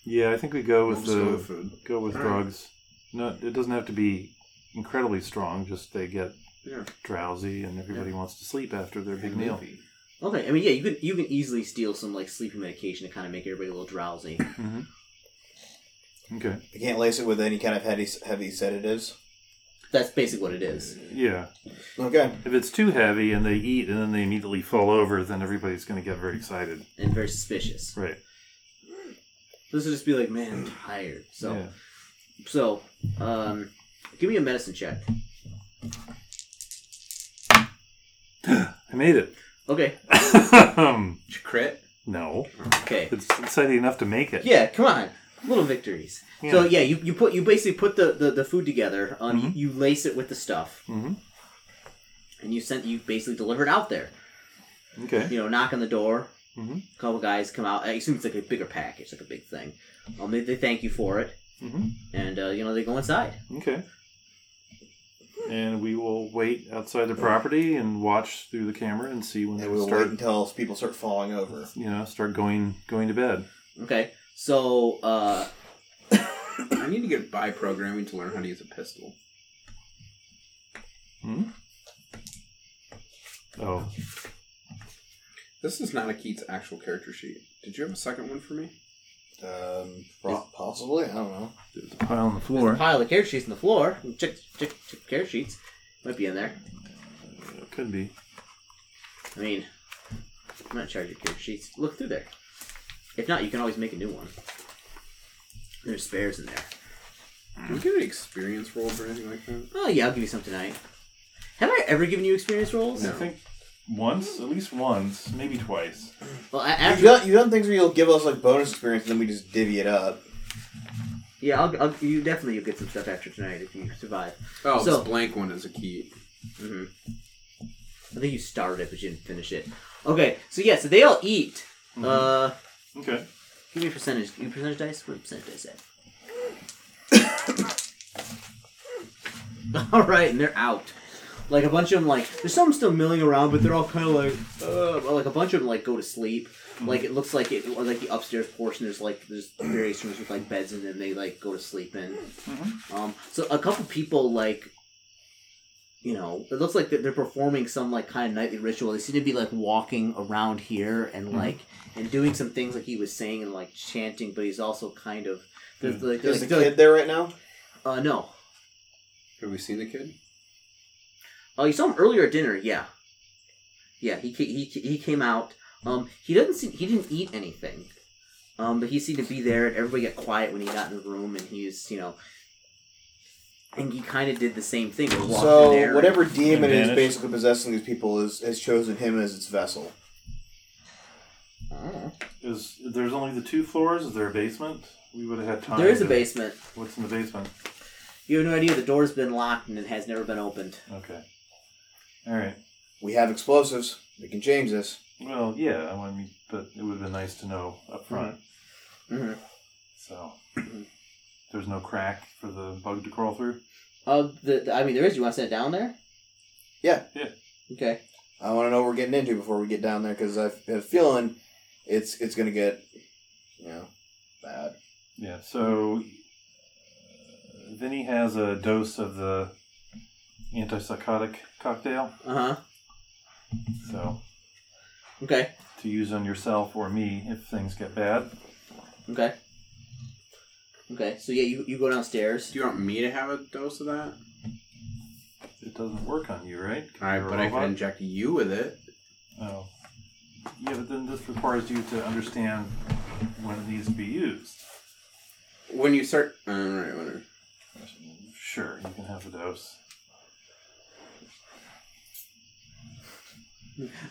Yeah, I think we go We'll with just the go with food. go with All right. drugs. No, it doesn't have to be incredibly strong. Just they get Yeah. drowsy, and everybody wants to sleep after their big And meal. movie. Okay, I mean, yeah, you can you can easily steal some like sleeping medication to kind of make everybody a little drowsy. Mm-hmm. Okay. You can't lace it with any kind of heavy, heavy sedatives. That's basically what it is. Yeah. Okay. If it's too heavy and they eat and then they immediately fall over, then everybody's going to get very excited. And very suspicious. Right. This would just be like, man, I'm tired. So Yeah. so, um, give me a medicine check. I made it. Okay, Did you crit? no. okay, It's exciting enough to make it. yeah, come on, little victories. So yeah, you, you put you basically put the the, the food together. Um, Mhm. you, you lace it with the stuff, Mhm. and you sent you basically deliver it out there. Okay. You know, knock on the door. Mhm. A couple guys come out. I assume it's like a bigger package, like a big thing. Um, they, they thank you for it, Mhm. and uh, you know they go inside. Okay. And we will wait outside the property and watch through the camera and see when And they we'll wait start, until people start falling over. you know, start going going to bed. Okay, so uh, I need to get by programming to learn how to use a pistol. Oh, This is not a Keats actual character sheet. Did you have a second one for me? Um, pro- possibly. I don't know. there's a pile on the There's a floor. pile of care sheets on the floor. Check, check, check care sheets. Might be in there. Could be. I mean, I'm not in charge of care sheets. Look through there. If not, you can always make a new one. There's spares in there. Did we get any experience rolls or anything like that? Oh yeah, I'll give you some tonight. Have I ever given you experience rolls? I think once, at least once, maybe twice. Well, a- You've after done, you've done things where you'll give us like bonus experience, and then we just divvy it up. yeah, I'll, I'll, you definitely you'll get some stuff after tonight if you survive. Oh, So- this blank one is a key. hmm I think you started it, but you didn't finish it. Okay, so yeah, so they all eat. Uh, Okay. give me a percentage. Give me a percentage dice. What percentage dice at? all right, and they're out. Like a bunch of them, like there's some still milling around, but they're all kind of like, uh, well, like a bunch of them, like go to sleep. Like it looks like it, or like the upstairs portion. There's like there's various rooms with like beds, and then they like go to sleep in. Um, so a couple people like, you know, it looks like they're they're performing some like kind of nightly ritual. They seem to be like walking around here and like and doing some things like he was saying and like chanting, but he's also kind of there's like, there's Is the like, kid there right now? uh no. Have we seen the kid? Oh, you saw him earlier at dinner. Yeah, yeah. He ca- he ca- he came out. Um, he doesn't seem he didn't eat anything. Um, but he seemed to be there, and everybody got quiet when he got in the room, and he was you know, and he kind of did the same thing. He walked in there So and- whatever demon is Advantage. basically possessing these people is has chosen him as its vessel. Oh. Is there's only the two floors? Is there a basement? We would have had time. There is a to- basement. What's in the basement? You have no idea. The door's been locked and it has never been opened. Okay. All right. We have explosives. We can change this. Well, yeah. I mean, but it would have been nice to know up front. Mm-hmm. Mhm. So there's no crack for the bug to crawl through. Uh, the, the- I mean, there is. You want to send it down there? Yeah. Yeah. Okay. I want to know what we're getting into before we get down there because I have a feeling it's it's gonna get you know bad. Yeah. So uh, Vinny has a dose of the antipsychotic cocktail. Uh huh. So Okay. to use on yourself or me if things get bad. Okay. Okay. So yeah, you you go downstairs. Do you want me to have a dose of that? It doesn't work on you, right? 'Cause I, you're a but I can robot. inject you with it. Oh. Yeah, but then this requires you to understand when it needs to be used. When you start. All right, whatever. Sure, you can have a dose.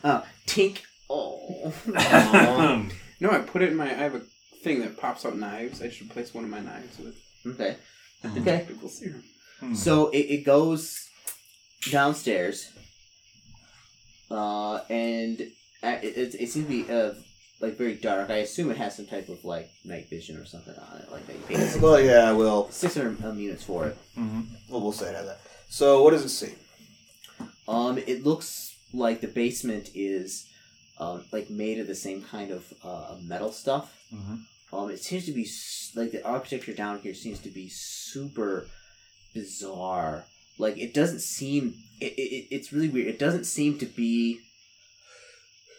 Oh, tink. Oh. No, I put it in my. I have a thing that pops out knives. I should replace one of my knives with okay. Okay. pickle serum. Hmm. So it, it goes downstairs, uh, and uh, it, it, it seems to be uh, like very dark. I assume it has some type of like night vision or something on it, like that. You pay Well, yeah, we'll six hundred um, units for it. Mhm. we'll, we'll say it has that. So what does it see? Um, it looks like the basement is um, like made of the same kind of uh, metal stuff. Mhm. Um, it seems to be s- like the architecture down here seems to be super bizarre. Like it doesn't seem it, it it's really weird. It doesn't seem to be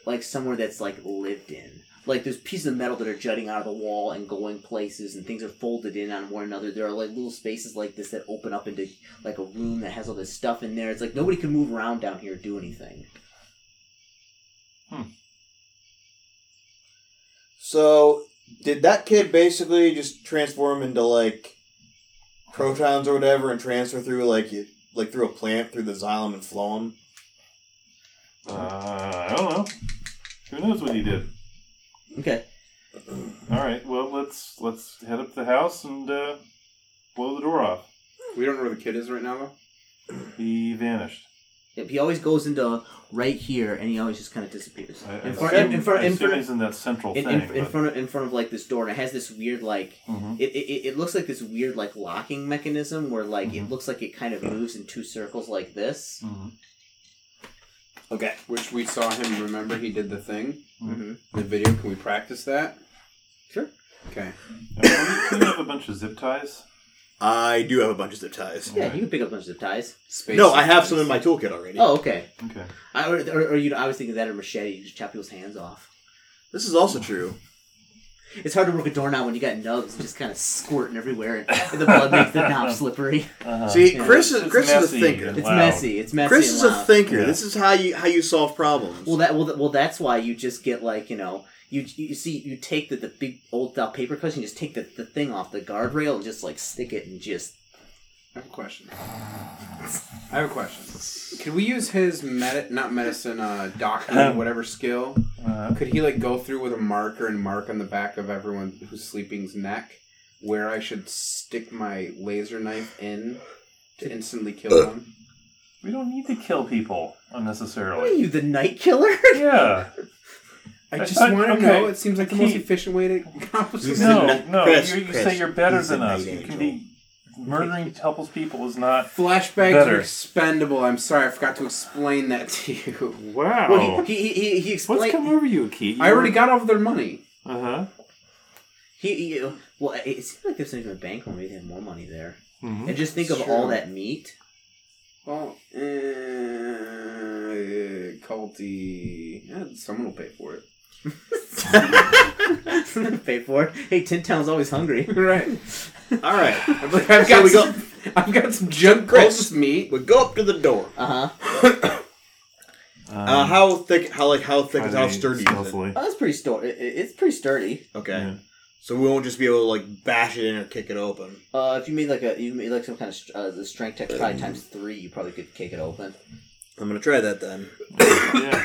like somewhere that's like lived in. Like there's pieces of metal that are jutting out of the wall and going places, and things are folded in on one another. There are like little spaces like this that open up into like a room that has all this stuff in there. It's like nobody can move around down here or do anything. So did that kid basically just transform into like protons or whatever and transfer through like you like through a plant through the xylem and phloem? Uh, I don't know. Who knows what he did? Okay. All right. Well, let's let's head up to the house and uh, blow the door off. We don't know where the kid is right now, though. He vanished. Yep, he always goes into right here, and he always just kind of disappears. I, I in front, assume- in, in front, I in assume front, he's in that central in, thing. in, in but- front of in front of like this door, and it has this weird like Mhm. it, it, it- it looks like this weird like locking mechanism where like Mm-hmm. it looks like it kind of moves in two circles like this. Mhm. Okay. Which we saw him. Remember, he did the thing. Mm-hmm. The video. Can we practice that? Sure. Okay. Now, Can we- can we have a bunch of zip ties? I do have a bunch of zip ties. Yeah, you can pick up a bunch of zip ties. Space No, I have some in my toolkit already. Oh, okay. Okay. I, or, or, or, you know, I was thinking that or machete. You just chop people's hands off. This is also true. It's hard to work a doorknob when you got nubs just kind of squirting everywhere, and, and the blood makes the knob slippery. Uh-huh. See, Oh, yeah. Chris is It's Chris is a messy. thinker. It's Wow. messy. It's messy. Chris and is a loud. thinker. Yeah. This is how you how you solve problems. Well, that well, that- well, that's why you just get like you know you you see you take the, the big old style paper cuts and you just take the, the thing off the guardrail and just like stick it and just I have a question. I have a question. Could we use his med not medicine, uh, doctor, Um. whatever skill? Uh, Could he like go through with a marker and mark on the back of everyone who's sleeping's neck where I should stick my laser knife in to instantly kill them? we don't need to kill people what are unnecessarily. you the night killer? Yeah. I I- just I- want to okay. know. It seems like the most Keith. efficient way to accomplish He's this. a No, ni- no. Chris, you you Chris, say you're better he's a than us. night You can angel. be murdering helpless people is not. Flashbacks Better. are expendable. I'm sorry, I forgot to explain that to you. Wow. Well, he he he, he Oh. What's explained. come over you, Keith? I already got over their money. Uh huh. He, he well, it- it seemed like there's something in the bank where maybe they have more money there. hmm And just think of Sure. all that meat. Well, uh, culty. Yeah, someone will pay for it. Pay for it. Hey, Tin Town's always hungry. Right. All right, I'm like, I've So got we go- some, I've got some junk Chris. cultist meat. we go up to the door. Uh huh. Um, Uh, how thick? How like how thick? Try Is, how to be sturdy is it? stealthily. Oh, that's pretty sturdy. It's pretty sturdy. Okay, Yeah. so we won't just be able to like bash it in or kick it open. Uh, if you made like a, you made like some kind of str- uh, the strength check probably times three, you probably could kick it open. I'm gonna try that then. yeah.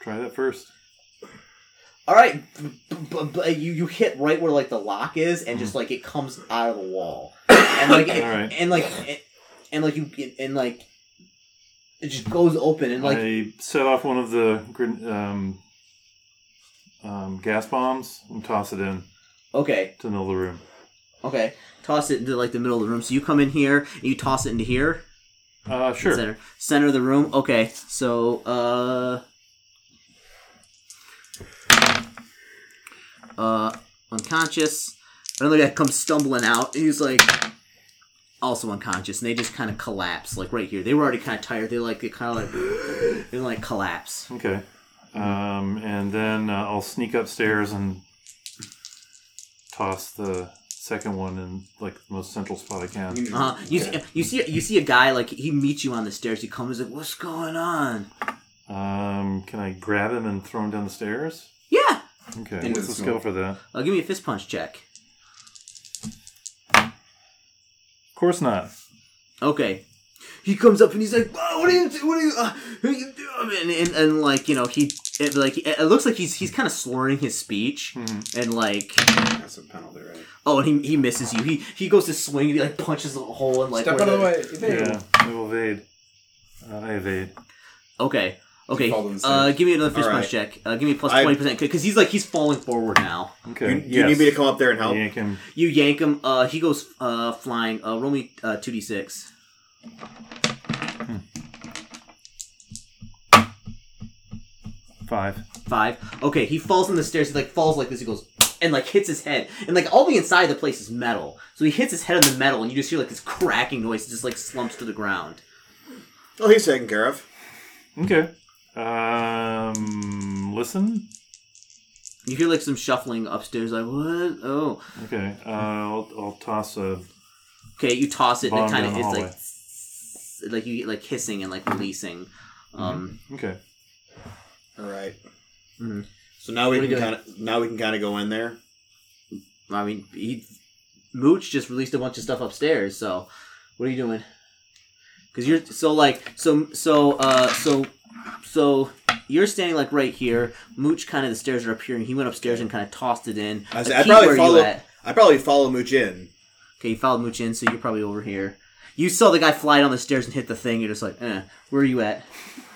Try that first. All right, b- b- b- you you hit right where like the lock is, and just like it comes out of the wall, and like it, Mm. All right. and like it- and like you and like it just goes open and like I set off one of the gren- um, um, gas bombs and toss it in okay. to the middle of the room. Okay. Toss it into like the middle of the room. So you come in here and you toss it into here. Uh, sure. Center. Center of the room. Okay. So uh uh unconscious. Another guy comes stumbling out. He's like also unconscious and they just kind of collapse like right here. They were already kind of tired. They like they kind of like they like collapse. Okay. Um, and then uh, I'll sneak upstairs and toss the second one in like the most central spot I can. Uh-huh. Uh, you, see, you see you see a guy like he meets you on the stairs. He comes like, "What's going on?" Um, can I grab him and throw him down the stairs? Yeah. Okay. Into What's the the skill for that? Uh, give me a fist punch check. Of course not. Okay. He comes up and he's like, "Whoa, "What are you? What are you? Uh, what are you doing?" And, and, and like you know, he it, like it it looks like he's he's kind of slurring his speech Mm-hmm. and like That's a penalty, right? oh, and he, he misses you. He he goes to swing and he like punches a hole and like Step where out of the way. Yeah. I will evade. Uh, I evade. Okay, Fall down okay. the Uh, stairs. give me another fist All punch check. Uh, give me plus I- twenty percent because he's like he's falling forward now. Okay. You, do you need me to come up there and help? Yank him. You yank him. Uh, he goes uh flying. Uh, roll me uh two d six. Five. Five. Okay, he falls on the stairs. He like falls like this. He goes and like hits his head. And like all the inside of the place is metal. So he hits his head on the metal, and you just hear like this cracking noise. It just like slumps to the ground. Oh, he's taken care of. Okay. Um, listen. You hear like some shuffling upstairs. Like what? Oh. Okay. Uh, I'll, I'll toss a. Okay, you toss it, Bomb and it down kind the of hallway. it's like like you get like hissing and like releasing. Um, Okay. All right. Mhm. So now we What are can you kind of now we can kind of go in there. I mean, he Mooch just released a bunch of stuff upstairs. So what are you doing? Because you're so like so so uh so so you're standing like right here. Mooch kind of the stairs are up here, and he went upstairs and kind of tossed it in. I Uh, say, I'd Keith, probably where are you follow- at? I probably follow Mooch in. Okay, you followed Mooch in, so you're probably over here. You saw the guy fly down the stairs and hit the thing. You're just like, eh. Where are you at?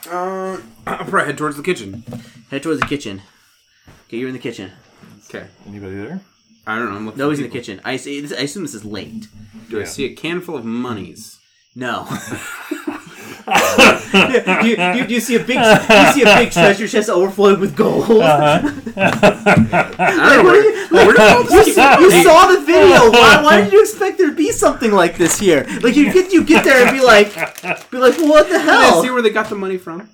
Uh, I'll probably head towards the kitchen. Head towards the kitchen. Okay, you're in the kitchen. Okay. Anybody there? I don't know. I'm looking Nobody's for in the people. kitchen. I, see, I assume this is late. Do I Yeah. see a can full of monies? No. you, you, you see a big you see a big treasure chest overflowing with gold. Uh-huh. Like, what do you, like, you, s- you saw the video. Why, why did you expect there to be something like this here? Like you get you get there and be like be like, well, what the I see hell? where they got the money from.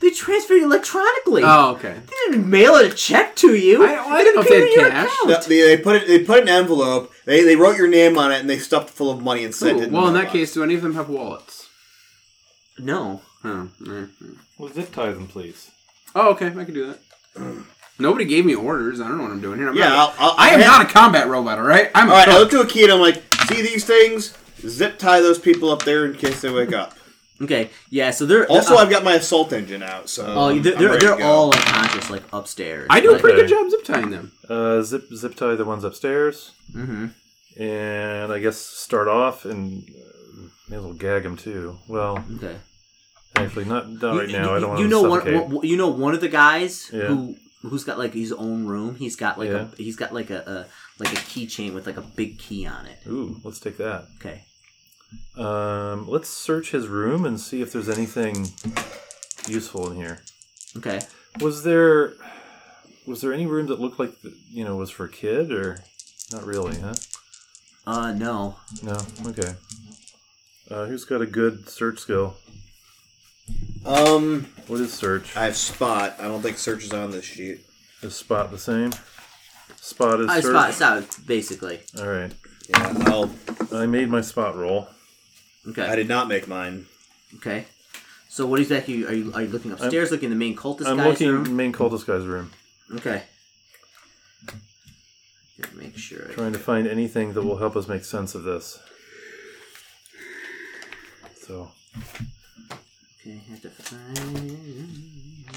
They transferred it electronically. Oh, okay. They didn't mail a check to you. I- I didn't know if put they it in had your cash. account. No, they, they put it. They put an envelope. They, they wrote your name on it and they stuffed it full of money and sent Cool. it. Well, in that mailbox. case, do any of them have wallets? No. Oh, mm, mm. Well, zip tie them, please. oh okay. I can do that. Nobody gave me orders. I don't know what I'm doing here. I'm yeah, not, I'll, I'll, I am I'll- not a combat robot. All right, I'm a All right, I cook. look to a kid. I'm like, see these things? Zip tie those people up there in case they wake up. Okay. Yeah. So they're Uh-uh. Also, uh, I've got my assault engine out, so oh, they're I'm they're, ready to they're go. all unconscious, like upstairs. I do a Like, pretty good Okay. job zip tying them. Uh, zip zip tie the ones upstairs, mhm. and I guess start off and uh, may as well gag them too. Well, Okay. actually, not not right You- now. you- I don't want you to know suffocate. one, one- You know one of the guys Yeah. who who's got like his own room. He's got like Yeah. a he's got like a, a like a keychain with like a big key on it. Ooh, let's take that. Okay. Um, let's search his room and see if there's anything useful in here. Okay. Was there was there any room that looked like the, you know was for a kid or not really? Huh? Uh no. No. Okay. Uh, who's got a good search skill? Um, What is search? I have spot. I don't think search is on this sheet. Is spot the same? Spot is I search. Oh, spot so basically. All right. Yeah, I'll, I made my spot roll. Okay. I did not make mine. Okay. So what exactly are you are you looking upstairs? looking in the main cultist I'm guy's looking room. main cultist guy's room, Okay. Just make sure. trying to find anything that will help us make sense of this. So Okay. Have to find.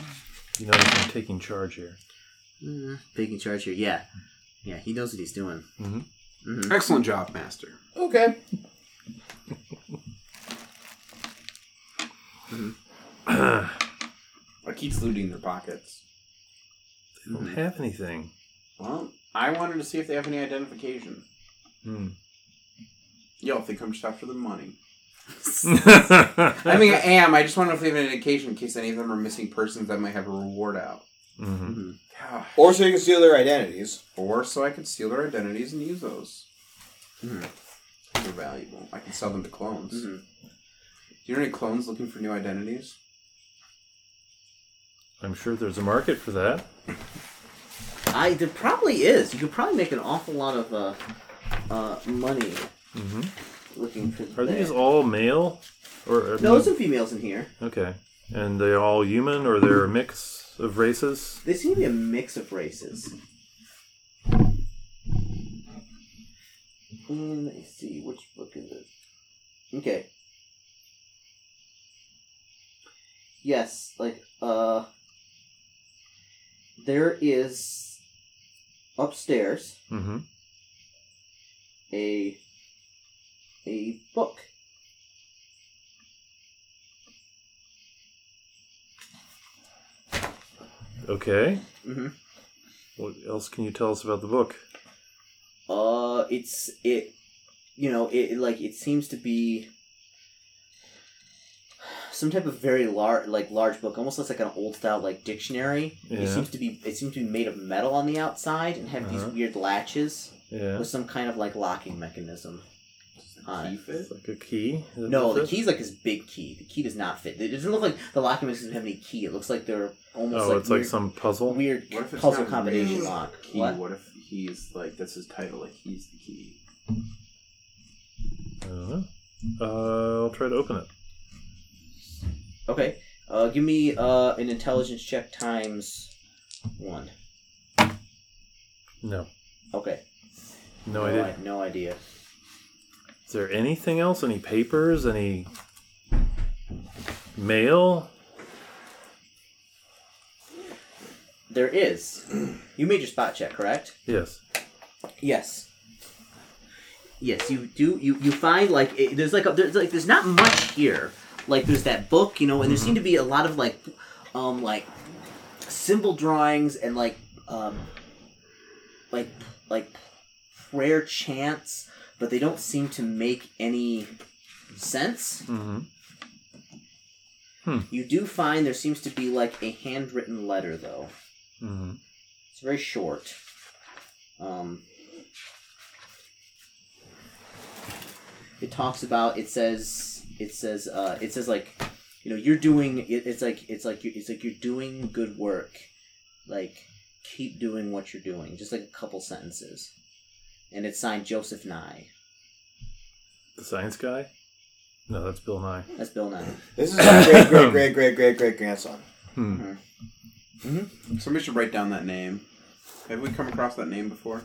you know I'm taking charge here. Mm, Big in charge here. Yeah. Yeah. He knows what he's doing. Excellent job, master. Okay. I keeps looting their pockets. They Hmm. don't have anything. Well, I wanted to see if they have any identification. Hmm. Yo, if they come just after the money. mm-hmm. I mean, I am. I just want to know if they have an indication in case any of them are missing persons that might have a reward out. Mm-hmm. Gosh. Or so you can steal their identities. Or so I could steal their identities and use those. They're valuable. I can sell them to clones. Mhm. Do you know any clones looking for new identities? I'm sure there's a market for that. I there probably is. You could probably make an awful lot of uh, uh, money hmm looking for. Are that. these all male? Or I No, mean- there's some females in here. okay, and they're all human, or they're a mix of races? They seem to be a mix of races. Mm, let me see which book is it. Okay. Yes, like uh, there is upstairs. Mm-hmm. a a book. Okay. Mhm. What else can you tell us about the book? Uh, it's it, you know, it it, like it seems to be some type of very large, like large book, almost looks like an old style like dictionary. It Yeah. seems to be it seems to be made of metal on the outside and have Uh-huh. these weird latches Yeah. with some kind of like locking mechanism. on it. It's like a key? Is that No, what the it says? key's like this big key. The key does not fit. It doesn't look like the locking mechanism doesn't have any key. It looks like they're almost Oh, like it's weird, like some puzzle? weird What if it's puzzle not combination really lock. Key. What? What? if he's like that's his title? Like he's the key. I don't know. Uh-huh. Uh, I'll try to open it. Okay. Uh, give me uh, an intelligence check times one. No. Okay. No, I didn't. I- no idea. Is there anything else? Any papers? Any mail? There is. You made your spot check, correct? Yes. Yes. Yes, you do. You you find like it, there's like a, there's like there's not much here. Like there's that book, you know, and there seem to be a lot of like, um, like symbol drawings and like um, like like prayer chants, but they don't seem to make any sense. Mm-hmm. Hmm. You do find there seems to be like a handwritten letter, though. Mm-hmm. It's very short. Um, it talks about. It says. It says. Uh, it says like, you know, you're doing. It, it's like. It's like. You, it's like you're doing good work. Like, keep doing what you're doing. Just like a couple sentences, and it's signed Joseph Nye. The science guy? No, that's Bill Nye. That's Bill Nye. This is my great, great, great, great, great, great grandson. Hmm. Somebody should write down that name. Have we come across that name before?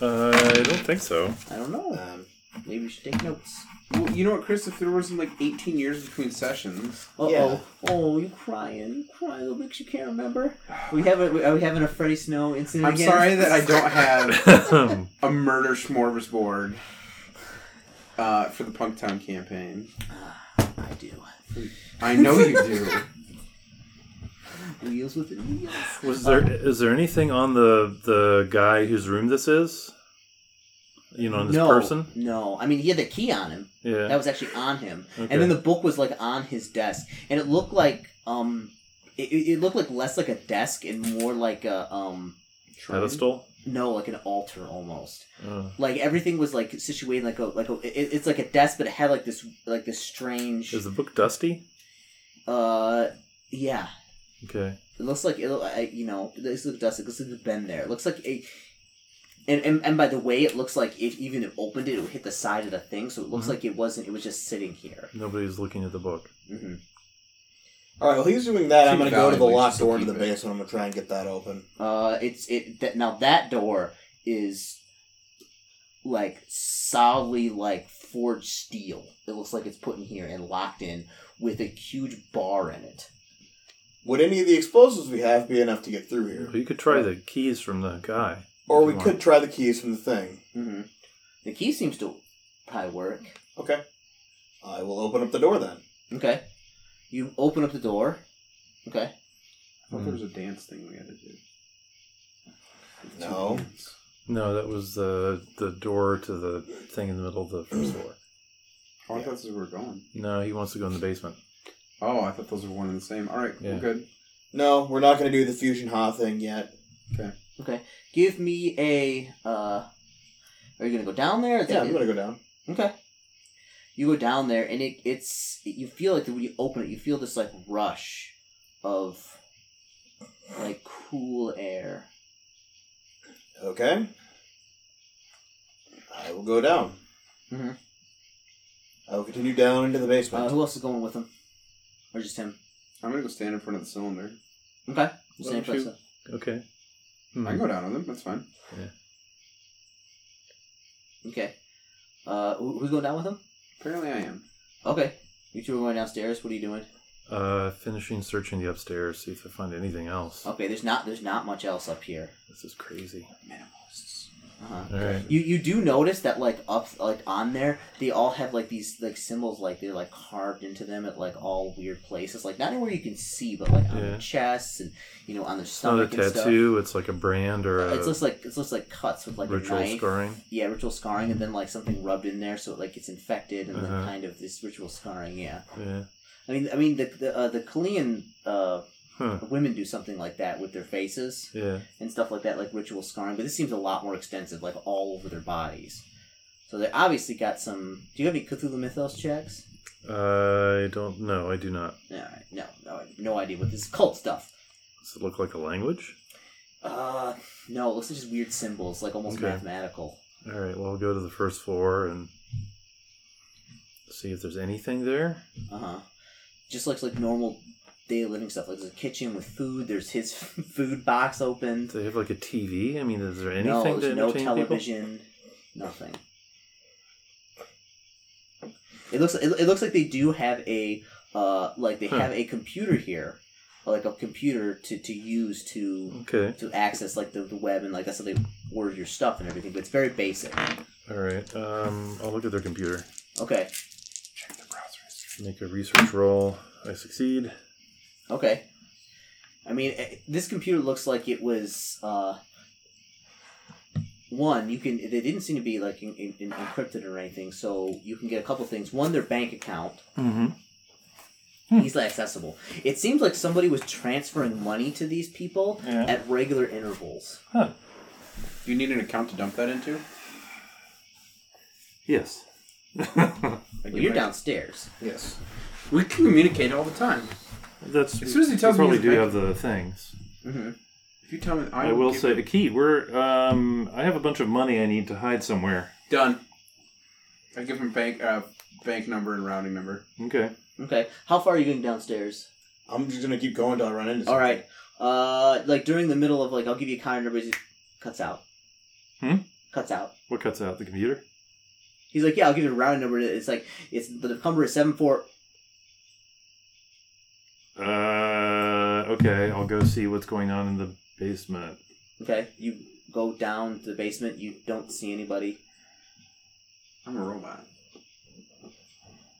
Uh, I don't think so. I don't know. Um, Maybe you should take notes. Well, you know what, Chris? If there wasn't like 18 years between sessions, Uh oh. Yeah. Oh, you crying. You crying. It makes you can't remember. We have a, we, are we having a Freddy Snow incident I'm again? sorry that I don't have Um, a murder smorgasbord uh, for the Punktown campaign. I do. I know you do. Wheels with E wheels. Was there is there anything on the the guy whose room this is? You know, on this no, person. No. I mean, he had the key on him. Yeah. That was actually on him. Okay. And then the book was like on his desk, and it looked like um, it, it it looked like less like a desk and more like a um, pedestal. no, like an altar almost. Uh, like everything was like situated like a like a it, it's like a desk but it had like this like this strange is the book dusty? uh yeah Okay. it looks like it I- you know this looks dust it looks like it's been there it looks like a and, and, and by the way it looks like if even if opened it it would hit the side of the thing so it looks Mhm. like it wasn't it was just sitting here Nobody's looking at the book. hmm all right, well, he's doing that. I'm Seems going to go to the valuable. You locked should door into the keep it. basement. I'm going to try and get that open. uh it's it that now that door is like solidly like forged steel it looks like it's put in here and locked in with a huge bar in it Would any of the explosives we have be enough to get through here? Well, you could try the keys from the guy. Or if we you want. could try the keys from the thing. Mm-hmm. The key seems to probably work. Okay. I will open up the door then. Okay. You open up the door. Okay. I thought there was a dance thing we had to do. No. No, that was the the door to the thing in the middle of the first floor. Oh, I thought those were going. No, he wants to go in the basement. Oh, I thought those were one and the same. All right, Yeah. we're good. No, we're not going to do the Fusion Ha thing yet. Okay. Give me a. Uh, are you gonna go down there? It's Yeah, like- I'm going to go down. Okay. You go down there, and it it's you feel like when you open it, you feel this like rush of like cool air. Okay. I will go down. Mm-hmm. Mhm. I will continue down into the Uh, Uh-huh. basement. who else is going with him, or just him? I'm gonna go stand in front of the cylinder. Okay. Why Same don't you- person. Okay. Hmm. I can go down with him. That's fine. Okay. Uh, who- who's going down with him? Apparently, I am. Okay. You two are going downstairs. What are you doing? Uh, finishing searching the upstairs, see if I find anything else. Okay, there's not there's not much else up here. This is crazy. Minimalists. Uh-huh. All right. You you do notice that like up like on there they all have like these like symbols like they're like carved into them at like all weird places like not anywhere you can see but like on Yeah. their chests and you know on their It's not a stomach and stuff. tattoo. It's like a brand or a It's just like it's just like cuts with like a ritual knife. scarring. Yeah, ritual scarring and then like something rubbed in there so it like gets infected and Uh-huh. then kind of this ritual scarring. Yeah, Yeah. I mean I mean the the uh, the Kalian uh, Huh. women do something like that with their faces Yeah. and stuff like that, like ritual scarring. But this seems a lot more extensive, like all over their bodies. So they obviously got some. Do you have any Cthulhu Mythos checks? I don't know. I do not. All right, no, no, I have no idea what this is. cult stuff. Does it look like a language? Uh, no, it looks like just weird symbols, like almost Okay. mathematical. All right. Well, I'll go to the first floor and see if there's anything there. Uh huh. Just looks like normal daily living stuff. Like there's a kitchen with food. There's his food box opened. Do they have like a TV? I mean, is there anything no, to there's no entertain people? television, nothing. It looks it, it looks like they do have a uh like they Huh. have a computer here, like a computer to to use to Okay. to access like the, the web and like that's how they order your stuff and everything. But it's very basic. All right. Um, I'll look at their computer. Okay, Check the browser history. Make a research roll. I succeed. okay. I mean, eh, this computer looks like it was uh one you can they didn't seem to be like in, in, in encrypted or anything, so you can get a couple things. One, their bank account. Mm-hmm. easily accessible. It seems like somebody was transferring money to these people Yeah. at regular intervals. Do you need an account to dump that into? Yes. Like Well, you're might- downstairs. Yes. We communicate all the time. That's As soon as he tells me we probably he's do back- have the things. If you tell me, I, will say, Akeet, we're um, I have a bunch of money I need to hide somewhere. done. I give him bank uh, bank number and rounding number. Okay. Okay. How far are you going downstairs? I'm just gonna keep going till I run into. All right. Uh, like during the middle of like, I'll give you a counter number. He cuts out. Hmm? Cuts out. What cuts out the computer? He's like, yeah, I'll give you a round number. It's like it's the number is seven four. Uh, okay. I'll go see what's going on in the basement. Okay. You go down to the basement. You don't see anybody. I'm a robot.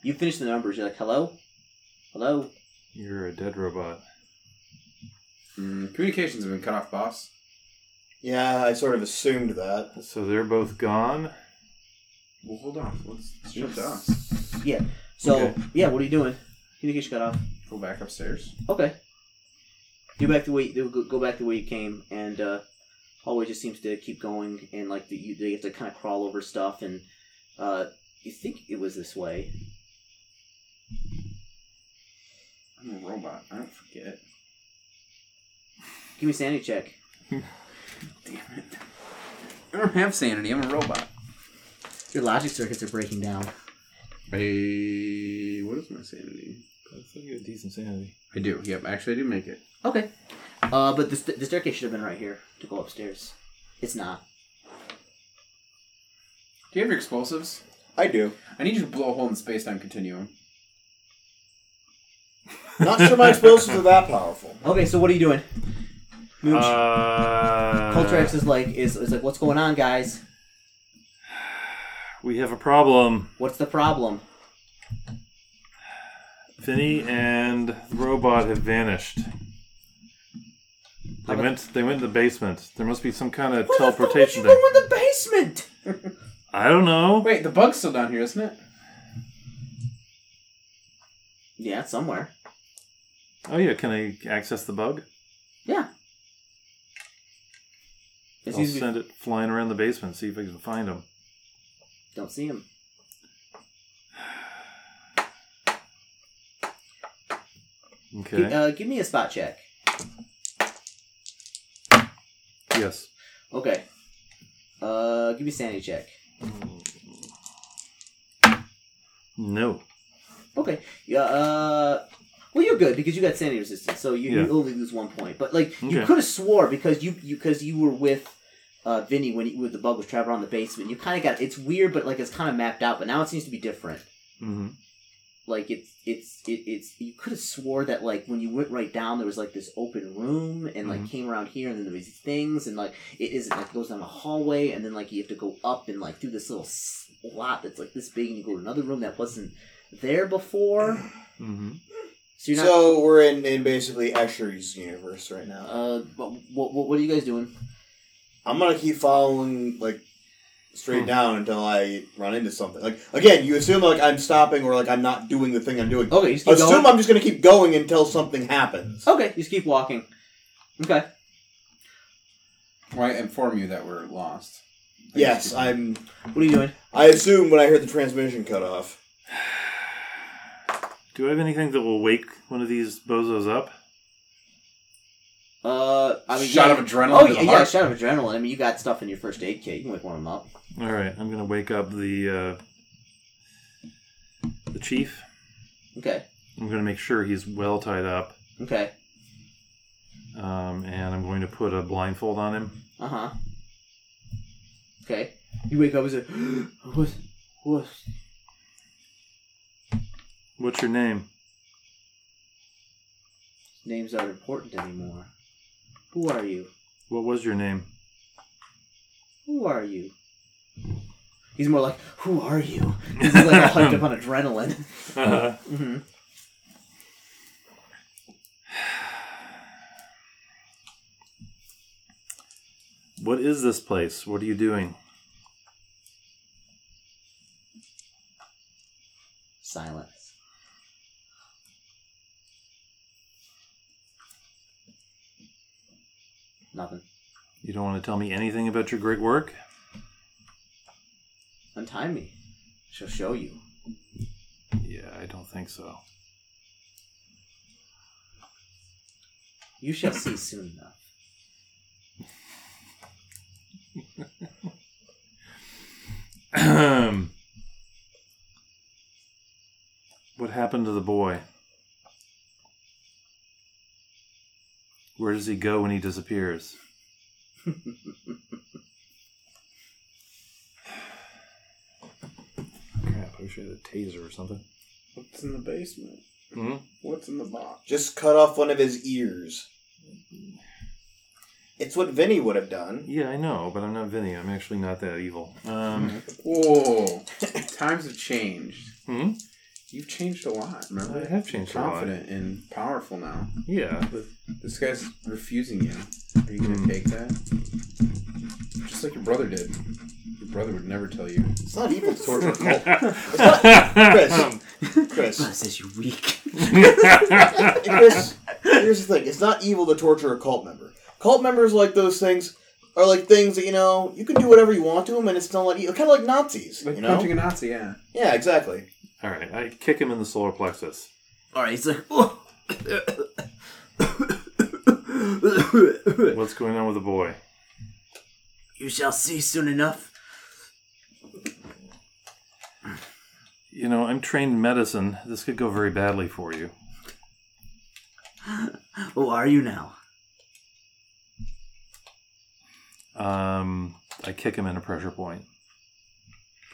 You finish the numbers. You're like, hello, hello. You're a dead robot. Mm, communications have been cut off, boss. Yeah, I sort of assumed that. So they're both gone. Well, hold on. Let's shut Yes. down. So Okay. yeah, what are you doing? Communication cut off. Go back upstairs. Okay. Do back the way you, go- go back the way you came, and uh, hallway just seems to keep going, and like the, you, they have to kind of crawl over stuff, and uh, you think it was this way. I'm a robot. I don't forget. Give me a sanity check. Damn it. I don't have sanity. I'm a robot. Your logic circuits are breaking down. Hey, what is my sanity? I thought you had decent sanity. I do. Yep. Actually, I do make it. Okay. Uh, but the, st- the staircase should have been right here to go upstairs. It's not. Do you have your explosives? I do. I need you to blow a hole in the space-time continuum. Not sure my explosives are that powerful. Okay, so what are you doing? Mooch. Uh, Coltrax is like is, is like, what's going on, guys? We have a problem. What's the problem? Vinny and the robot have vanished. They about- went. They went in the basement. There must be some kind of Where the fuck would you teleportation go thing. in the basement? I don't know. Wait, the bug's still down here, isn't it? Yeah, it's somewhere. Oh yeah, can I access the bug? Yeah. It's I'll usually- send it flying around the basement. See if I can find him. Don't see him. G- Okay. uh, give me a spot check. Yes. Okay. Uh, give me a sanity check. Mm-hmm. No. Okay. Yeah. Uh, well, you're good because you got sanity resistance, so you, Yeah. you only lose one point. But like, you Okay. could have swore because you you because you were with uh, Vinny when, he, when the bug was traveling around the basement. You kind of got it's weird, but like it's kind of mapped out. But now it seems to be different. Mm-hmm. Like it's it's it, it's you could have swore that like when you went right down there was like this open room and like Mhm. came around here and then there was these things and like it isn't like goes down a hallway and then like you have to go up and like through this little slot that's like this big and you go to another room that wasn't there before. Mm-hmm. So you're not So we're in, in basically Escher's universe right Uh-huh. now. Uh, but what, what, what are you guys doing? I'm gonna keep following like straight Hmm. down until I run into something. Like again, you assume like I'm stopping or like I'm not doing the thing I'm doing. Okay, you just keep Assume going. I'm just gonna keep going until something happens. Okay, you just keep walking. Okay. Well, I inform you that we're lost. I Yes, just- I'm. What are you doing? I assume when I heard the transmission cut off. Do I have anything that will wake one of these bozos up? Uh, I mean, shot yeah. of adrenaline. Oh to yeah, the yeah, heart. shot of adrenaline. I mean, you got stuff in your first aid kit. You can wake one of them up. All right, I'm gonna wake up the uh, the chief. Okay. I'm gonna make sure he's well tied up, Okay. um, and I'm going to put a blindfold on him. Uh huh. Okay. You wake up and say, "What? What? What's your name? Names aren't important anymore. Who are you? What was your name? Who are you?" He's more like, "Who are you?" 'Cause He's like all hyped up on adrenaline. hmm What is this place? What are you doing? Silence. Nothing. You don't want to tell me anything about your great work? Untie me. She'll show you. Yeah, I don't think so. You shall see soon enough. what happened to the boy? Where does he go when he disappears? Crap, I should have a taser or something. What's in the basement? hmm What's in the box? Just cut off one of his ears. It's what Vinny would have done. Yeah, I know, but I'm not Vinny. I'm actually not that evil. Um, Whoa. Times have changed. hmm? You've changed a lot, remember? I have changed a lot. Confident and powerful now. Yeah, but This guy's refusing you. Are you gonna Hmm. take that? Just like your brother did. Your brother would never tell you. It's not evil to torture a cult, Chris. Chris. says you're weak. Chris, here's the thing: it's not evil to torture a cult member. Cult members like those things are like things that you know you can do whatever you want to them, and it's not like kind of like Nazis. Like you know? punching a Nazi, yeah. Yeah, exactly. All right, I kick him in the solar plexus. All right, he's like, What's going on with the boy? you shall see soon enough. You know, I'm trained in medicine. This could go very badly for you. Oh, are you now? Um, I kick him in a pressure point.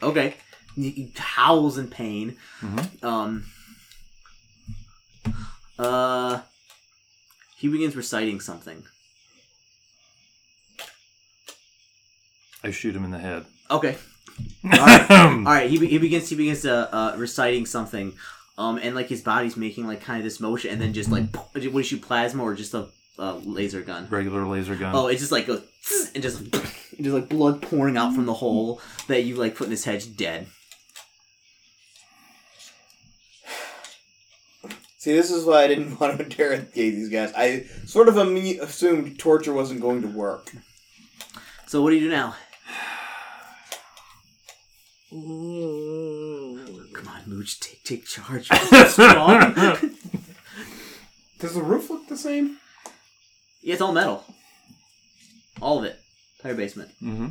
Okay. He he howls in pain. Mm-hmm. Mhm. Um. Uh. He begins reciting something. I shoot him in the head. Okay. All right, he, be- he begins he begins uh, uh, reciting something, um, and like his body's making like kind of this motion, and then just like what do you shoot plasma or just a uh, laser gun? Regular laser gun. Oh, it just like goes "Tss," and just and just like blood pouring out from the hole that you like put in his head, just dead. See, this is why I didn't want to interrogate these guys. I sort of imme- assumed torture wasn't going to work. So what do you do now? Come on, Mooch, take take charge. You're strong. yeah, Does the roof look the same? it's all metal, all of it, entire basement. hmm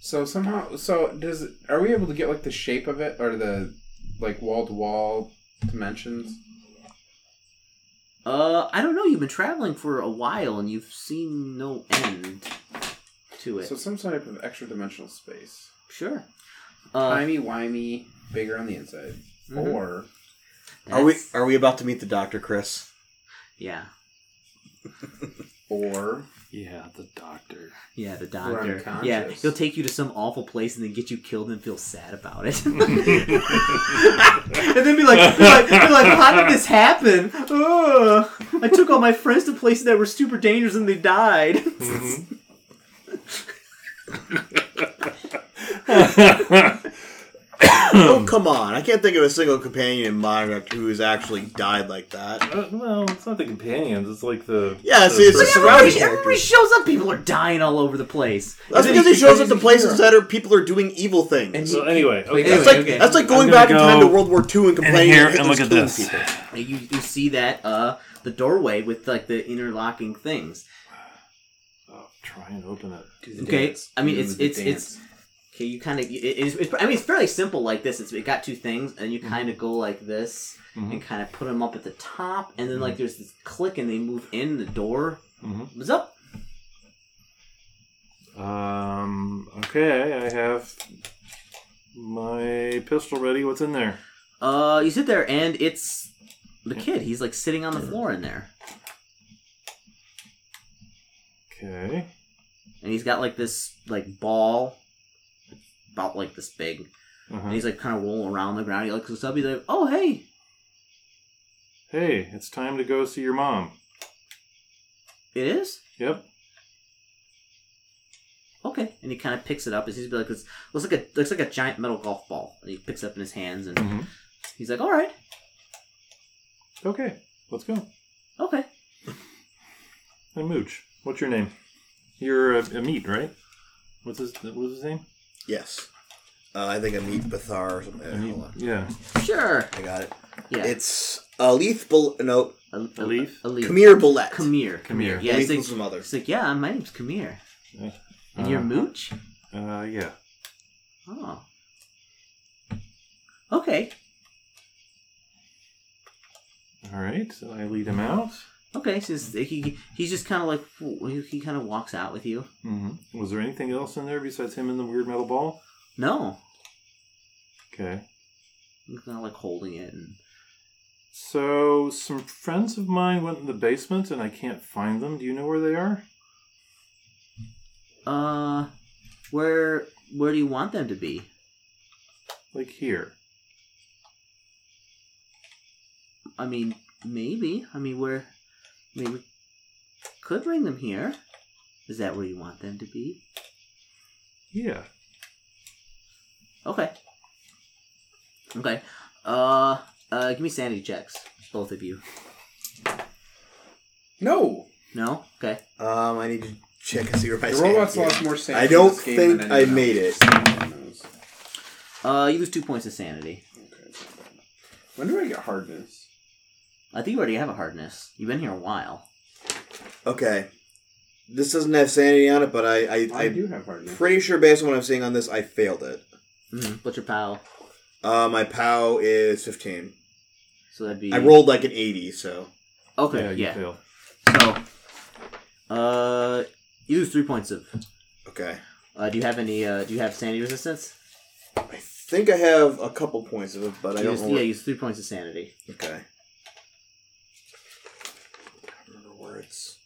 So somehow, so does are we able to get like the shape of it or the like wall to wall dimensions? Uh, I don't know. You've been traveling for a while, and you've seen no end to it. So some type of extra dimensional space, sure. Uh, timey wimey, bigger on the inside, Mhm. or that's- Are we are we about to meet the doctor, Chris? Yeah, or Yeah, the doctor. yeah. The We're doctor. unconscious. Yeah, he'll take you to some awful place and then get you killed and feel sad about it, and then be like, be like, be like, how did this happen? Ugh. I took all my friends to places that were super dangerous and they died. Mm-hmm. Uh, oh come on! I can't think of a single companion in Minecraft who has actually died like that. Uh, well, it's not the companions. It's like the Yeah, the see, it's first- the surrounding everybody, characters. everybody shows up. People are dying all over the place. That's because he shows up to places that are people are doing evil things. So anyway, okay. that's Anyway, like okay. that's like going I'm gonna back in time to go World War II and and complaining here that and look at Hitler's this. killing people. You you see that uh the doorway with like the interlocking things. Oh, try and open it. Do the Okay, dance. I mean, Do it's- the it's- dance. Okay, you kind of it, it's, it's I mean it's fairly simple like this. It's it got two things, and you kind of go like this Mhm. and kind of put them up at the top, and then like there's this click, and they move in the door. Mhm. What's up? Um. Okay, I have my pistol ready. What's in there? Uh, you sit there, and it's the kid. He's like sitting on the floor in there, Okay. and he's got like this like ball, about like this big, and Uh-huh. he's like kind of rolling around on the ground. He like looks up, he's like, "Oh hey, Hey, it's time to go see your mom. it is." Yep. Okay, and he kind of picks it up. It seems to be like this. Looks like a looks like a giant metal golf ball. And he picks it up in his hands, and Mhm. he's like, "All right, Okay, let's go okay." and mooch. What's your name? You're a, a meat, right? What's his What was his name? Yes. Uh, I think a meat bathar or something. Uh, hold on. Yeah, Sure. I got it. Yeah. It's Alith Bul. No, a, a, Alif? A leaf. Kamir Bullet. Khmer. Khmer. Yeah, Alith it's was like, some other. it's like, yeah, my name's Khmer. Yeah. And you're Uh-huh. Mooch? uh, yeah. Oh. Okay. All right, so I lead him out. Okay, so it's- he, he's just kind of like, he, he kind of walks out with you. Mm-hmm. Was there anything else in there besides him and the weird metal ball? No. Okay. He's kind of like holding it. And, So some friends of mine went in the basement, and I can't find them. Do you know where they are? uh, where, where do you want them to be? Like here. I mean, maybe. I mean, we're maybe we could bring them here. Is that where you want them to be? Yeah. Okay. Okay. Uh, uh, give me sanity checks, both of you. No, No. Okay. Um, I need to check and see where my the sanity robots is. lost more sanity. I in don't this game think than I anyone made else. it. Uh, you lose two points of sanity. When do I get hardness? I think you already have a hardness. You've been here a while. Okay. This doesn't have sanity on it, but I, I, I, I'm do have hardness. pretty sure based on what I'm seeing on this, I failed it. Mm-hmm. What's your pal? Uh, my POW is 15. So that'd be. I rolled like an 80, so. Okay. you Yeah. fail. So, uh, you lose three points of. Okay. Uh, do you have any? Uh, do you have sanity resistance? I think I have a couple points of it, but I You don't lose, know. yeah, where- you lose three points of sanity. Okay. I don't remember where it's.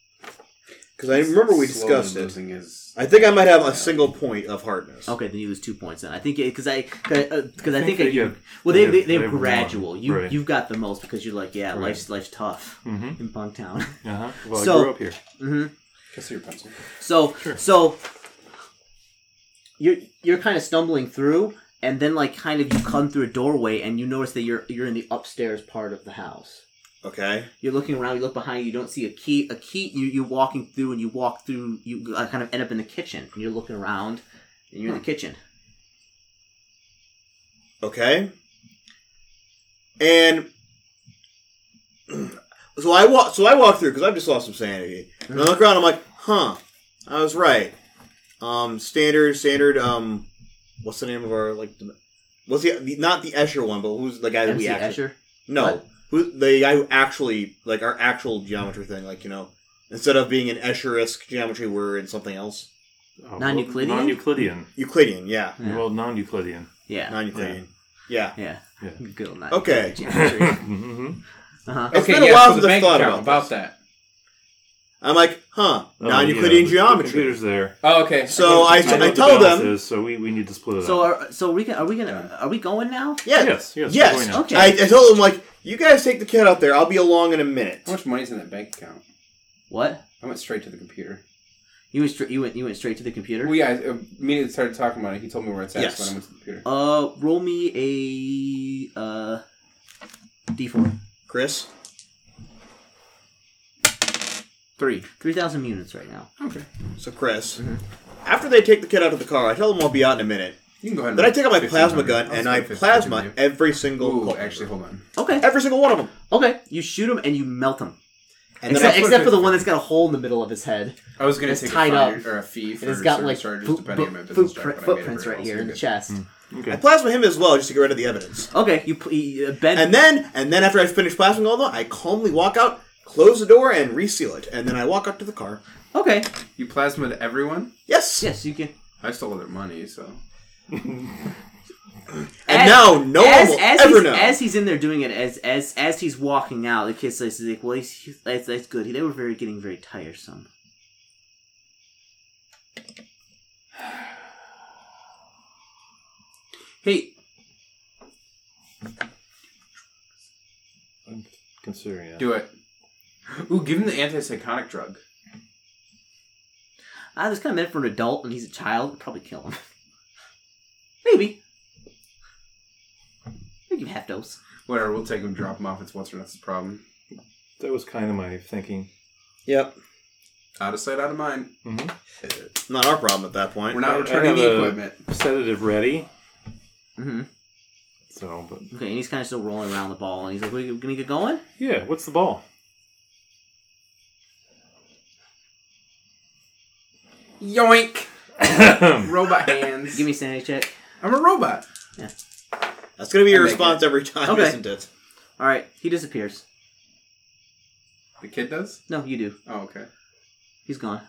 Because I remember Slowly we discussed it. losing his- I think I might have a single point of hardness. Okay, then you lose two points. Then I think because I because uh 'cause I I think think that they you get- well they they they have- they they're have one. gradual. You Right. you've got the most because you're like yeah Right. life's life's tough Mm-hmm. in Punktown. Uh huh. Well, So- I grew up here. hmm Can I see your pencil? So Sure. so you're you're kind of stumbling through, and then like kind of you come through a doorway, and you notice that you're you're in the upstairs part of the house. Okay. You're looking around. You look behind you. You don't see a key. A key. You you're walking through, and you walk through. You uh, kind of end up in the kitchen. And you're looking around, and you're in the kitchen. Okay. And so I walk. So I walk through because I've just lost some sanity. And I look around. I'm like, huh, I was right. Um, standard, standard. Um, what's the name of our like? the- What's the, the not the Escher one, but who's the guy that MC we actually? Escher. No, What? who the guy who actually like our actual geometry thing? Like you know, instead of being in Escherisk geometry, we're in something else. Oh, Non-Euclidean? well, Non-Euclidean. Euclidean, yeah, Yeah. Well, non-Euclidean. Yeah. non-Euclidean, yeah. Yeah. Yeah. Good old night. Okay. mm-hmm. Uh-huh. It's been a while since the I bank thought account, about about that. I'm like, huh, Oh, non-Euclidean yeah, the- geometry. The computer's there. Oh, okay. So I, I, know what the tell balance them, Is, so we, we need to split it So up. are so are we gonna are we gonna are we going now? yeah, yes, yes. yes, we're going out. Okay. I, I told them like, you guys take the kid out there. I'll be along in a minute. How much money's in that bank account? What? I went straight to the computer. You went straight you went you went straight to the computer. We I immediately uh, started talking about it. He told me where it's at Yes. so when I went to the computer. uh, roll me a uh D four Chris, Three. three thousand units right now. Okay. so Chris, Mm-hmm. Mhm. after they take the kid out of the car, I tell them I'll be out in a minute. You can go ahead. and Then I roll take out my plasma 1500. gun was and I gonna plasma 1500. every single. Ooh, cult actually, member. hold on. Okay. every single one of them. Okay. You shoot him and you melt him. And then except I, except for the one that's got a hole in the middle of his head. I was gonna It's take tied a fine up. or a fee for And it's got service like charges, foot- depending on my foot- business footprint- track, but I made it footprints very right well, here so in the good. chest. Mm. I Okay. plasma him as well just to get rid of the evidence. Okay. You, pl- you uh, bend. And then, and then after I finish plasming all of them, I calmly walk out, close the door, and reseal it. And then I walk up to the car. okay. You plasma to everyone. Yes. Yes, you can. I stole their money, so And As- now no as, one will as ever he's, know. As he's in there doing it, as as as he's walking out, the kid says, he's like, "Well, he's, he's, that's, that's good. They were very getting very tiresome." hey, I'm considering it. do it. Ooh, give him the antipsychotic drug. Ah, this kind of meant for an adult, and he's a child. It'd probably kill him. Maybe. I give half dose. Whatever, we'll take him, drop him off. It's what's or not's problem. That was kind of my thinking. Yep. Out of sight, out of mind. Mm-hmm. Not our problem at that point. We're not I- I returning the have a- equipment. Sedative ready. hmm So, but Okay, and he's kind of still rolling around the ball, and he's like, "We gonna get going?" yeah, what's the ball? Yoink! All Robot hands. Give me a sanity check. I'm a robot. That's gonna be your I make response every time, Okay. isn't it? All right, he disappears. The kid does? No, you do. Oh, okay. He's gone.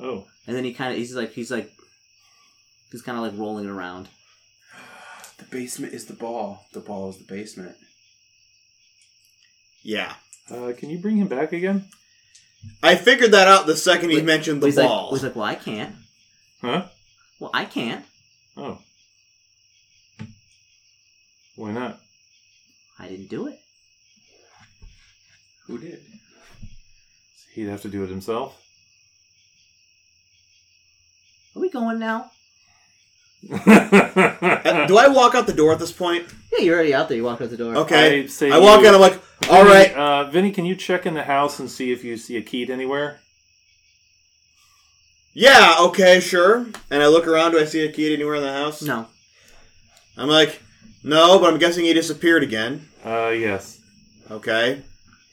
Oh, And then he kind of he's like he's like he's kind of like rolling around. The basement is the ball. The ball is the basement. Yeah. uh, can you bring him back again? I figured that out the second he Wait, mentioned the he's ball. like he's like, "Well, I can't. Huh? Well, I can't. Oh, why not? I didn't do it." Who did? He'd have to do it himself. Are we going now? Uh, I Do I walk out the door at this point? Yeah, you're already out there. You walked out the door. Okay. say I walk you- out. I'm like, Vinny, Mm-hmm. all right. uh, Vinny, can you check in the house and see if you see a keyed anywhere? Yeah. Okay. Sure. And I look around. Do I see a kid anywhere in the house? No. I'm like, no. But I'm guessing he disappeared again. Uh, yes. Okay.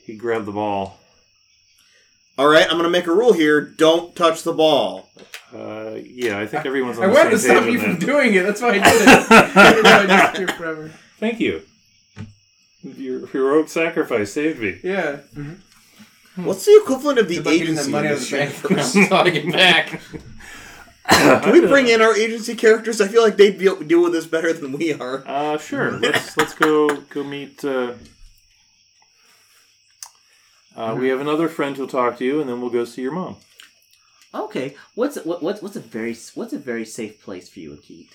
He grabbed the ball. All right. I'm gonna make a rule here. Don't touch the ball. Uh, yeah, I think everyone's on I the wanted to same stop page you on from that. doing it. That's why I did it. I didn't know I'd disappear forever. Thank you. Your heroic sacrifice saved me. Yeah. Hmm. What's the equivalent of the Good luck getting that agency? money in out of this the bank show? accounts and starting it back. Can we bring in our agency characters? I feel like they deal, deal with this better than we are. Uh, sure. Let's let's go go meet. Uh, uh, we have another friend who'll talk to you, and then we'll go see your mom. Okay. What's what, what's what's a very what's a very safe place for you, Akeet?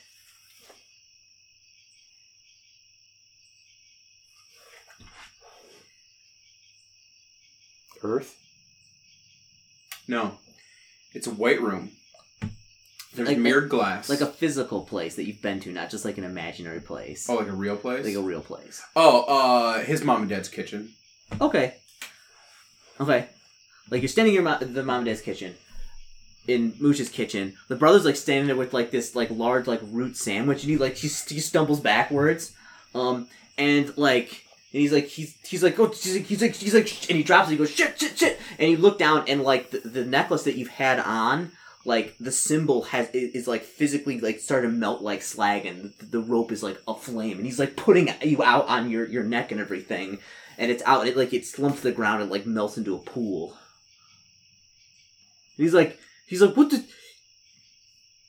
Earth. No. It's a white room. There's Like- mirrored glass. Like a physical place that you've been to, not just like an imaginary place. Oh, like a real place? Like a real place. oh, uh, his mom and dad's kitchen. Okay. Okay. Like you're standing in your mo- the mom and dad's kitchen, in Moosh's kitchen. The brother's like standing there with like this like large like root sandwich, and he like he, st- he stumbles backwards, um, and like and he's like he's he's like oh he's like he's like, he's like "Shh," and he drops it. He goes shit shit shit, and you look down and like the, the necklace that you've had on. Like the symbol has i- is like physically like starting to melt like slag, and the, the rope is like aflame, and he's like putting you out on your your neck and everything, and it's out and it like it slumps to the ground and like melts into a pool. And he's like he's like what the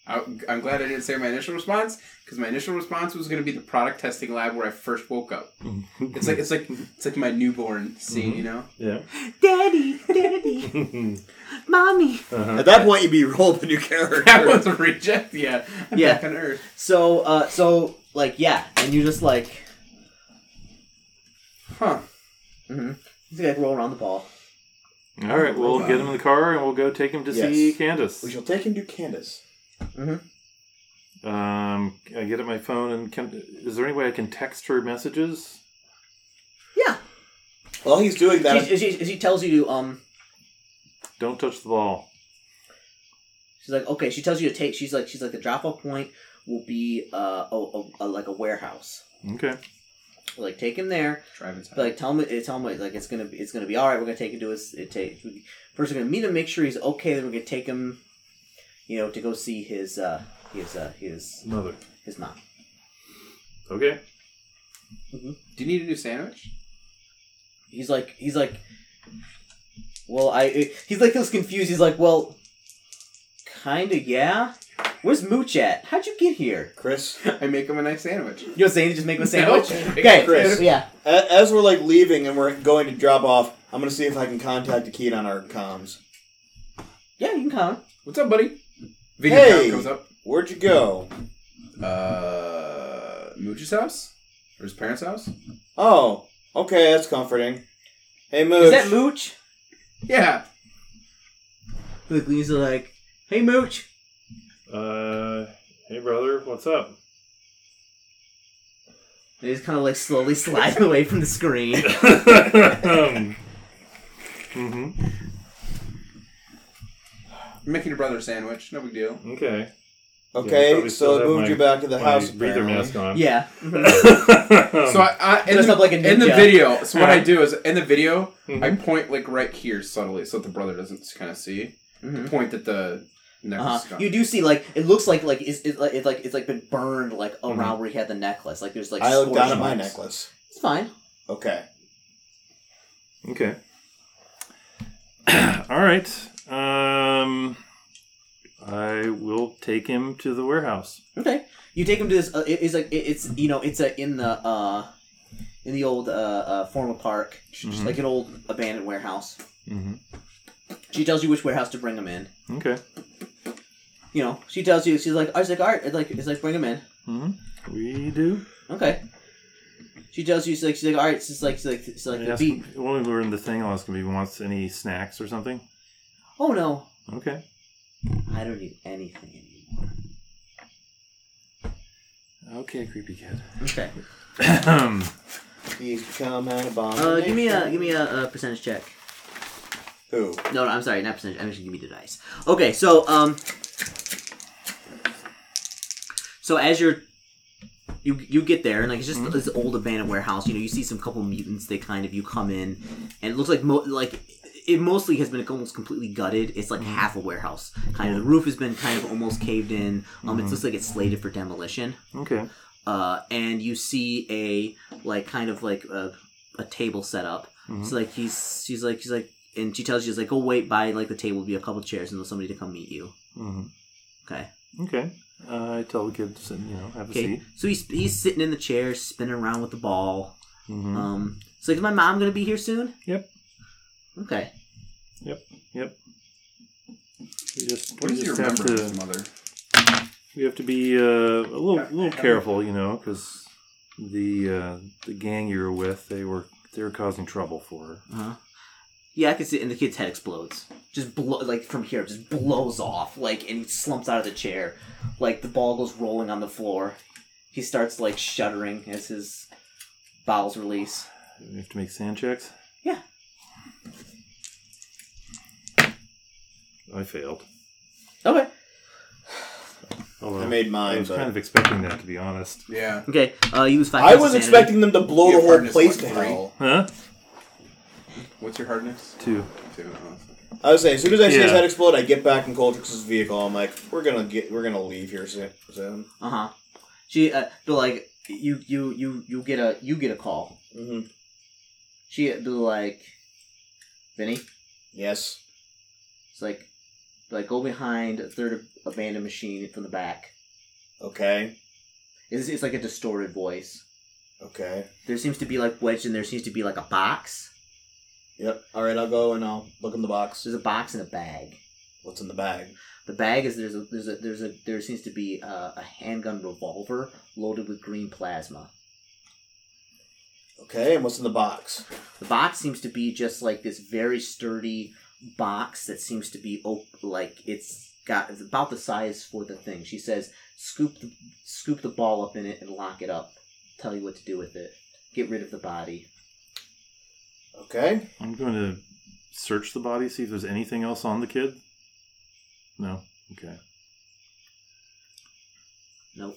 I, I'm glad I didn't say my initial response because my initial response was going to be the product testing lab where I first woke up. It's like it's like it's like my newborn scene, you know. yeah. daddy daddy mommy. At that point, you'd be rolled a new character. That was a reject. Yeah, I'm Yeah. back on Earth. So uh so like yeah, and you just like Huh? he's like rolling around the ball. All right, we'll get him in the car, and we'll go take him to Yes. see Candace. We shall take him to Candace. Um, I get at my phone, and can, is there any way I can text her messages? Yeah, While he's doing that, she, she, she tells you to um Don't touch the ball. she's like okay she tells you to take she's like she's like the drop off point will be uh a, a, a, like a warehouse Okay. like take him there Driving But like tell him, eh, tell him like it's gonna be, it's gonna be all right. We're gonna take him to his. It take first we're gonna meet him, make sure he's okay. Then we're gonna take him, you know, to go see his uh his uh his Mother. his mom. Okay. Do you need a new sandwich? He's like he's like, well I eh, he's like feels confused. He's like well, kind of yeah. Where's Mooch at? How'd you get here? Chris, I make him a nice sandwich. You know what I'm saying? Just make him a sandwich. No. Okay, Chris. Yeah. a- as we're like leaving and we're going to drop off, I'm gonna see if I can contact Akeet on our comms. Yeah, you can come. What's up, buddy? Video Hey. cam comes up. Where'd you go? Uh, Mooch's house or his parents' house? Oh, okay, that's comforting. Hey, Mooch. Is that Mooch? Yeah. Like he's like, hey Mooch. Uh, hey brother, what's up? And he's kind of like slowly sliding away from the screen. hmm I'm making a brother sandwich. No big deal. Okay. Yeah, I Okay, probably so still it have moved my- you back to the My house. breather apparently. mask on. Yeah. Mm-hmm. Um, So I, I in, Dressed the, up like a in the ninja. video. So what I do is in the video, Mhm. I point like right here subtly, so the brother doesn't kind of see. Mhm. The point that the necklace is Uh-huh. gone. You do see like it looks like like it's it, like, it, like it's like been burned like around where he had the necklace. Like there's like I looked down scorch at my marks. necklace. It's fine. Okay. Okay. All right. Um, I will take him to the warehouse. Okay. You take him to this. Uh, it- it's like it, it's you know it's a in the uh in the old uh, uh former park, just Mhm. like an old abandoned warehouse. hmm She tells you which warehouse to bring him in. Okay. You know, she tells you she's like, I was like, all right, it's like it's like bring him in. hmm We do. Okay. She tells you she's like she's like all right, it's just like she's like she's like I the ask beat. him- when we were in the thing, I'll ask him if he wants any snacks or something. Oh no, Okay. I don't need anything anymore. Okay, creepy kid. Okay. He's become an Uh, abomination. give me a give me a, a percentage check. Who? No, no, I'm sorry, not percentage. I'm just gonna give you the dice. Okay, so um, so as you're you you get there and like it's just this old abandoned warehouse. You know, you see some couple mutants. They kind of you come in, and it looks like mo- like it mostly has been almost completely gutted. It's like half a warehouse. Kind of the roof has been kind of almost caved in. Um, it looks like it's slated for demolition okay. uh, and you see a like kind of like a, a table set up. Mhm. So like he's she's like she's like and she tells you she's like, oh wait, by like the table will be a couple chairs and there's somebody to come meet you. hmm Okay. Okay. Uh, I tell the kid to sit, you know, have a Okay. seat. So he's he's sitting in the chair, spinning around with the ball. hmm Um. So is my mom gonna be here soon? Yep. Okay. Yep. We just, what we does he just have remember of his to- mother? We have to be uh, a little, little careful, you know, because the uh, the gang you were with, they were they were causing trouble for her. Uh-huh. Yeah, I can see, it, and the kid's head explodes. Just blow, like from here, just blows off, like, and he slumps out of the chair. Like the ball goes rolling on the floor. He starts like shuddering as his bowels release. We have to make sand checks. Yeah. I failed. Okay. Although I made mine. Oh, I was but- kind of expecting that, to be honest. Yeah. Okay. Uh, use five. I points of was sanity. expecting them to blow Your the whole partner's place to like three. hell. Huh? What's your hardness? Two. Two. oh. I was saying, as soon as I see his Yeah. head explode, I get back in Coltrix's vehicle. I'm like, we're gonna get, we're gonna leave here soon. soon. Uh huh. She, uh, but like you, you, you, you get a you get a call. hmm She uh, be like, Vinny. Yes. It's like, like go behind a third abandoned machine from the back. Okay. It's, it's like a distorted voice. Okay. There seems to be like wedged in there seems to be like a box. Yep. All right. I'll go and I'll look in the box. There's a box and a bag. What's in the bag? The bag is there's a there's a there's a there seems to be uh, a, a handgun revolver loaded with green plasma. Okay. And what's in the box? The box seems to be just like this very sturdy box that seems to be op- like it's got it's about the size for the thing. She says, "Scoop the scoop the ball up in it and lock it up. Tell you what to do with it. Get rid of the body." Okay. I'm going to search the body, see if there's anything else on the kid. No. Okay. Nope.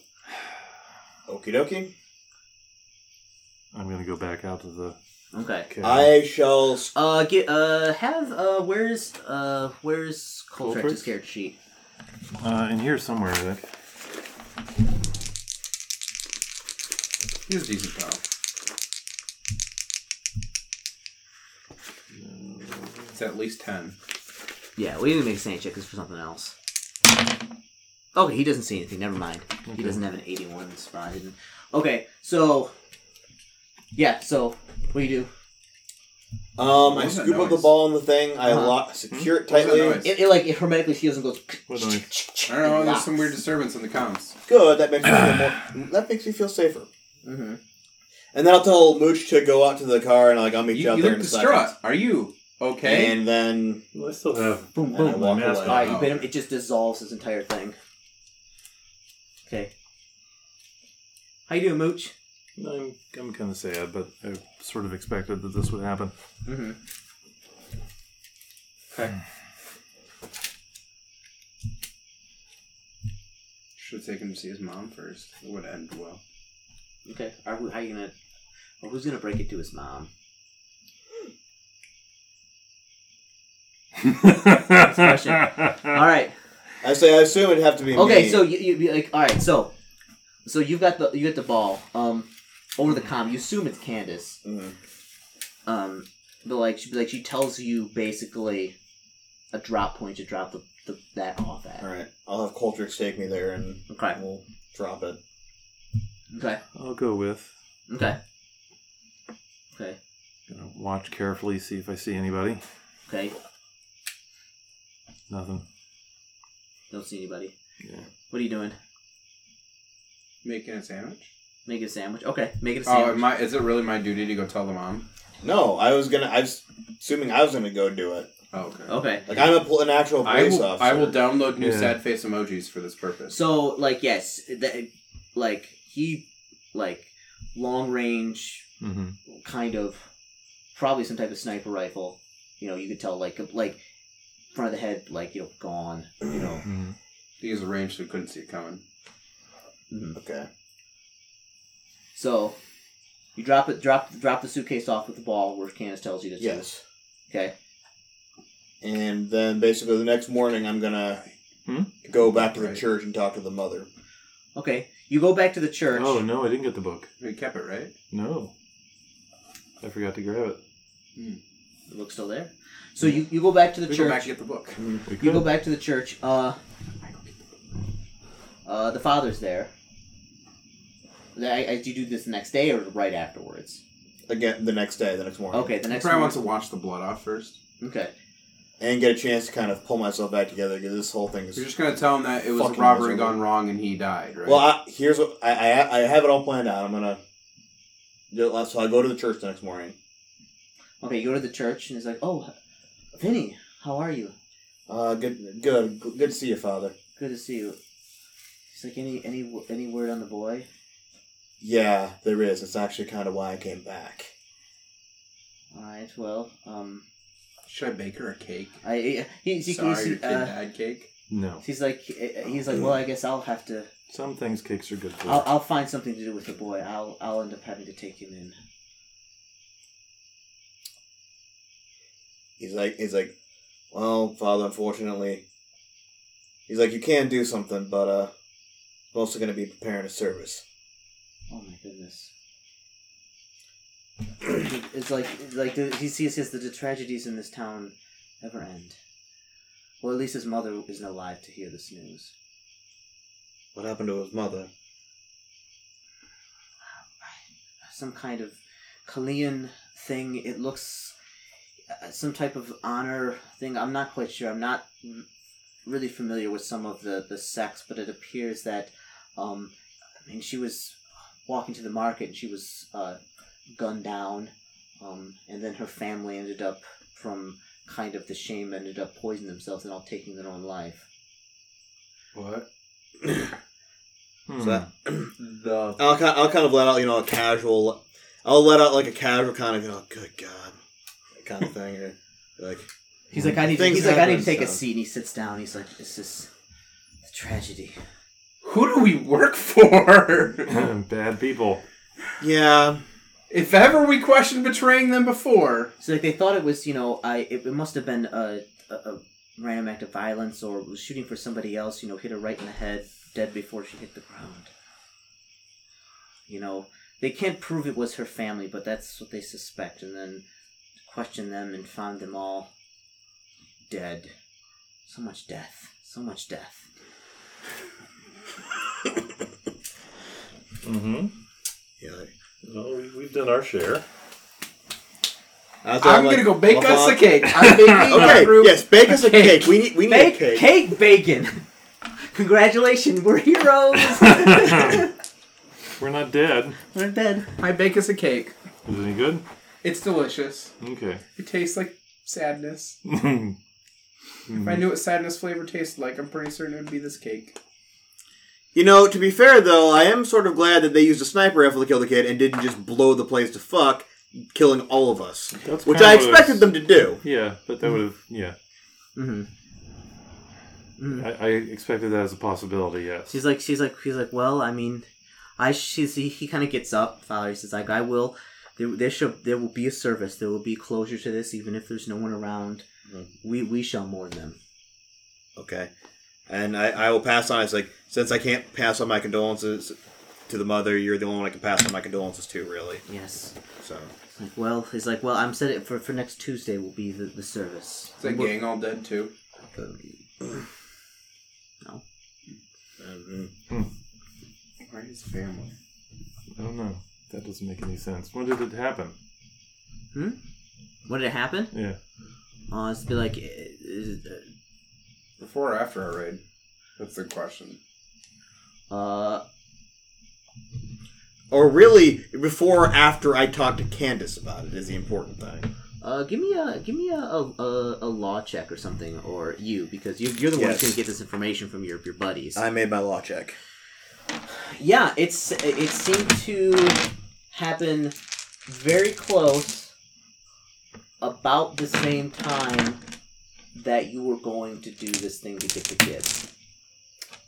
Okie dokie. I'm going to go back out to the. Okay. Okay. I shall. s- Uh, get uh, have uh, where's uh, where's Coltrex's Coltrax? character sheet? uh, in here somewhere. I think. He's a decent pal. It's at least ten. Yeah, we need to make a sanity check. This is for something else. Okay, he doesn't see anything. Never mind. He Okay. doesn't have an eighty-one spot hidden. Okay, so yeah, so what do you do? Um, I was that scoop up the noise? Hmm? ball in the thing. I Uh-huh. lock, secure it What was that tightly. noise? It, it like it hermetically seals and goes. What do I- I don't know. There's some weird disturbance on the comms. Good. That makes me feel more. That makes me feel safer. Mm-hmm. hmm And then I'll tell Mooch to go out to the car and like I'll meet you, You, out you there look in a distraught. second. Are you okay? And then Well, I still Uh, have. Boom, And I boom. walk my mask away. All right, you Oh. bit him. It just dissolves this entire thing. Okay. How you doing, Mooch? I'm, I'm kind of sad, but I sort of expected that this would happen. Mm-hmm. Should have taken him to see his mom first. It would have ended well. Okay. Are we, how you gonna? Or who's gonna break it to his mom? All right. I say I assume it'd have to be Okay. me. So you, you be like, all right. So, so you've got the you got the ball. Um, over the com. You assume it's Candace. Mhm. Um, but like she, like she tells you basically a drop point to drop the, the that off at. all right, I'll have Coltrix take me there and Okay. we'll drop it. Okay. I'll go with. Okay. Okay. Gonna watch carefully, see if I see anybody. Okay. Nothing. Don't see anybody. Yeah. What are you doing? Making a sandwich? Making a sandwich. Okay. Making a Oh, sandwich. am I, is it really my duty to go tell the mom? No, I was gonna. I was assuming I was gonna go do it. Oh, okay. okay. Like I'm a, pol- an actual I police will, officer. I will download new Yeah. sad face emojis for this purpose. So like yes, that like he like long range Mm-hmm. kind of probably some type of sniper rifle. You know, you could tell like like front of the head like you know gone. You know, hmm He was arranged so he couldn't see it coming. Okay. so you drop it, drop drop the suitcase off with the ball where Candace tells you to. do. Yes. Okay. And then basically the next morning, I'm gonna Hmm? go back to the Right. church and talk to the mother. Okay. You go back to the church. Oh no, I didn't get the book. We kept it, right? No, I forgot to grab it. The book's still there. So you, you go back to the We church. go back and get the book. We You could. go back to the church. Uh, uh, the father's there. I, I, do you do this the next day or right afterwards? Again, the next day, the next morning. Okay, the He next. probably wants morning- to wash the blood off first. Okay. And get a chance to kind of pull myself back together because this whole thing is. We're just gonna tell him that it was Fucking a robbery miserable. gone wrong and he died, right? Well, I, here's what I, I I have it all planned out. I'm gonna. So I go to the church the next morning. Okay, you go to the church and he's like, "Oh, Vinny, how are you? Uh, good, good, good to see you, Father. Good to see you." He's like, "Any any w- any word on the boy?" Yeah, there is. It's actually kind of why I came back. All right. Well, um, Should I bake her a cake? I he, he, Sorry, he's, your kid uh, died cake. No, he's like he's like, "Well, I guess I'll have to. some things cakes are good for. I'll, I'll find something to do with the boy. I'll I'll end up having to take him in." He's like, he's like, well, Father, unfortunately, he's like, you can do something, but uh, it's mostly gonna be preparing a service. Oh my goodness. it's like it's like the, he sees his the, tragedies in this town never end. Well, at least his mother isn't alive to hear this news. What happened to his mother? Some kind of Kalian thing. It looks uh, some type of honor thing. I'm not quite sure. I'm not m- really familiar with some of the the sects, but it appears that um, I mean she was walking to the market and she was uh, gunned down, um, and then her family ended up from kind of the shame ended up poisoning themselves and all taking their own life. What? Hmm. So that, The I'll kind, I'll kind of let out, you know, a casual, I'll let out like a casual kind of, you know, good God, kind of thing, or like, He's like, I need. To, Things he's like, I need to happen, take a so. seat. And he sits down. He's like, this is a tragedy. Who do we work for? Bad people. yeah, if ever we questioned betraying them before. So like they thought it was you know I it, it must have been a, a, a random act of violence or was shooting for somebody else you know hit her right in the head dead before she hit the ground. You know they can't prove it was her family but that's what they suspect and then questioned them and found them all dead. So much death. So much death. Mm-hmm. yeah. like- Well, we, we've done our share. I was I'm like, gonna go bake well, us a Father- cake. I'm baking Okay, group. yes, bake us a cake. We need, we need Bake a cake. cake bacon. Congratulations, we're heroes. We're not dead. we're dead. I bake us a cake. Is it any good? It's delicious. Okay. It tastes like sadness. Mhm. Mm-hmm. If I knew what sadness flavor tasted like, I'm pretty certain it would be this cake. You know, to be fair though, I am sort of glad that they used a sniper rifle to kill the kid and didn't just blow the place to fuck, killing all of us, That's which kinda I what it expected was- them to do. Yeah, but that would have. Yeah, Mm-hmm. I, I expected that as a possibility. Yes. She's like, she's like, she's like, well, I mean, I. She's he, he kind of gets up. Valerie says like, I will. There, there should there will be a service. There will be closure to this, even if there's no one around. We we shall mourn them. Okay. And I, I will pass on. It's like, since I can't pass on my condolences to the mother, you're the only one I can pass on my condolences to, really. Yes. So. It's Like well, he's like well. I'm set it for for next Tuesday will be the, the service. Is that gang all dead too? Um, Or his family? I don't know. That doesn't make any sense. When did it happen? What did it happen? Yeah. Uh, it's been like, eh, eh, Before or after our raid? That's the question. uh, or really, before or after I talk to Candace about it is the important thing. uh, give me a give me a a, a, a law check or something, or you because you, you're the one who's Yes. Uh, gonna get this information from your your buddies. I made my law check. yeah, it's it seemed to happen very close, about the same time that you were going to do this thing to get the kids.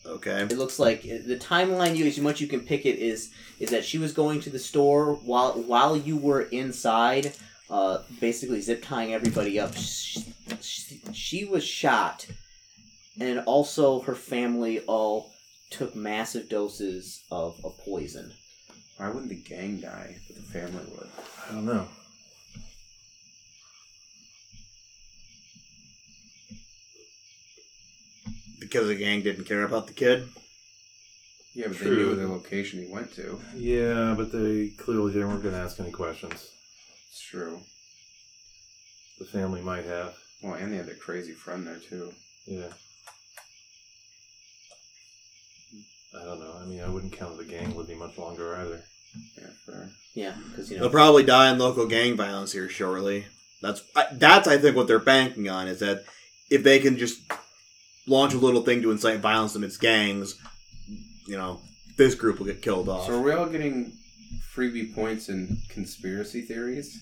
Okay. It looks like the timeline you as much you can pick it is is that she was going to the store while while you were inside, uh, basically zip tying everybody up. She, she, she was shot, and also her family all took massive doses of a poison. Why wouldn't the gang die, but the family would? I don't know. Because the gang didn't care about the kid. Yeah, but True. they knew the location he went to. Yeah, but they clearly they weren't going to ask any questions. It's true. The family might have. Well, and they had their crazy friend there too. Yeah. I don't know. I mean, I wouldn't count the gang living much longer either. Yeah, fair. Yeah, because you They'll know. probably die in local gang violence here shortly. That's I, that's I think what they're banking on is that if they can just launch a little thing to incite violence amidst gangs, you know, this group will get killed off. So are we all getting freebie points in conspiracy theories?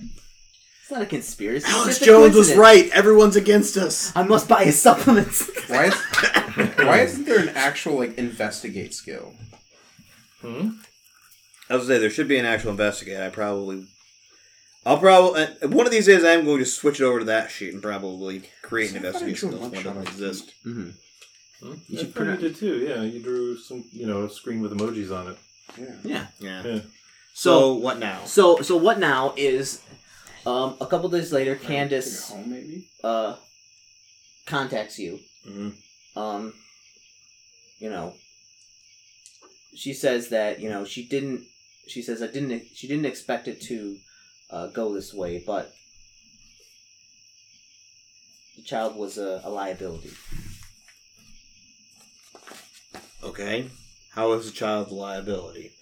It's not a conspiracy. it's Alex just a Jones was coincidence. right. Everyone's against us. I must buy his supplements. Why is why isn't there an actual like investigate skill? Hmm? I was gonna say there should be an actual investigate. I probably, I'll probably uh, one of these days I'm going to switch it over to that sheet and probably create an See, I thought I investigation drew a that one-shot doesn't on exist. hmm You should should put you it- did too. Yeah, you drew some, you know, a screen with emojis on it. Yeah. Yeah. Yeah. So what now? So so what now is, um, a couple days later, Candace Take it home maybe? uh contacts you Mhm. um you know she says that you know she didn't she says i didn't she didn't expect it to uh, go this way but the child was a, a liability Okay. How is a child's liability?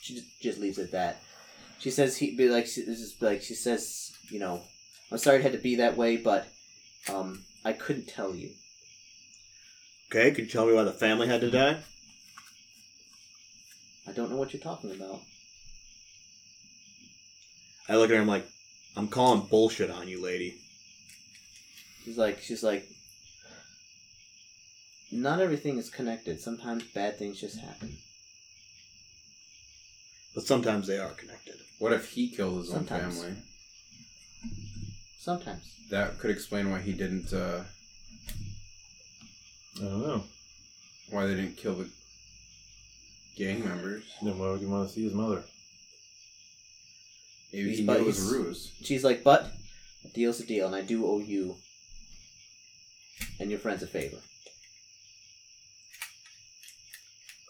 she just, just leaves it at that she says he be like she, this is like she says you know i'm sorry it had to be that way but um i couldn't tell you Okay, could you tell me why the family had to die? i don't know what you're talking about I look at her. I'm like, I'm calling bullshit on you, lady. She's like, she's like, not everything is connected. Sometimes bad things just happen. But sometimes they are connected. What if he killed his Sometimes. own family? Sometimes. That could explain why he didn't uh I don't know. why they didn't kill the gang members. Then why would you want to see his mother? Maybe He's he knew it was buddies. a ruse. She's like, but a deal's a deal, and I do owe you and your friends a favor.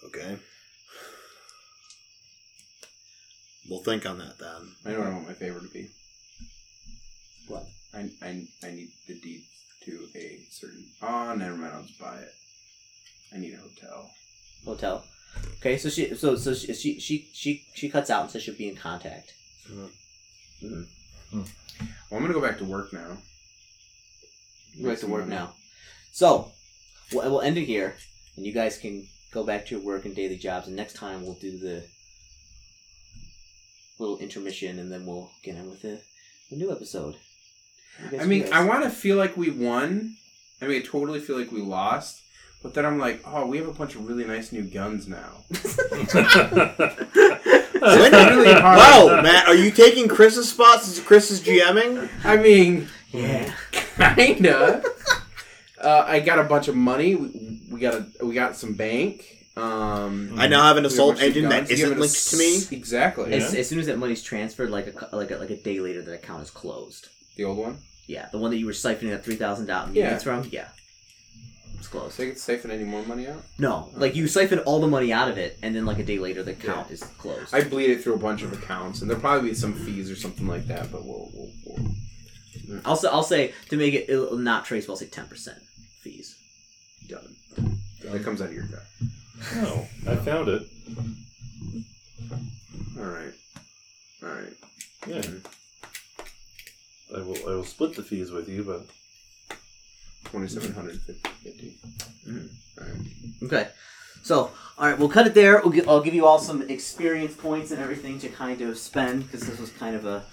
Okay. We'll think on that then. I know what I want my favor to be. What? I, I, I need the deed to a certain. Oh, never mind. I'll just buy it. I need a hotel. Hotel. Okay, so she, so so she, she, she, she, she cuts out and says she'll be in contact. Well, I'm gonna go back to work now. You like to Some work money. now. So, We'll, we'll end it here, and you guys can go back to your work and daily jobs. And next time we'll do the little intermission, and then we'll get in with a, a new episode. You guys- I mean, you guys- I want to feel like we won. I mean, I totally feel like we lost. But then I'm like, oh, we have a bunch of really nice new guns now. it's really hard. Wow, Wow, Matt, are you taking Chris's spot since Chris is GMing? I mean, Yeah. kinda. uh, I got a bunch of money. We, we got a we got some bank. Um, I now have an we have a assault bunch of engine that guns. You have isn't an linked to me. ass- Exactly. Yeah. As, as soon as that money's transferred, like a cou- like a, like a day later, that account is closed. The old one. Yeah, the one that you were siphoning that three thousand dollars Yeah. units from. Yeah, it's closed. So I could siphon any more money out. No, like you siphon all the money out of it, and then like a day later, the account is closed. I bleed it through a bunch of accounts, and there'll probably be some fees or something like that. But we'll, we'll, we'll I'll say, I'll say to make it it'll not traceable, I'll say ten percent fees. done. That comes out of your gut. No, I found it. All right. All right. Yeah. I will. I will split the fees with you, but Twenty-seven hundred fifty. All right. Okay, so all right, we'll cut it there. We'll gi- I'll give you all some experience points and everything to kind of spend because this was kind of a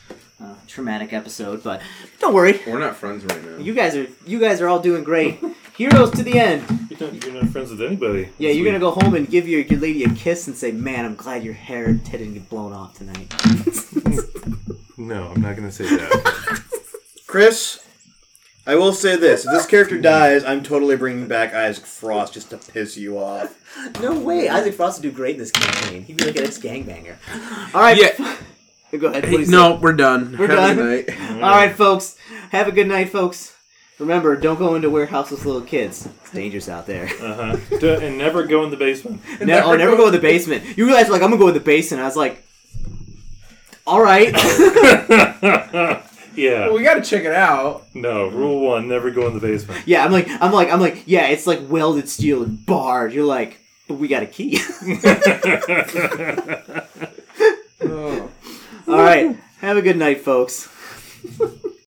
uh, traumatic episode, but don't worry. We're not friends right now. You guys are you guys are all doing great. Heroes to the end. you're not, you're not friends with anybody. Yeah, you're gonna go home and give your, your lady a kiss and say, "Man, I'm glad your hair and head didn't get blown off tonight." No, I'm not gonna say that. Chris, I will say this: if this character dies, I'm totally bringing back Isaac Frost just to piss you off. No way, Isaac Frost would do great in this campaign. He'd be like an ex gangbanger. All right, yeah. go ahead. Please. no, we're done. We're Have done. a good night. All right, folks. Have a good night, folks. Remember, don't go into warehouses with little kids. It's dangerous out there. Uh huh. D- and never go in the basement. Ne- oh, never go in the basement. You realize, like, I'm gonna go in the basement. I was like, all right. yeah. we gotta check it out. No. Rule one: never go in the basement. yeah, I'm like, I'm like, I'm like, yeah, it's like welded steel and barred. You're like, but we got a key. Oh. all right. Have a good night, folks.